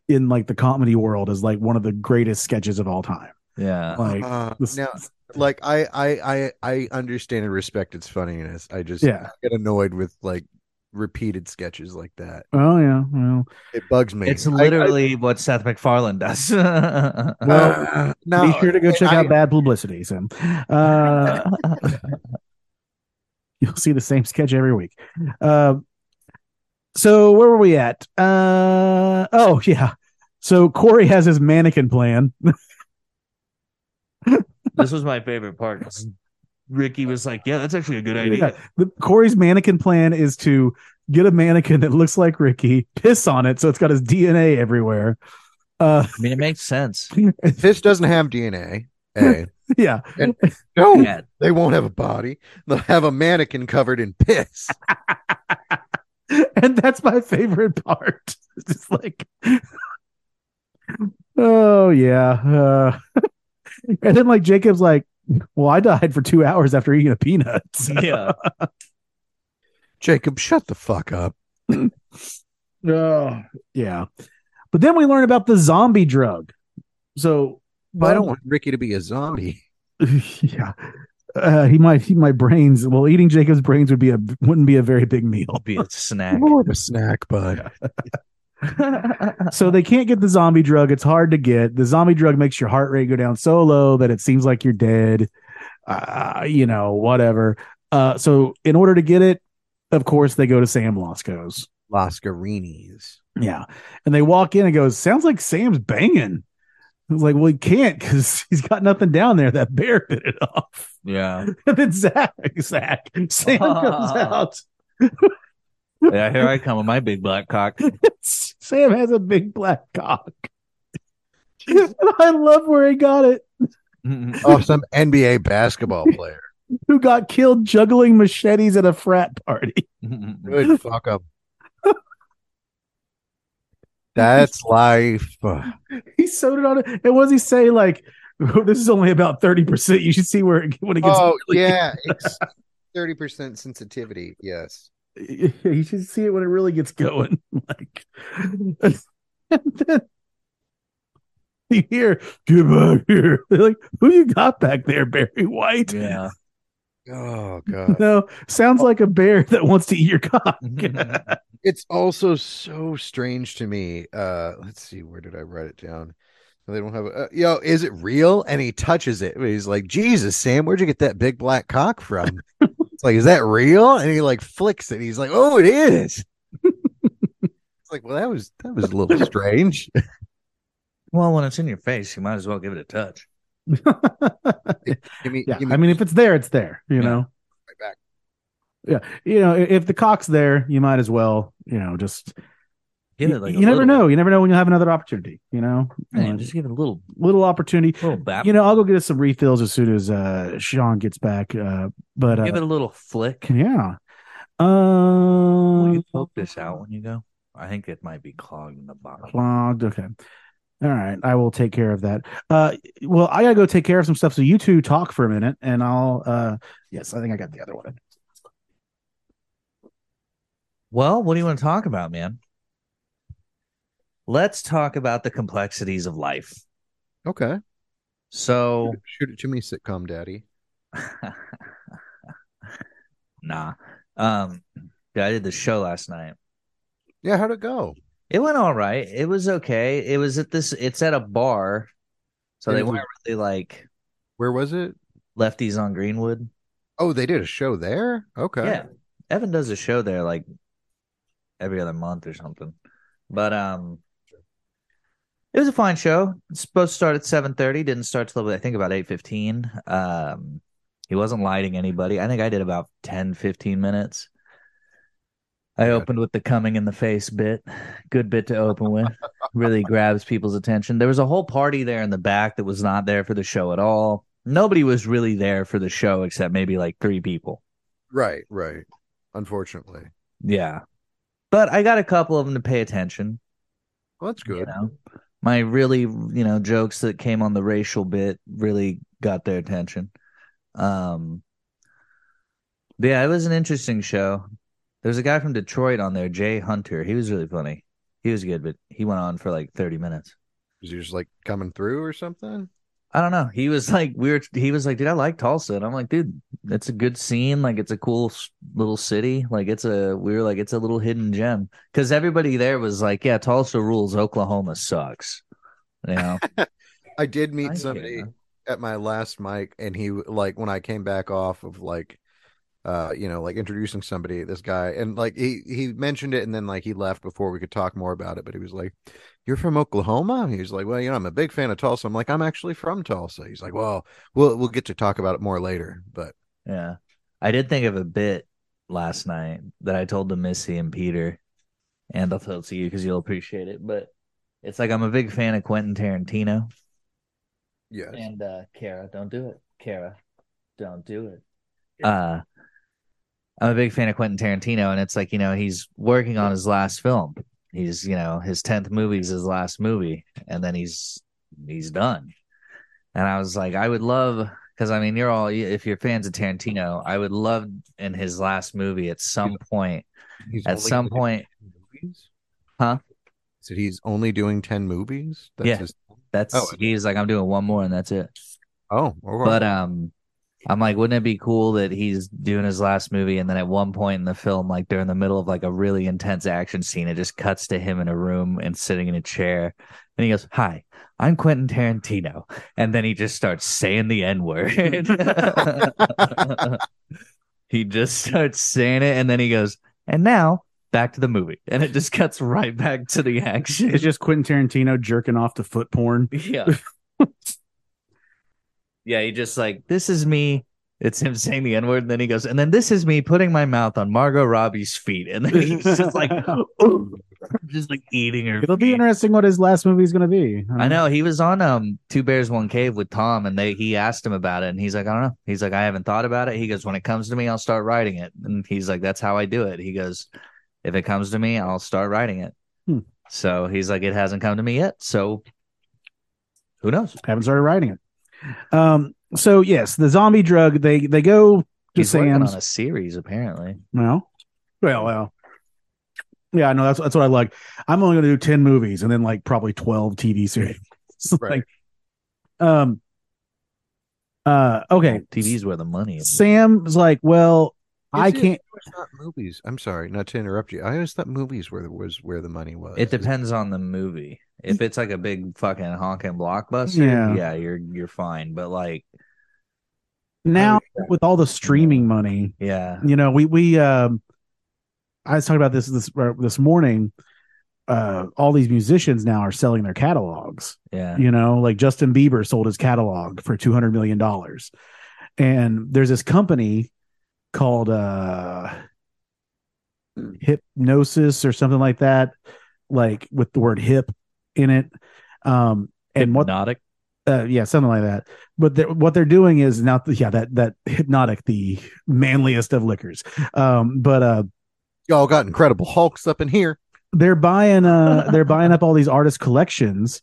in like the comedy world as like one of the greatest sketches of all time.
show. Yeah.
Like,
Uh,
this-
now like I, I i i understand and respect its funniness i just
yeah.
get annoyed with like repeated sketches like that
Oh yeah. Well,
it bugs me
It's
I- I-
literally what Seth MacFarlane does.
well,
Uh, no,
be sure to go check
I-
out Bad Publicity, Sam. Uh, you'll see the same sketch every week. Uh, so where were we at? Uh, oh yeah. So Corey has his mannequin plan.
this was my favorite part. Ricky was like, "Yeah, that's actually a good idea."
Yeah. The, Corey's mannequin plan is to get a mannequin that looks like Ricky, piss on it so it's got his DNA everywhere. Uh,
I mean, it makes sense.
Fish doesn't have DNA. A.
yeah, Oh,
No,
Yeah,
they won't have a body. They'll have a mannequin covered in piss.
and that's my favorite part. It's just like, oh yeah, uh, and then like Jacob's like, well, I died for two hours after eating a peanut. So-
yeah.
Jacob, shut the fuck up.
Oh, yeah. But then we learn about the zombie drug. So
But I don't want Ricky to be a zombie.
yeah. Uh, he might eat my brains. Well, eating Jacob's brains would be a wouldn't be a very big meal.
Be a snack.
More of a snack, bud.
so they can't get the zombie drug. It's hard to get. The zombie drug makes your heart rate go down so low that it seems like you're dead. Uh, you know, whatever. Uh, so in order to get it, of course, they go to Sam Losco's.
Lascarinis.
Yeah. And they walk in and goes, sounds like Sam's banging. I was like, well, he can't because he's got nothing down there. That bear bit it off.
Yeah.
And then Zach, Zach, Sam comes out.
Yeah, here I come with my big black cock.
Sam has a big black cock. And I love where he got it.
Oh, some NBA basketball player.
Who got killed juggling machetes at a frat party?
Good fuck up. That's life.
He sewed it on it. And what does he say? Like, this is only about 30%. You should see where it, when it gets.
Oh
really-
yeah, it's thirty percent sensitivity. Yes.
you should see it when it really gets going. Like, and then you hear, get back here. They're like, who you got back there, Barry White?
yeah.
Oh god,
No, sounds like a bear that wants to eat your cock.
it's also so strange to me. Uh, let's see, where did I write it down? They don't have. A, uh, yo, is it real? And he touches it. He's like, Jesus, Sam, where'd you get that big black cock from? it's like, is that real? And he like flicks it. He's like, Oh, it is. it's like, well, that was that was a little strange.
Well, when it's in your face, you might as well give it a touch.
Give me,
yeah,
give me
I mean, if it's there, it's there. You
Yeah.
know,
right back.
yeah, you know, i- if the cock's there, you might as well, you know, just
Give
you,
it like
you
a
never
little-
know. You never know when you'll have another opportunity. You know,
Man,
Uh,
just give it a little
little opportunity.
little bap.
You know, I'll go get us some refills as soon as uh Sean gets back. Uh But
give
uh,
it a little flick.
yeah,
Will
um,
you poke this out when you go? I think it might be clogged in the bottom.
clogged. Okay. All right, I will take care of that. Uh, well, I gotta go take care of some stuff. So you two talk for a minute, and I'll. uh Yes, I think I got the other one.
Well, what do you want to talk about, man? Let's talk about the complexities of life.
Okay,
So,
shoot it to me, sitcom daddy.
nah. Um, yeah, I did the show last night.
Yeah, how'd it go?
It went all right. It was okay. It was at this. It's at a bar, so
And
they
it was-
weren't really like
Where was it?
lefties on Greenwood.
Oh, they did a show there. Okay.
Yeah, Evan does a show there like every other month or something. But um, it was a fine show. It's supposed to start at seven thirty. Didn't start till I think about eight fifteen. Um, he wasn't lighting anybody. I think I did about 10, 15 minutes. I
Good.
opened with the coming in the face bit. Good bit to open with. really grabs people's attention. There was a whole party there in the back that was not there for the show at all. Nobody was really there for the show except maybe like three people.
Right. Right. Unfortunately,
Yeah. But I got a couple of them to pay attention.
well, that's
You
good.
know, my really, you know, jokes that came on the racial bit really got their attention. Um, but yeah, it was an interesting show. There's a guy from Detroit on there, Jay Hunter. He was really funny. He was good, but he went on for like 30 minutes.
Is he just like coming through or something?
I don't know. He was like, we were, he was like, dude, I like Tulsa. And I'm like, dude, it's a good scene. Like, it's a cool s- little city. Like, it's a, we were like, it's a little hidden gem. Cause everybody there was like, yeah, Tulsa rules. Oklahoma sucks. You know,
I did
I
meet
get
somebody
it.
at my last mic, and he like when I came back off of like, uh, you know, like introducing somebody, this guy, and like he he mentioned it, and then like he left before we could talk more about it. But he was like, "You're from Oklahoma?" He was like, "Well, you know, I'm a big fan of Tulsa." I'm like, "I'm actually from Tulsa." He's like, "Well, we'll we'll get to talk about it more later." But
yeah. I did think of a bit last night that I told to Missy and Peter, and I'll tell it to you because you'll appreciate it. But it's like, I'm a big fan of Quentin Tarantino.
yeah,
And uh Kara, don't do it. Kara, don't do it. Uh I'm a big fan of Quentin Tarantino, and it's like, you know, he's working on his last film. He's, you know, his tenth movie is his last movie, and then he's he's done. And I was like, I would love because I mean, you're all if you're fans of Tarantino, I would love in his last movie at some point,
He's
at
only
some
in
point,
movies?
Huh?
So he's only doing ten movies.
Yeah.
His...
That's
Oh, okay.
he's like, I'm doing one more and that's it.
Oh, okay.
But um, I'm like, wouldn't it be cool that he's doing his last movie and then at one point in the film, like during the middle of like a really intense action scene, it just cuts to him in a room and sitting in a chair, and he goes, "Hi, I'm Quentin Tarantino," and then he just starts saying the N word. he just starts saying it, and then he goes, "And now." Back to the movie, and it just cuts right back to the action.
It's just Quentin Tarantino jerking off to foot porn.
Yeah. yeah, he just like, this is me. It's him saying the N word. And then he goes, and then this is me putting my mouth on Margot Robbie's feet. And then he's just like, "Ooh," just like eating her.
It'll be
feet.
interesting what his last movie is going to be.
I know he was on um Two Bears One Cave with Tom, and they he asked him about it, and he's like, I don't know. He's like, I haven't thought about it. He goes, when it comes to me, I'll start writing it, and he's like, that's how I do it. He goes, if it comes to me, I'll start writing it.
Hmm.
So he's like, it hasn't come to me yet. So who knows?
haven't started writing it. Um. So yes, the zombie drug. They they go to
He's working
Sam's.
on a series apparently.
No. Well, well. Yeah, I know. That's that's what I like. I'm only going to do ten movies, and then like probably twelve TV series.
Right.
Like, um. Uh. Okay.
TV's where the money is.
Sam's like, well, I
Is it-
can't.
It's not movies. I'm sorry, not to interrupt you. I always thought movies were was where the money was.
It depends on the movie. If it's like a big fucking honking blockbuster,
Yeah.
yeah, you're you're fine. But like,
Now with all the streaming money,
yeah,
you know we we um i was talking about this this uh, this morning uh all these musicians now are selling their catalogs
yeah,
you know like justin bieber sold his catalog for 200 million dollars and there's this company called uh hypnosis or something like that like with the word hip in it um and what
hypnotic.
uh, yeah, something like that. But they're, what they're doing is not, yeah, that that hypnotic, the manliest of liquors. Um, but uh,
y'all got incredible Hulks up in here.
they're buying, uh, they're buying up all these artist collections,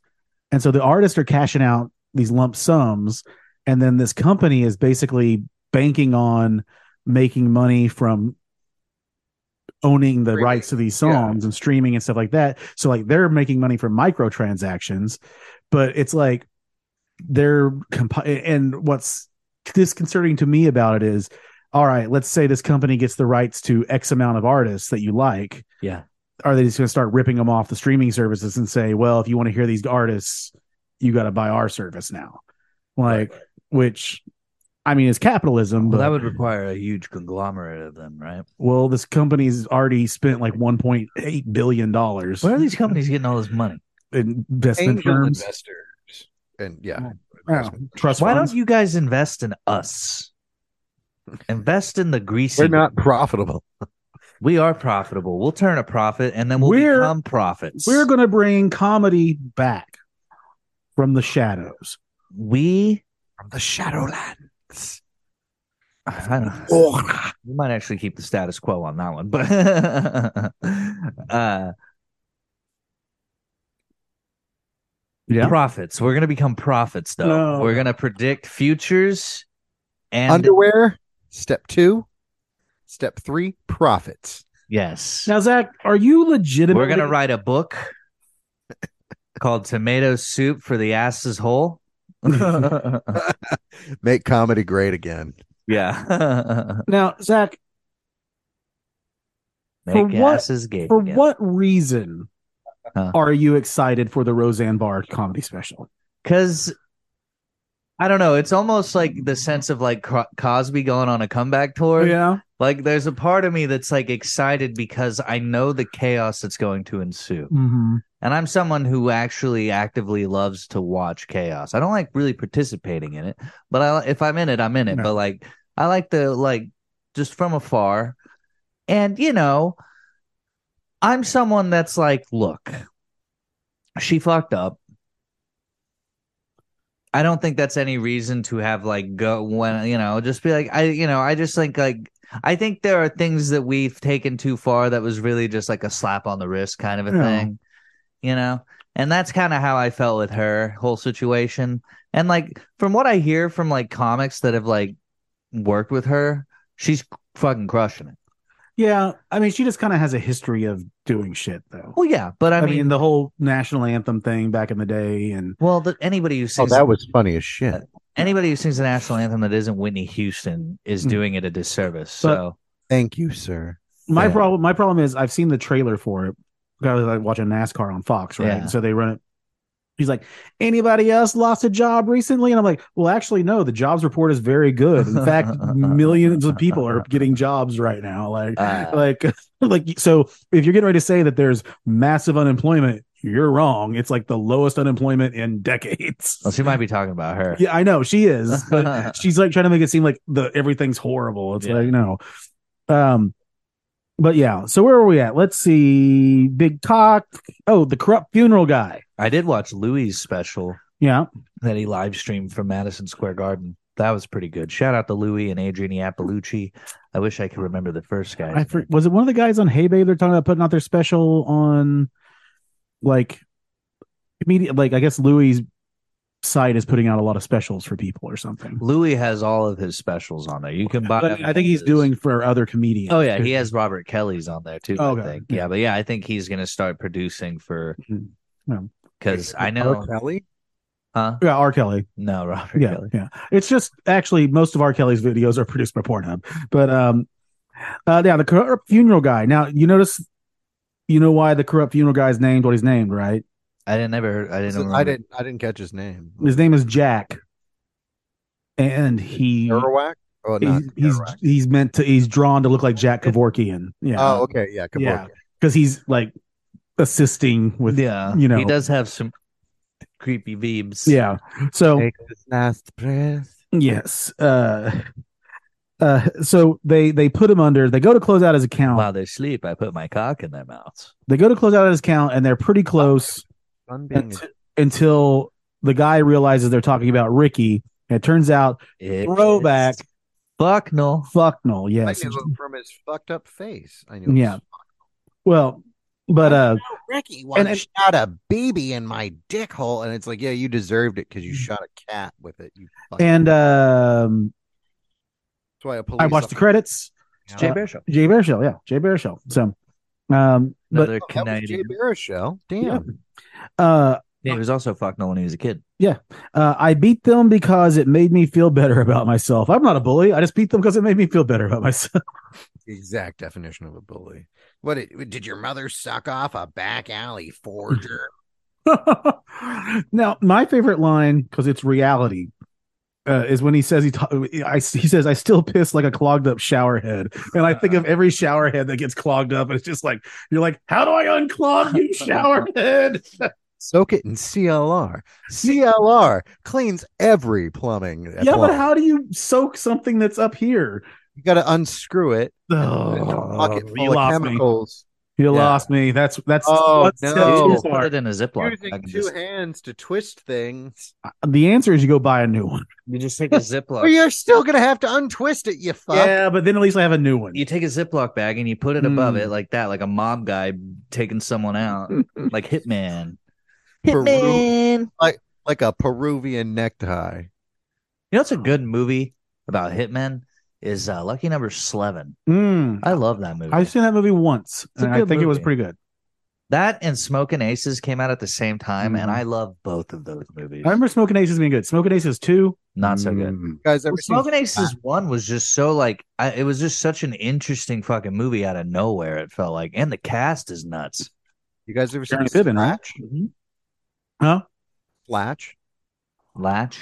and so the artists are cashing out these lump sums, and then this company is basically banking on making money from owning the
Streaming.
rights to these songs and streaming and stuff like that. So like they're making money from microtransactions, but it's like they're comp- and what's disconcerting to me about it is all right, let's say this company gets the rights to X amount of artists that you like.
Yeah.
Are they just going to start ripping them off the streaming services and say, well, if you want to hear these artists, you got to buy our service now? Like, which I mean, is capitalism,
Well,
but
that would require a huge conglomerate of them, right?
well, this company's already spent like $1.8 billion
Where are these companies getting all this money?
in investment
Angel
firms.
investors. And yeah,
Oh, trust
Why
funds.
don't you guys invest in us? Invest in the greasy.
we're not profitable.
We are profitable. We'll turn a profit, and then we'll
We're-
become profits.
We're going to bring comedy back from the shadows.
we.
From the Shadowlands.
I don't,
Oh,
we might actually keep the status quo on that one, but uh,
Yeah.
profits. We're gonna become profits, though.
No.
We're gonna predict futures and
Underwear. Step two. Step three. Profits.
yes.
Now, Zach, are you legitimately?
We're gonna write a book called "Tomato Soup for the Ass's Hole."
Make comedy great again.
yeah,
now, Zach. For
make
what-
asses gay.
For
again.
what reason
Huh.
are you excited for the Roseanne Barr comedy special?
because I don't know. It's almost like the sense of like Cro- Cosby going on a comeback tour.
yeah,
Like there's a part of me that's like excited because I know the chaos that's going to ensue.
mm-hmm.
And I'm someone who actually actively loves to watch chaos. I don't like really participating in it, but I if I'm in it, I'm in it.
No.
But like I like the like just from afar. And you know, I'm someone that's like, look, she fucked up. I don't think that's any reason to have like go when you know, just be like I you know, I just think like I think there are things that we've taken too far that was really just like a slap on the wrist kind of a
Yeah.
thing. You know? And that's kind of how I felt with her whole situation. And like from what I hear from like comics that have like worked with her, she's fucking crushing it.
Yeah, I mean, she just kind of has a history of doing shit, though.
Well, yeah, but I,
I,
mean,
mean, the whole national anthem thing back in the day, and
well, the, anybody who
Oh,
sings
that was funny as shit.
anybody who sings the national anthem that isn't Whitney Houston is
Mhm.
doing it a disservice. So
Thank you, sir.
my
Yeah.
problem, my problem is I've seen the trailer for it. I was like watching NASCAR on Fox, right?
Yeah.
So they run it. He's like, anybody else lost a job recently? And I'm like, well, actually, no. The jobs report is very good. In fact, millions of people are getting jobs right now. Like,
uh,
like like so if you're getting ready to say that there's massive unemployment you're wrong it's like the lowest unemployment in decades
well, she might be talking about her.
yeah i know she is but she's like trying to make it seem like the everything's horrible it's
Yeah.
like no um but yeah so where are we at let's see big cock oh the corrupt funeral guy
I did watch Louis' special
yeah
that he live streamed from Madison Square Garden. That was pretty good. Shout out to Louis and Adrian Appalucci. I wish I could remember the first guy.
i for, was it one of the guys on hey babe they're talking about putting out their special on like immediate like i guess louis site is putting out a lot of specials for people or something
Louis has all of his specials on there. You can buy.
But I think he's
his-
doing for other comedians.
Oh yeah, he has Robert Kelly's on there too.
Okay.
I think. Yeah, but yeah, I think he's gonna start producing for.
Mhm. Yeah.
Because I know,
Kelly.
huh?
Yeah, R. Kelly.
No, Robert
Yeah,
Kelly.
yeah. It's just actually most of R. Kelly's videos are produced by Pornhub, but um, uh, yeah, the corrupt funeral guy. Now you notice, you know why the corrupt funeral guy is named what he's named, right?
I didn't ever. I didn't.
So
remember.
I didn't. I didn't catch his name.
His name is Jack, and he
Kerouac. Oh, not
he's he's,
Kerouac.
he's meant to he's drawn to look like Jack Kevorkian, yeah,
Oh, okay. Yeah. Kevorkian.
Yeah. because he's like assisting with
yeah,
you know-
he does have some creepy vibes.
yeah. So
Take this last breath.
Yes. Uh, uh, so they they put him under. They go to close out his account.
While they sleep, I put my cock in their mouths.
They go to close out his account, and they're pretty close
Fun being
unt- until the guy realizes they're talking about Ricky. And it turns out
It
throwback
is- Fuck no.
Fucknell.
I
Yes.
knew it from his fucked up face. I knew.
Yeah. Well, but uh,
Ricky
once and-
shot a baby in my dick hole, and it's like, yeah, you deserved it because you shot a cat with it. You fucking-
Mm. and um,
that's why a police
I watched the credits.
officer-
Jay
Yeah.
Baruchel.
Jay Baruchel. Yeah, Jay Baruchel. So, um, but
Another
Oh, that was Jay
Canadian.
Baruchel. show. Damn.
Yeah. uh,
Yeah, he was also fuck no when he was a kid.
Uh, I beat them because it made me feel better about myself. I'm not a bully. I just beat them because it made me feel better about myself.
The exact definition of a bully. What did, did your mother suck off a back alley forger?
now, my favorite line because it's reality uh, is when he says he ta- I, he says I still piss like a clogged up shower head, and
Uh-huh.
I think of every shower head that gets clogged up, and it's just like you're like, how do I unclog you shower head?
Soak it in CLR. CLR cleans every plumbing.
yeah, but
plumbing.
how do you soak something that's up here?
you got to unscrew it. and put it in a
Oh,
bucket full
you
of
lost me.
chemicals.
You
Yeah.
lost me. That's that's
Oh,
that's-
no.
that's
He
too
just
far.
put it in a Ziploc bag.
Using
and
two
Just,
hands to twist things.
The answer is you go buy a new one.
you just take a
But
Ziploc.
you're still gonna have to untwist it, you fuck.
Yeah, but then at least I have a new one.
You take a Ziploc bag and you put it above
Mm.
it like that, like a mob guy taking someone out, like Hitman.
Peru-
Hitman.
Like a Peruvian necktie.
You know, it's a good movie about hitmen is uh, Lucky Number Eleven.
Mm.
I love that movie.
I've seen that movie once,
It's a
and I
good
think it was
movie.
pretty good.
that and Smoking Aces came out at the same time, and
Mhm.
I love both of those movies.
I remember Smoking Aces being good. Smoking Aces two, Hmm.
Not so
Mm-hmm.
good.
You guys ever seen
Smoking Aces one was just so like I, it was just such an interesting fucking movie out of nowhere. It felt like, and the cast is nuts.
you guys ever seen
Jeremy Piven, right?
Slatch?
Huh?
Slatch?
Latch,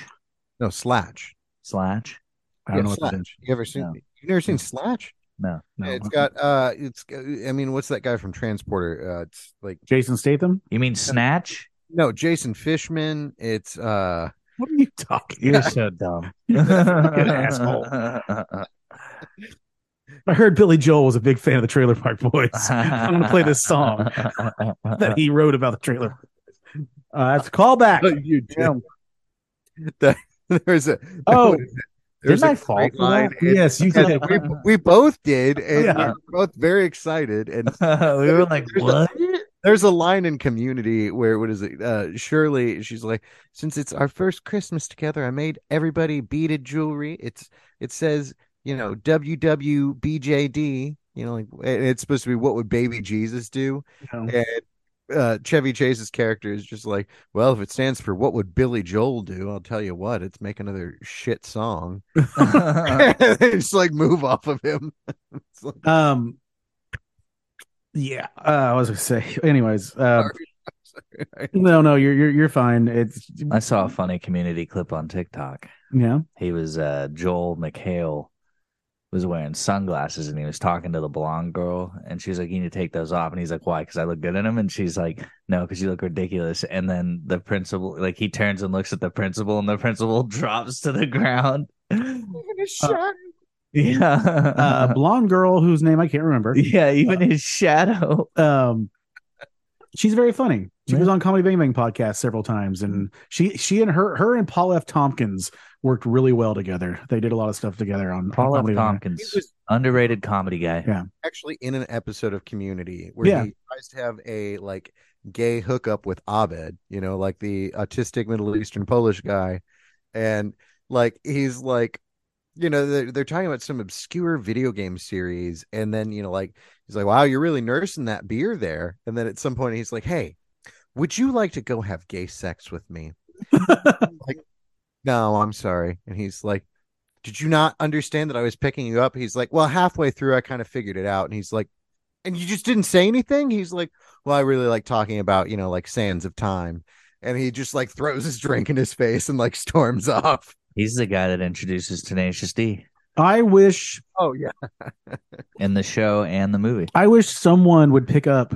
No, Slatch.
slash.
I don't
Yeah,
know what that is.
Slatch. You ever seen
No.
you've never seen Slatch?
No,
No.
Yeah, It's got uh it's I mean, what's that guy from Transporter? Uh it's like
Jason Statham.
you mean snatch?
no Jason Fishman. It's uh
What are you talking?
You're
about?
so dumb.
You're fucking
asshole.
I heard Billy Joel was a big fan of the Trailer Park Boys. I'm gonna play this song that he wrote about the trailer. Park Boys. Uh, that's a callback.
you
Damn.
there's a
Oh,
what is it? there's
didn't
a
I fall
great
for that?
line.
yes,
It's-
you did.
we, we both did, and we
Yeah.
were both very excited. And
we were like,
There's a-
what?
there's a line in Community where what is it? Uh, Shirley, she's like, since it's our first Christmas together, I made everybody beaded jewelry. It's it says you know WWBJD You know, like and it's supposed to be what would baby Jesus do?
No.
And uh, Chevy Chase's character is just like, well, if it stands for what would Billy Joel do, I'll tell you what, it's make another shit song. they just like move off of him. It's like,
Um, yeah, uh, I was gonna say. Anyways, uh, no, no, you're you're you're fine. It's
I saw
Mm-hmm.
a funny community clip on TikTok.
yeah,
He was uh, Joel McHale was wearing sunglasses and he was talking to the blonde girl and she's like, "You need to take those off." And he's like, "Why?" Because I look good in them. And she's like, "No, because you look ridiculous." And then the principal, like, he turns and looks at the principal, and the principal drops to the ground.
Uh,
yeah,
uh, blonde girl whose name I can't remember.
yeah. Even his shadow.
Um, she's very funny. She
Yeah.
was on Comedy Bang Bang podcast several times, and she she and her her and Paul F. Tompkins worked really well together. They did a lot of stuff together on on
Paul F.
Comedy Bang Bang.
He
Tompkins,
was
underrated comedy guy.
Yeah.
actually in an episode of Community where
Yeah.
he tries to have a like gay hookup with Abed, you know, like the autistic Middle Eastern Polish guy, and like he's like, you know, they're, they're talking about some obscure video game series, and then you know, like he's like, "Wow, you're really nursing that beer there," and then at some point he's like, "Hey, would you like to go have gay sex with me?" like, no, I'm sorry, and he's like did you not understand that I was picking you up? He's like, well, halfway through, I kind of figured it out. And he's like, and you just didn't say anything? He's like, well, I really like talking about, you know, like sands of time. And he just like throws his drink in his face and like storms off.
He's the guy that introduces Tenacious D
I wish
Oh, yeah.
in the show and the movie.
I wish someone would pick up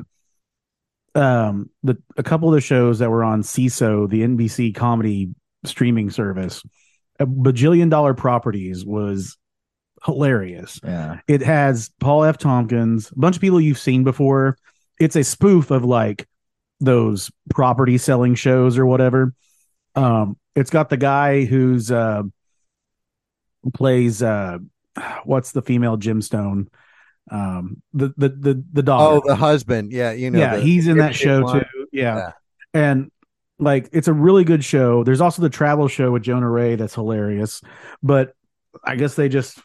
um the a couple of the shows that were on CISO, the NBC comedy streaming service. A bajillion dollar properties was hilarious.
Yeah.
It has Paul F. Tompkins, a bunch of people you've seen before. It's a spoof of like those property selling shows or whatever. Um, it's got the guy who's uh, plays uh, what's the female gemstone? Um, the the the the daughter.
Oh, the husband. Yeah. You know,
yeah,
the-
he's in that
Dipshit
show
one.
too. Yeah.
Yeah.
and like it's a really good show. There's also the travel show with Jonah Ray that's hilarious, but I guess they just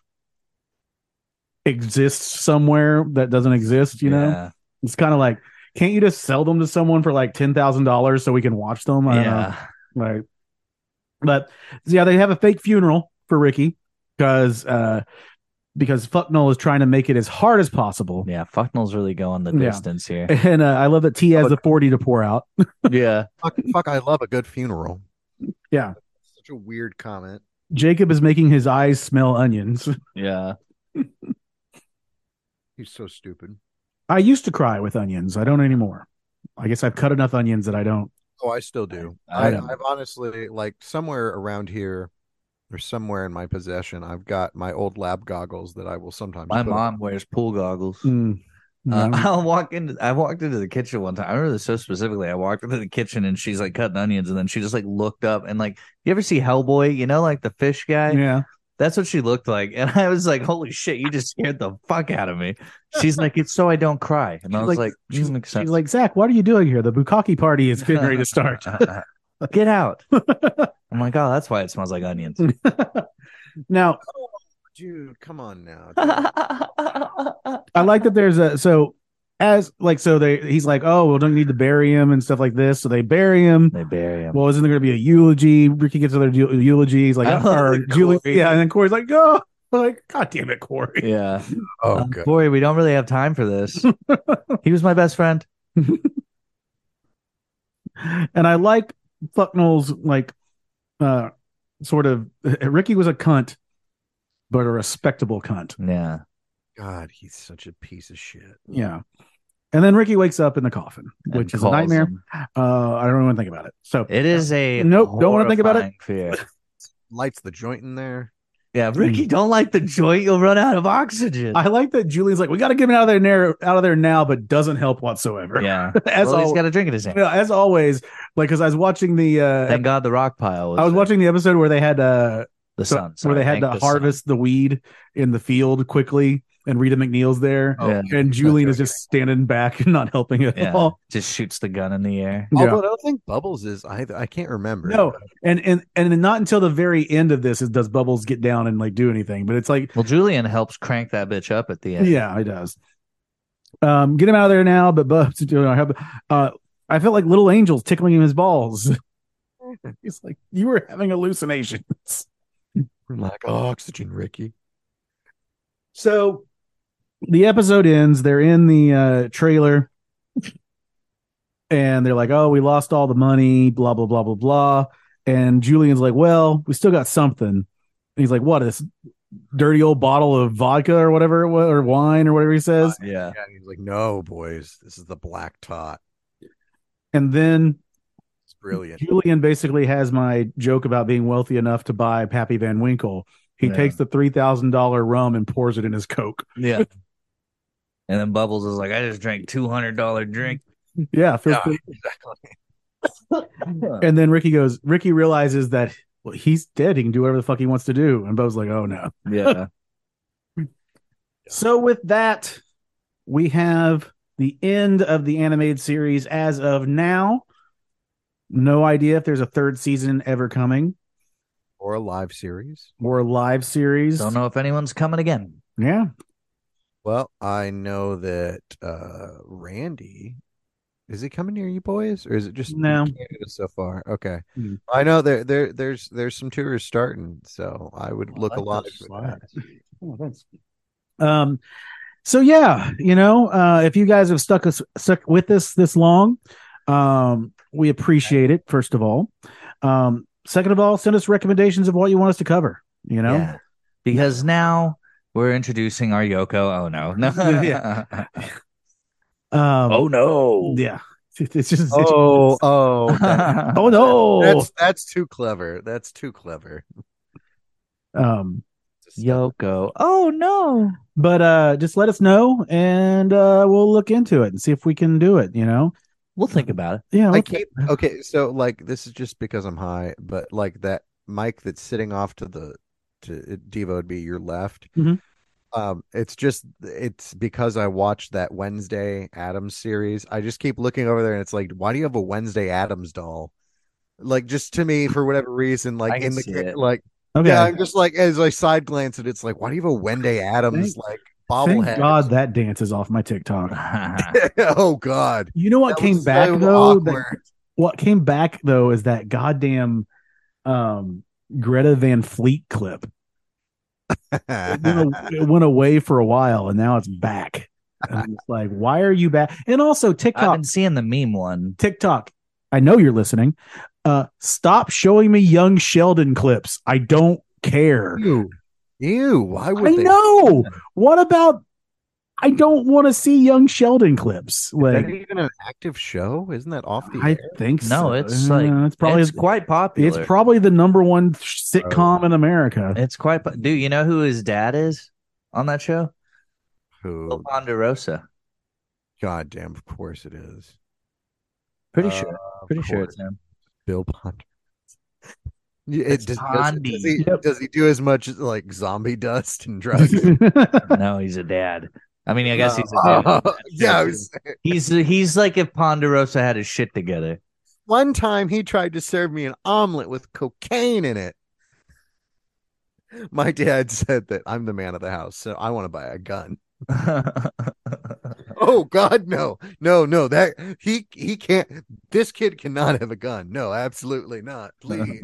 exist somewhere that doesn't exist. You know,
Yeah.
it's kind of like can't you just sell them to someone for like ten thousand dollars so we can watch them? I don't know.
yeah.
Right. But yeah, they have a fake funeral for Ricky because uh because Fucknell is trying to make it as hard as possible.
Yeah. Fucknell's really going the
Yeah.
distance here.
And uh, I love that T has
Oh,
the 40 to pour out.
yeah.
fuck, fuck, I love a good funeral.
Yeah.
Such a weird comment.
Jacob is making his eyes smell onions.
Yeah.
He's so stupid.
I used to cry with onions. I don't anymore. I guess I've cut enough onions that I don't.
Oh, I still do.
I
I,
know.
I've honestly like somewhere around here or somewhere in my possession, I've got my old lab goggles that I will sometimes.
My
put on.
mom wears pool goggles.
Mm.
Uh,
No.
I walk into I walked into the kitchen one time. I remember this so specifically. I walked into the kitchen and she's like cutting onions, and then she just like looked up and like you ever see Hellboy? You know, like the fish guy.
yeah.
That's what she looked like, and I was like, "Holy shit! You just scared the fuck out of me." She's like, "It's so I don't cry," and I
She's
was
like-
like, "Doesn't make sense."
She's like, Zach, what are you doing here? The bukkake party is getting ready to start.
Get out! I'm like, "Oh, that's why it smells like onions."
now,
dude, come on now.
I like that there's a so as like so they he's like, oh, well, don't need to bury him and stuff like this. So they bury him.
they bury him.
Well, isn't there going to be a eulogy? Ricky gets another eu- eulogy. He's like,
I love
or
that
Julie,
Corey-
yeah, and then Corey's like, oh, like, god damn it, Corey.
yeah.
oh
Um,
god.
Corey, we don't really have time for this. he was my best friend.
And I like Fucknell's like, uh, sort of Ricky was a cunt, but a respectable cunt.
Yeah.
God, he's such a piece of shit.
Yeah. And then Ricky wakes up in the coffin,
and
which is a
calls
nightmare.
him.
Uh, I don't want to think about it. So
It is a
Nope, don't wanna think about it.
horrifying Fear.
Lights the joint in there.
Yeah, Ricky, don't like the joint. You'll run out of oxygen.
I like that Julie's like, we got to get him out of there now, out of there now, but doesn't help whatsoever.
yeah,
as,
well, he's
al-
got a drink in his hand.
yeah, as always, like because I was watching the uh,
Thank God the rock pile. Was
I was
there.
watching the episode where they had uh
the
so-
sun.
where they had to harvest the weed in the field quickly and Rita McNeil's there,
Yeah.
Oh, and Julian is just standing back and not helping at
Yeah.
all.
Just shoots the gun in the air.
Yeah.
Although I don't think Bubbles is either. I can't remember.
No, and and and not until the very end of this is, does Bubbles get down and like do anything. But it's like,
Well, Julian helps crank that bitch up at the
yeah,
end.
he does. Um, get him out of there now. But Bubs, you know, help- uh, I felt like little angels tickling him his balls. He's like, you were having hallucinations.
I'm like oh, oxygen, Ricky.
So the episode ends. They're in the uh, trailer and they're like, oh, we lost all the money, blah, blah, blah, blah, blah. And Julian's like, well, we still got something. And he's like, what? This dirty old bottle of vodka or whatever it was, or wine or whatever he says.
Yeah.
Yeah, he's like, no, boys, this is the black tot.
And then
It's brilliant.
Julian basically has my joke about being wealthy enough to buy Pappy Van Winkle. He
Yeah.
takes the $3,000 rum and pours it in his Coke.
Yeah. and then Bubbles is like, I just drank $200 drink.
Yeah, feel
Yeah,
free
exactly.
Oh.
And then Ricky goes, Ricky realizes that well, he's dead. He can do whatever the fuck he wants to do. And Bo's like, oh no.
yeah.
So with that, we have the end of the animated series as of now. No idea if there's a third season ever coming
Or a live series.
or a live series.
Don't know if anyone's coming again.
Yeah.
Well, I know that uh Randy is he coming near you boys, or is it just
No.
Canada so far? Okay,
Mm.
I know there there there's there's some tours starting, so I would
I
look
like
alive.
those
with
slides.
that.
Oh, Um, so yeah, you know, uh, if you guys have stuck us stuck with us this long, um, we appreciate it. First of all, um, second of all, send us recommendations of what you want us to cover. You know,
Yeah. Because now we're introducing our Yoko. Oh, no. No. Oh,
Yeah. Um,
no.
yeah, it's just it's
Oh,
just-
oh, that-
oh no,
that's that's too clever. That's too clever.
um,
Yoko. Oh, no.
but uh, just let us know, and uh, we'll look into it and see if we can do it. You know,
We'll think about it.
yeah,
I
let's-
keep okay. So like this is just because I'm high, but like that mic that's sitting off to the to uh, Devo would be your left.
Mhm.
Um, it's just it's because I watched that Wednesday Adams series. I just keep looking over there, and it's like, why do you have a Wednesday Adams doll? Like just to me for whatever reason,
I
like
can
in the
see
ca-
it.
like
okay.
yeah, I'm just like as I side glance at it, it's like, why do you have a Wednesday Adams like
Thank
bobblehead?
God that dance is off my TikTok.
oh God!
You know what
That
came
was
back
so
though? that-
awkward.
what came back though is that goddamn um Greta Van Fleet clip. It went, a- it went away for a while and now it's back. And I'm just like, why are you back? And also
I've
TikTok,
been seeing the meme one.
TikTok. I know you're listening. Uh stop showing me young Sheldon clips. I don't care.
Ew. Ew. Why would
I
they?
know. What about I don't want to see young Sheldon clips.
Is
Like
that even an active show? Isn't that off the
I
air?
think so.
No, it's like
Uh, it's probably
it's quite popular.
It's probably the number one sitcom in America.
It's quite. po- Dude, you know who his dad is on that show?
Who?
Bill Ponderosa.
God damn, Oh, of course it is.
Pretty
Uh,
sure.
of
Pretty sure
course.
it's him.
Bill Ponder. Yeah, It,
It's
does, does,
Pondy.
does he,
Yep.
does he do as much as, like zombie dust and drugs?
no, he's a dad. I mean, I guess he's a
Uh,
dad.
yeah, I was-
He's he's like if Ponderosa had his shit together.
one time he tried to serve me an omelet with cocaine in it. My dad said that I'm the man of the house, so I want to buy a gun. Oh God, no, no, no! That he he can't. This kid cannot have a gun. No, absolutely not. Please.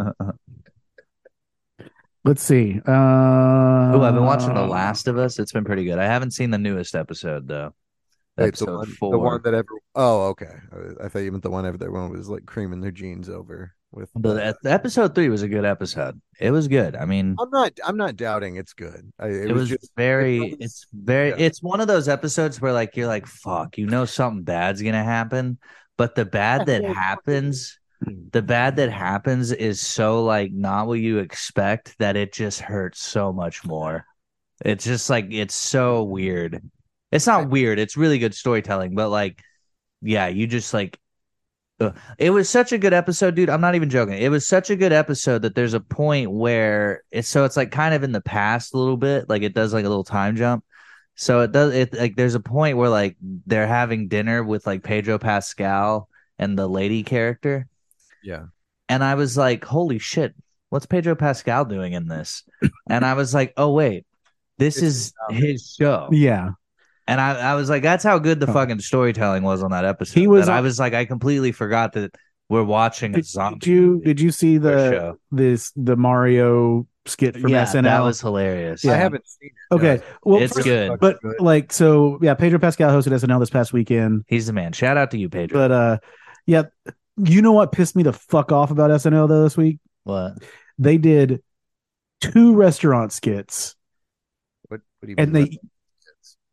Let's see. Uh, oh,
Oh, I've been watching
Um,
The Last of Us. It's been pretty good. I haven't seen the newest episode though.
Wait, the,
episode
one,
four.
the one that ever. Oh, okay. I, I thought you meant the one ever that everyone was like creaming their jeans over with.
But, uh, episode three was a good episode. It was good. I mean,
I'm not. I'm not doubting it's good. I, it,
it,
was,
was,
just.
very.
it was-
it's very.
yeah.
It's one of those episodes where like you're like, fuck, you know something bad's gonna happen, but the bad that happens.
Hmm.
The bad that happens is so like not what you expect that it just hurts so much more. It's just like it's so weird. It's not weird. It's really good storytelling, but like, yeah, you just like. ugh. It was such a good episode, dude. I'm not even joking. It was such a good episode that there's a point where it's so it's like kind of in the past a little bit, like it does like a little time jump, So it does it like there's a point where like they're having dinner with like Pedro Pascal and the lady character.
Yeah.
And I was like, holy shit, what's Pedro Pascal doing in this? and I was like, oh wait, this
It's
is his show.
Yeah.
And I, I was like, that's how good the
Oh.
fucking storytelling was on that episode.
He was
That I
on-
was like, I completely forgot that we're watching a
Did,
zombie.
did you
movie
did you see
or
the
show.
this the Mario skit from
yeah,
SNL?
that was hilarious.
I haven't seen it.
okay.
guys.
Well,
it's
first-
good.
but like so yeah, Pedro Pascal hosted SNL this past weekend,
He's the man. Shout out to you, Pedro.
but uh yeah, you know what pissed me the fuck off about SNL though this week?
what?
They did two restaurant skits.
What- what do you
and
mean
they-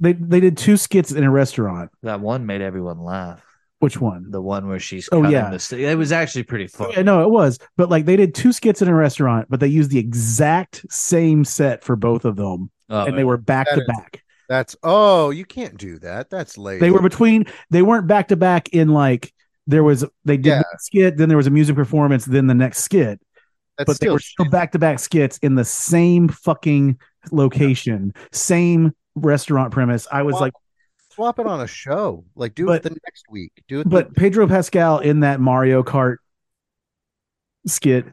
They they did two skits in a restaurant.
That one made everyone laugh.
Which one?
The one where she's
Oh,
cutting
yeah.
the st- it was actually pretty fun.
Yeah, no, it was. But like they did two skits in a restaurant, but they used the exact same set for both of them,
Oh,
and they were back to
is-
back.
That's oh, you can't do that. That's late.
They were between. They weren't back to back in like there was. They did
Yeah.
one skit, then there was a music performance, then the next skit.
That's
but they
still
were still back to back skits in the same fucking location, same restaurant premise. I was
Wow.
like,
swap it on a show. Like do
But-
it the next week. Do it. the-
but Pedro Pascal in that Mario Kart skit.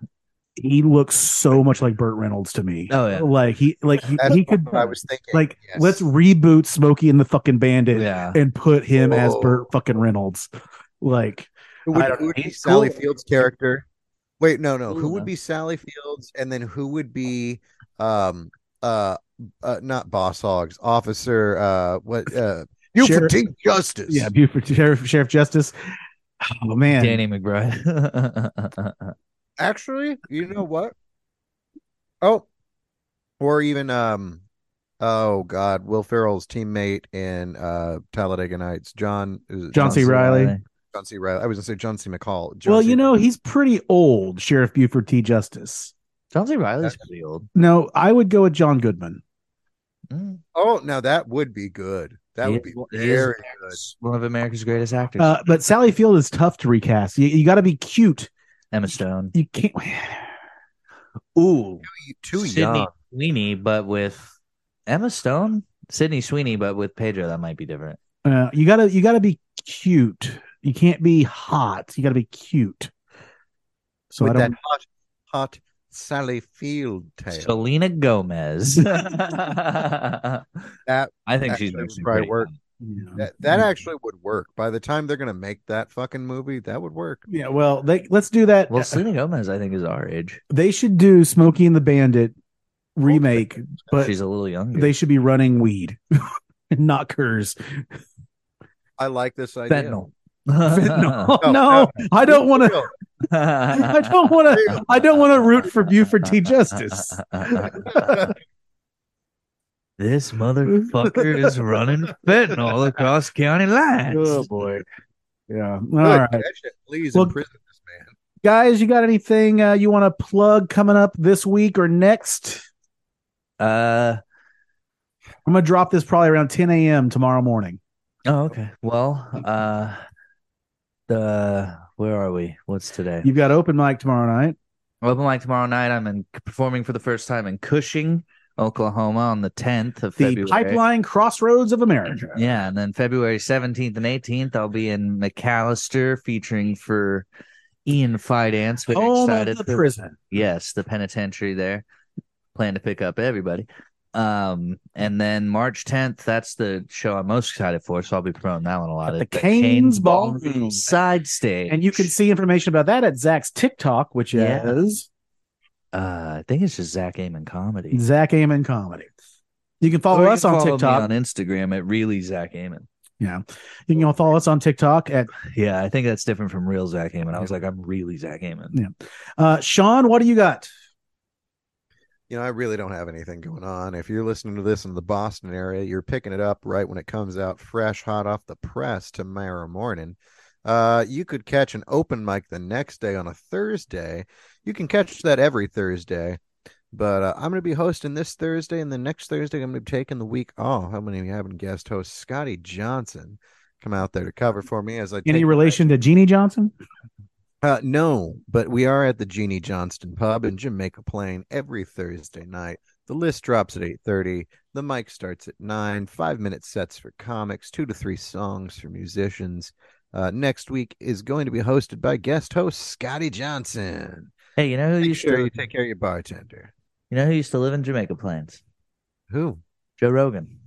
He looks so much like Burt Reynolds to me.
Oh, yeah.
like he, like he,
that's
he could.
what I was thinking.
Like,
Yes.
let's reboot Smokey and the fucking Bandit
yeah.
and put him as
Whoa.
Burt fucking Reynolds. Like,
Who would,
I don't
who
know.
would be
He's
Sally
cool.
Fields' character? Wait, no, no. who
Cool,
would
man.
be Sally Fields? And then who would be um uh, uh not boss hogs, officer uh what uh you for
Sheriff-
team justice.
yeah, Buford Sheriff, Sheriff Justice. Oh man,
Danny McBride.
Actually, you know what? Oh, or even um oh god, Will Ferrell's teammate in uh Talladega Nights, John is it
John C. Reilly.
John C. Riley. I was gonna say John C. McCall. John
well,
C.
you know he's pretty old, Sheriff Buford T. Justice.
John C. Riley's pretty old.
No, I would go with John Goodman.
Mm.
Oh, now that would be good. That
He
would
is-
be
he is
very good.
America's- One of America's greatest actors.
Uh, but Sally Field is tough to recast. You, you got to be cute.
Emma Stone.
You can't.
Ooh.
You Too
Sydney
young.
Sweeney, but with Emma Stone. Sydney Sweeney, but with Pedro. That might be different.
Uh, you gotta you gotta be cute. You can't be hot. You gotta be cute. So
with
I don't.
that hot, hot Sally Field tail.
Selena Gomez. I
that
think
Actually,
she's
would
actually
probably
pretty
work.
young.
you know.
that, that actually would work. By the time they're gonna make that fucking movie, that would work.
Yeah, well, they, let's do that.
Well, Selena Gomez, I think, is our age.
they should do Smokey and the Bandit remake, but
she's a little younger.
they should be running weed, and not Curse.
I like this idea.
Fentanyl.
no,
No,
no, I don't want to.
Real.
I don't want to. I don't want to root for Buford T. Justice.
this motherfucker is running fentanyl across county lines.
Oh boy. Yeah. All
Good.
right,
That shit, please
Well-
imprison this man.
guys, you got anything uh, you want to plug coming up this week or next?
Uh,
I'm gonna drop this probably around 10 a.m. tomorrow morning.
oh, okay. Well, uh, the where are we? What's today?
You've got open mic tomorrow night.
Open mic tomorrow night. I'm in, performing for the first time in Cushing, Oklahoma, on the 10th of
The
February.
pipeline crossroads of America.
Yeah, and then February 17th and 18th, I'll be in McAllister featuring for Ian Fidance. Very
Home
excited
of the
for-
prison.
yes, the penitentiary there. Plan to pick up everybody. Um, and then March 10th, that's the show I'm most excited for. So I'll be promoting that one a lot.
At the
It's
Cane's
Cane's
Ballroom.
side stage.
And you can see information about that at Zach's TikTok, which
Yeah.
is
uh, I think it's just Zach Amon comedy.
Zach Amon comedy. You can follow
Or Oh, you
us
can
on
follow me
TikTok.
on Instagram at really Zach Amon.
you can go follow us on TikTok at
Yeah, I think that's different from real Zach Amon. I was like, I'm really Zach Amon.
uh, Sean. What do you got?
You know, I really don't have anything going on. If you're listening to this in the Boston area, you're picking it up right when it comes out, fresh, hot off the press tomorrow morning. Uh, you could catch an open mic the next day on a Thursday. You can catch that every Thursday, but uh, I'm going to be hosting this Thursday, and then next Thursday I'm going to be taking the week off. How many of you having guest host Scotty Johnson come out there to cover for me as I
Any
take-
relation to Jeannie Johnson?
Uh, no, but we are at the Jeannie Johnston Pub in Jamaica Plain every Thursday night. The list drops at eight thirty. The mic starts at nine. Five minute sets for comics, two to three songs for musicians. Uh, next week is going to be hosted by guest host Scotty Johnson.
Hey, you know who
Make
used
sure
to
you take care of your bartender.
you know who used to live in Jamaica Plains?
Who?
Joe Rogan.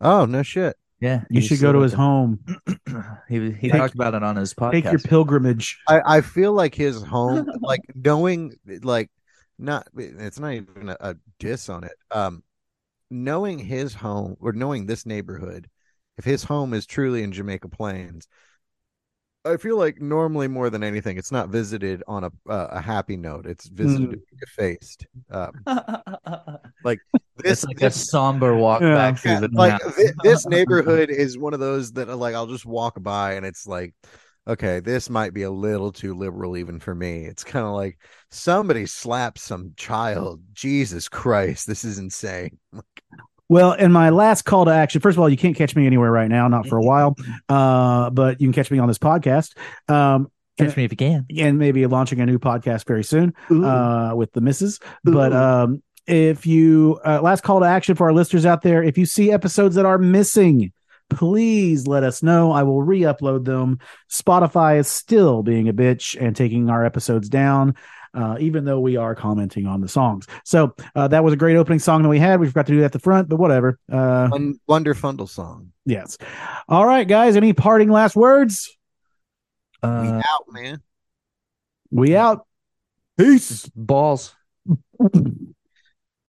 Oh no shit.
Yeah,
You
he
should
used
go to
live
his home.
in- he he
Take-
talked about it on his podcast.
Take your pilgrimage.
I, I feel like his home, like knowing, like not, it's not even a, a diss on it. Um, knowing his home or knowing this neighborhood, if his home is truly in Jamaica Plains, I feel like normally more than anything, it's not visited on a uh, a happy note. It's
Hmm.
visited defaced. Um,
it's like a somber walk
Yeah.
back through
yeah,
the
like
mountains.
thi- this neighborhood is one of those that uh, like I'll just walk by and it's like okay this might be a little too liberal even for me it's kind of like somebody slapped some child jesus christ this is insane
Well, and my last call to action. First of all, you can't catch me anywhere right now, not for a while. Uh, but you can catch me on this podcast. Um,
Catch me if you can.
and maybe launching a new podcast very soon uh, with the misses. But um, if you uh, last call to action for our listeners out there, if you see episodes that are missing, please let us know. I will re-upload them. Spotify is still being a bitch and taking our episodes down. Uh, even though we are commenting on the songs, so uh, that was a great opening song that we had. We forgot to do that at the front, but whatever. Uh,
Won- wonderfundle song
yes. All right, guys. Any parting last words?
we
Uh,
out man
We out. Peace.
balls.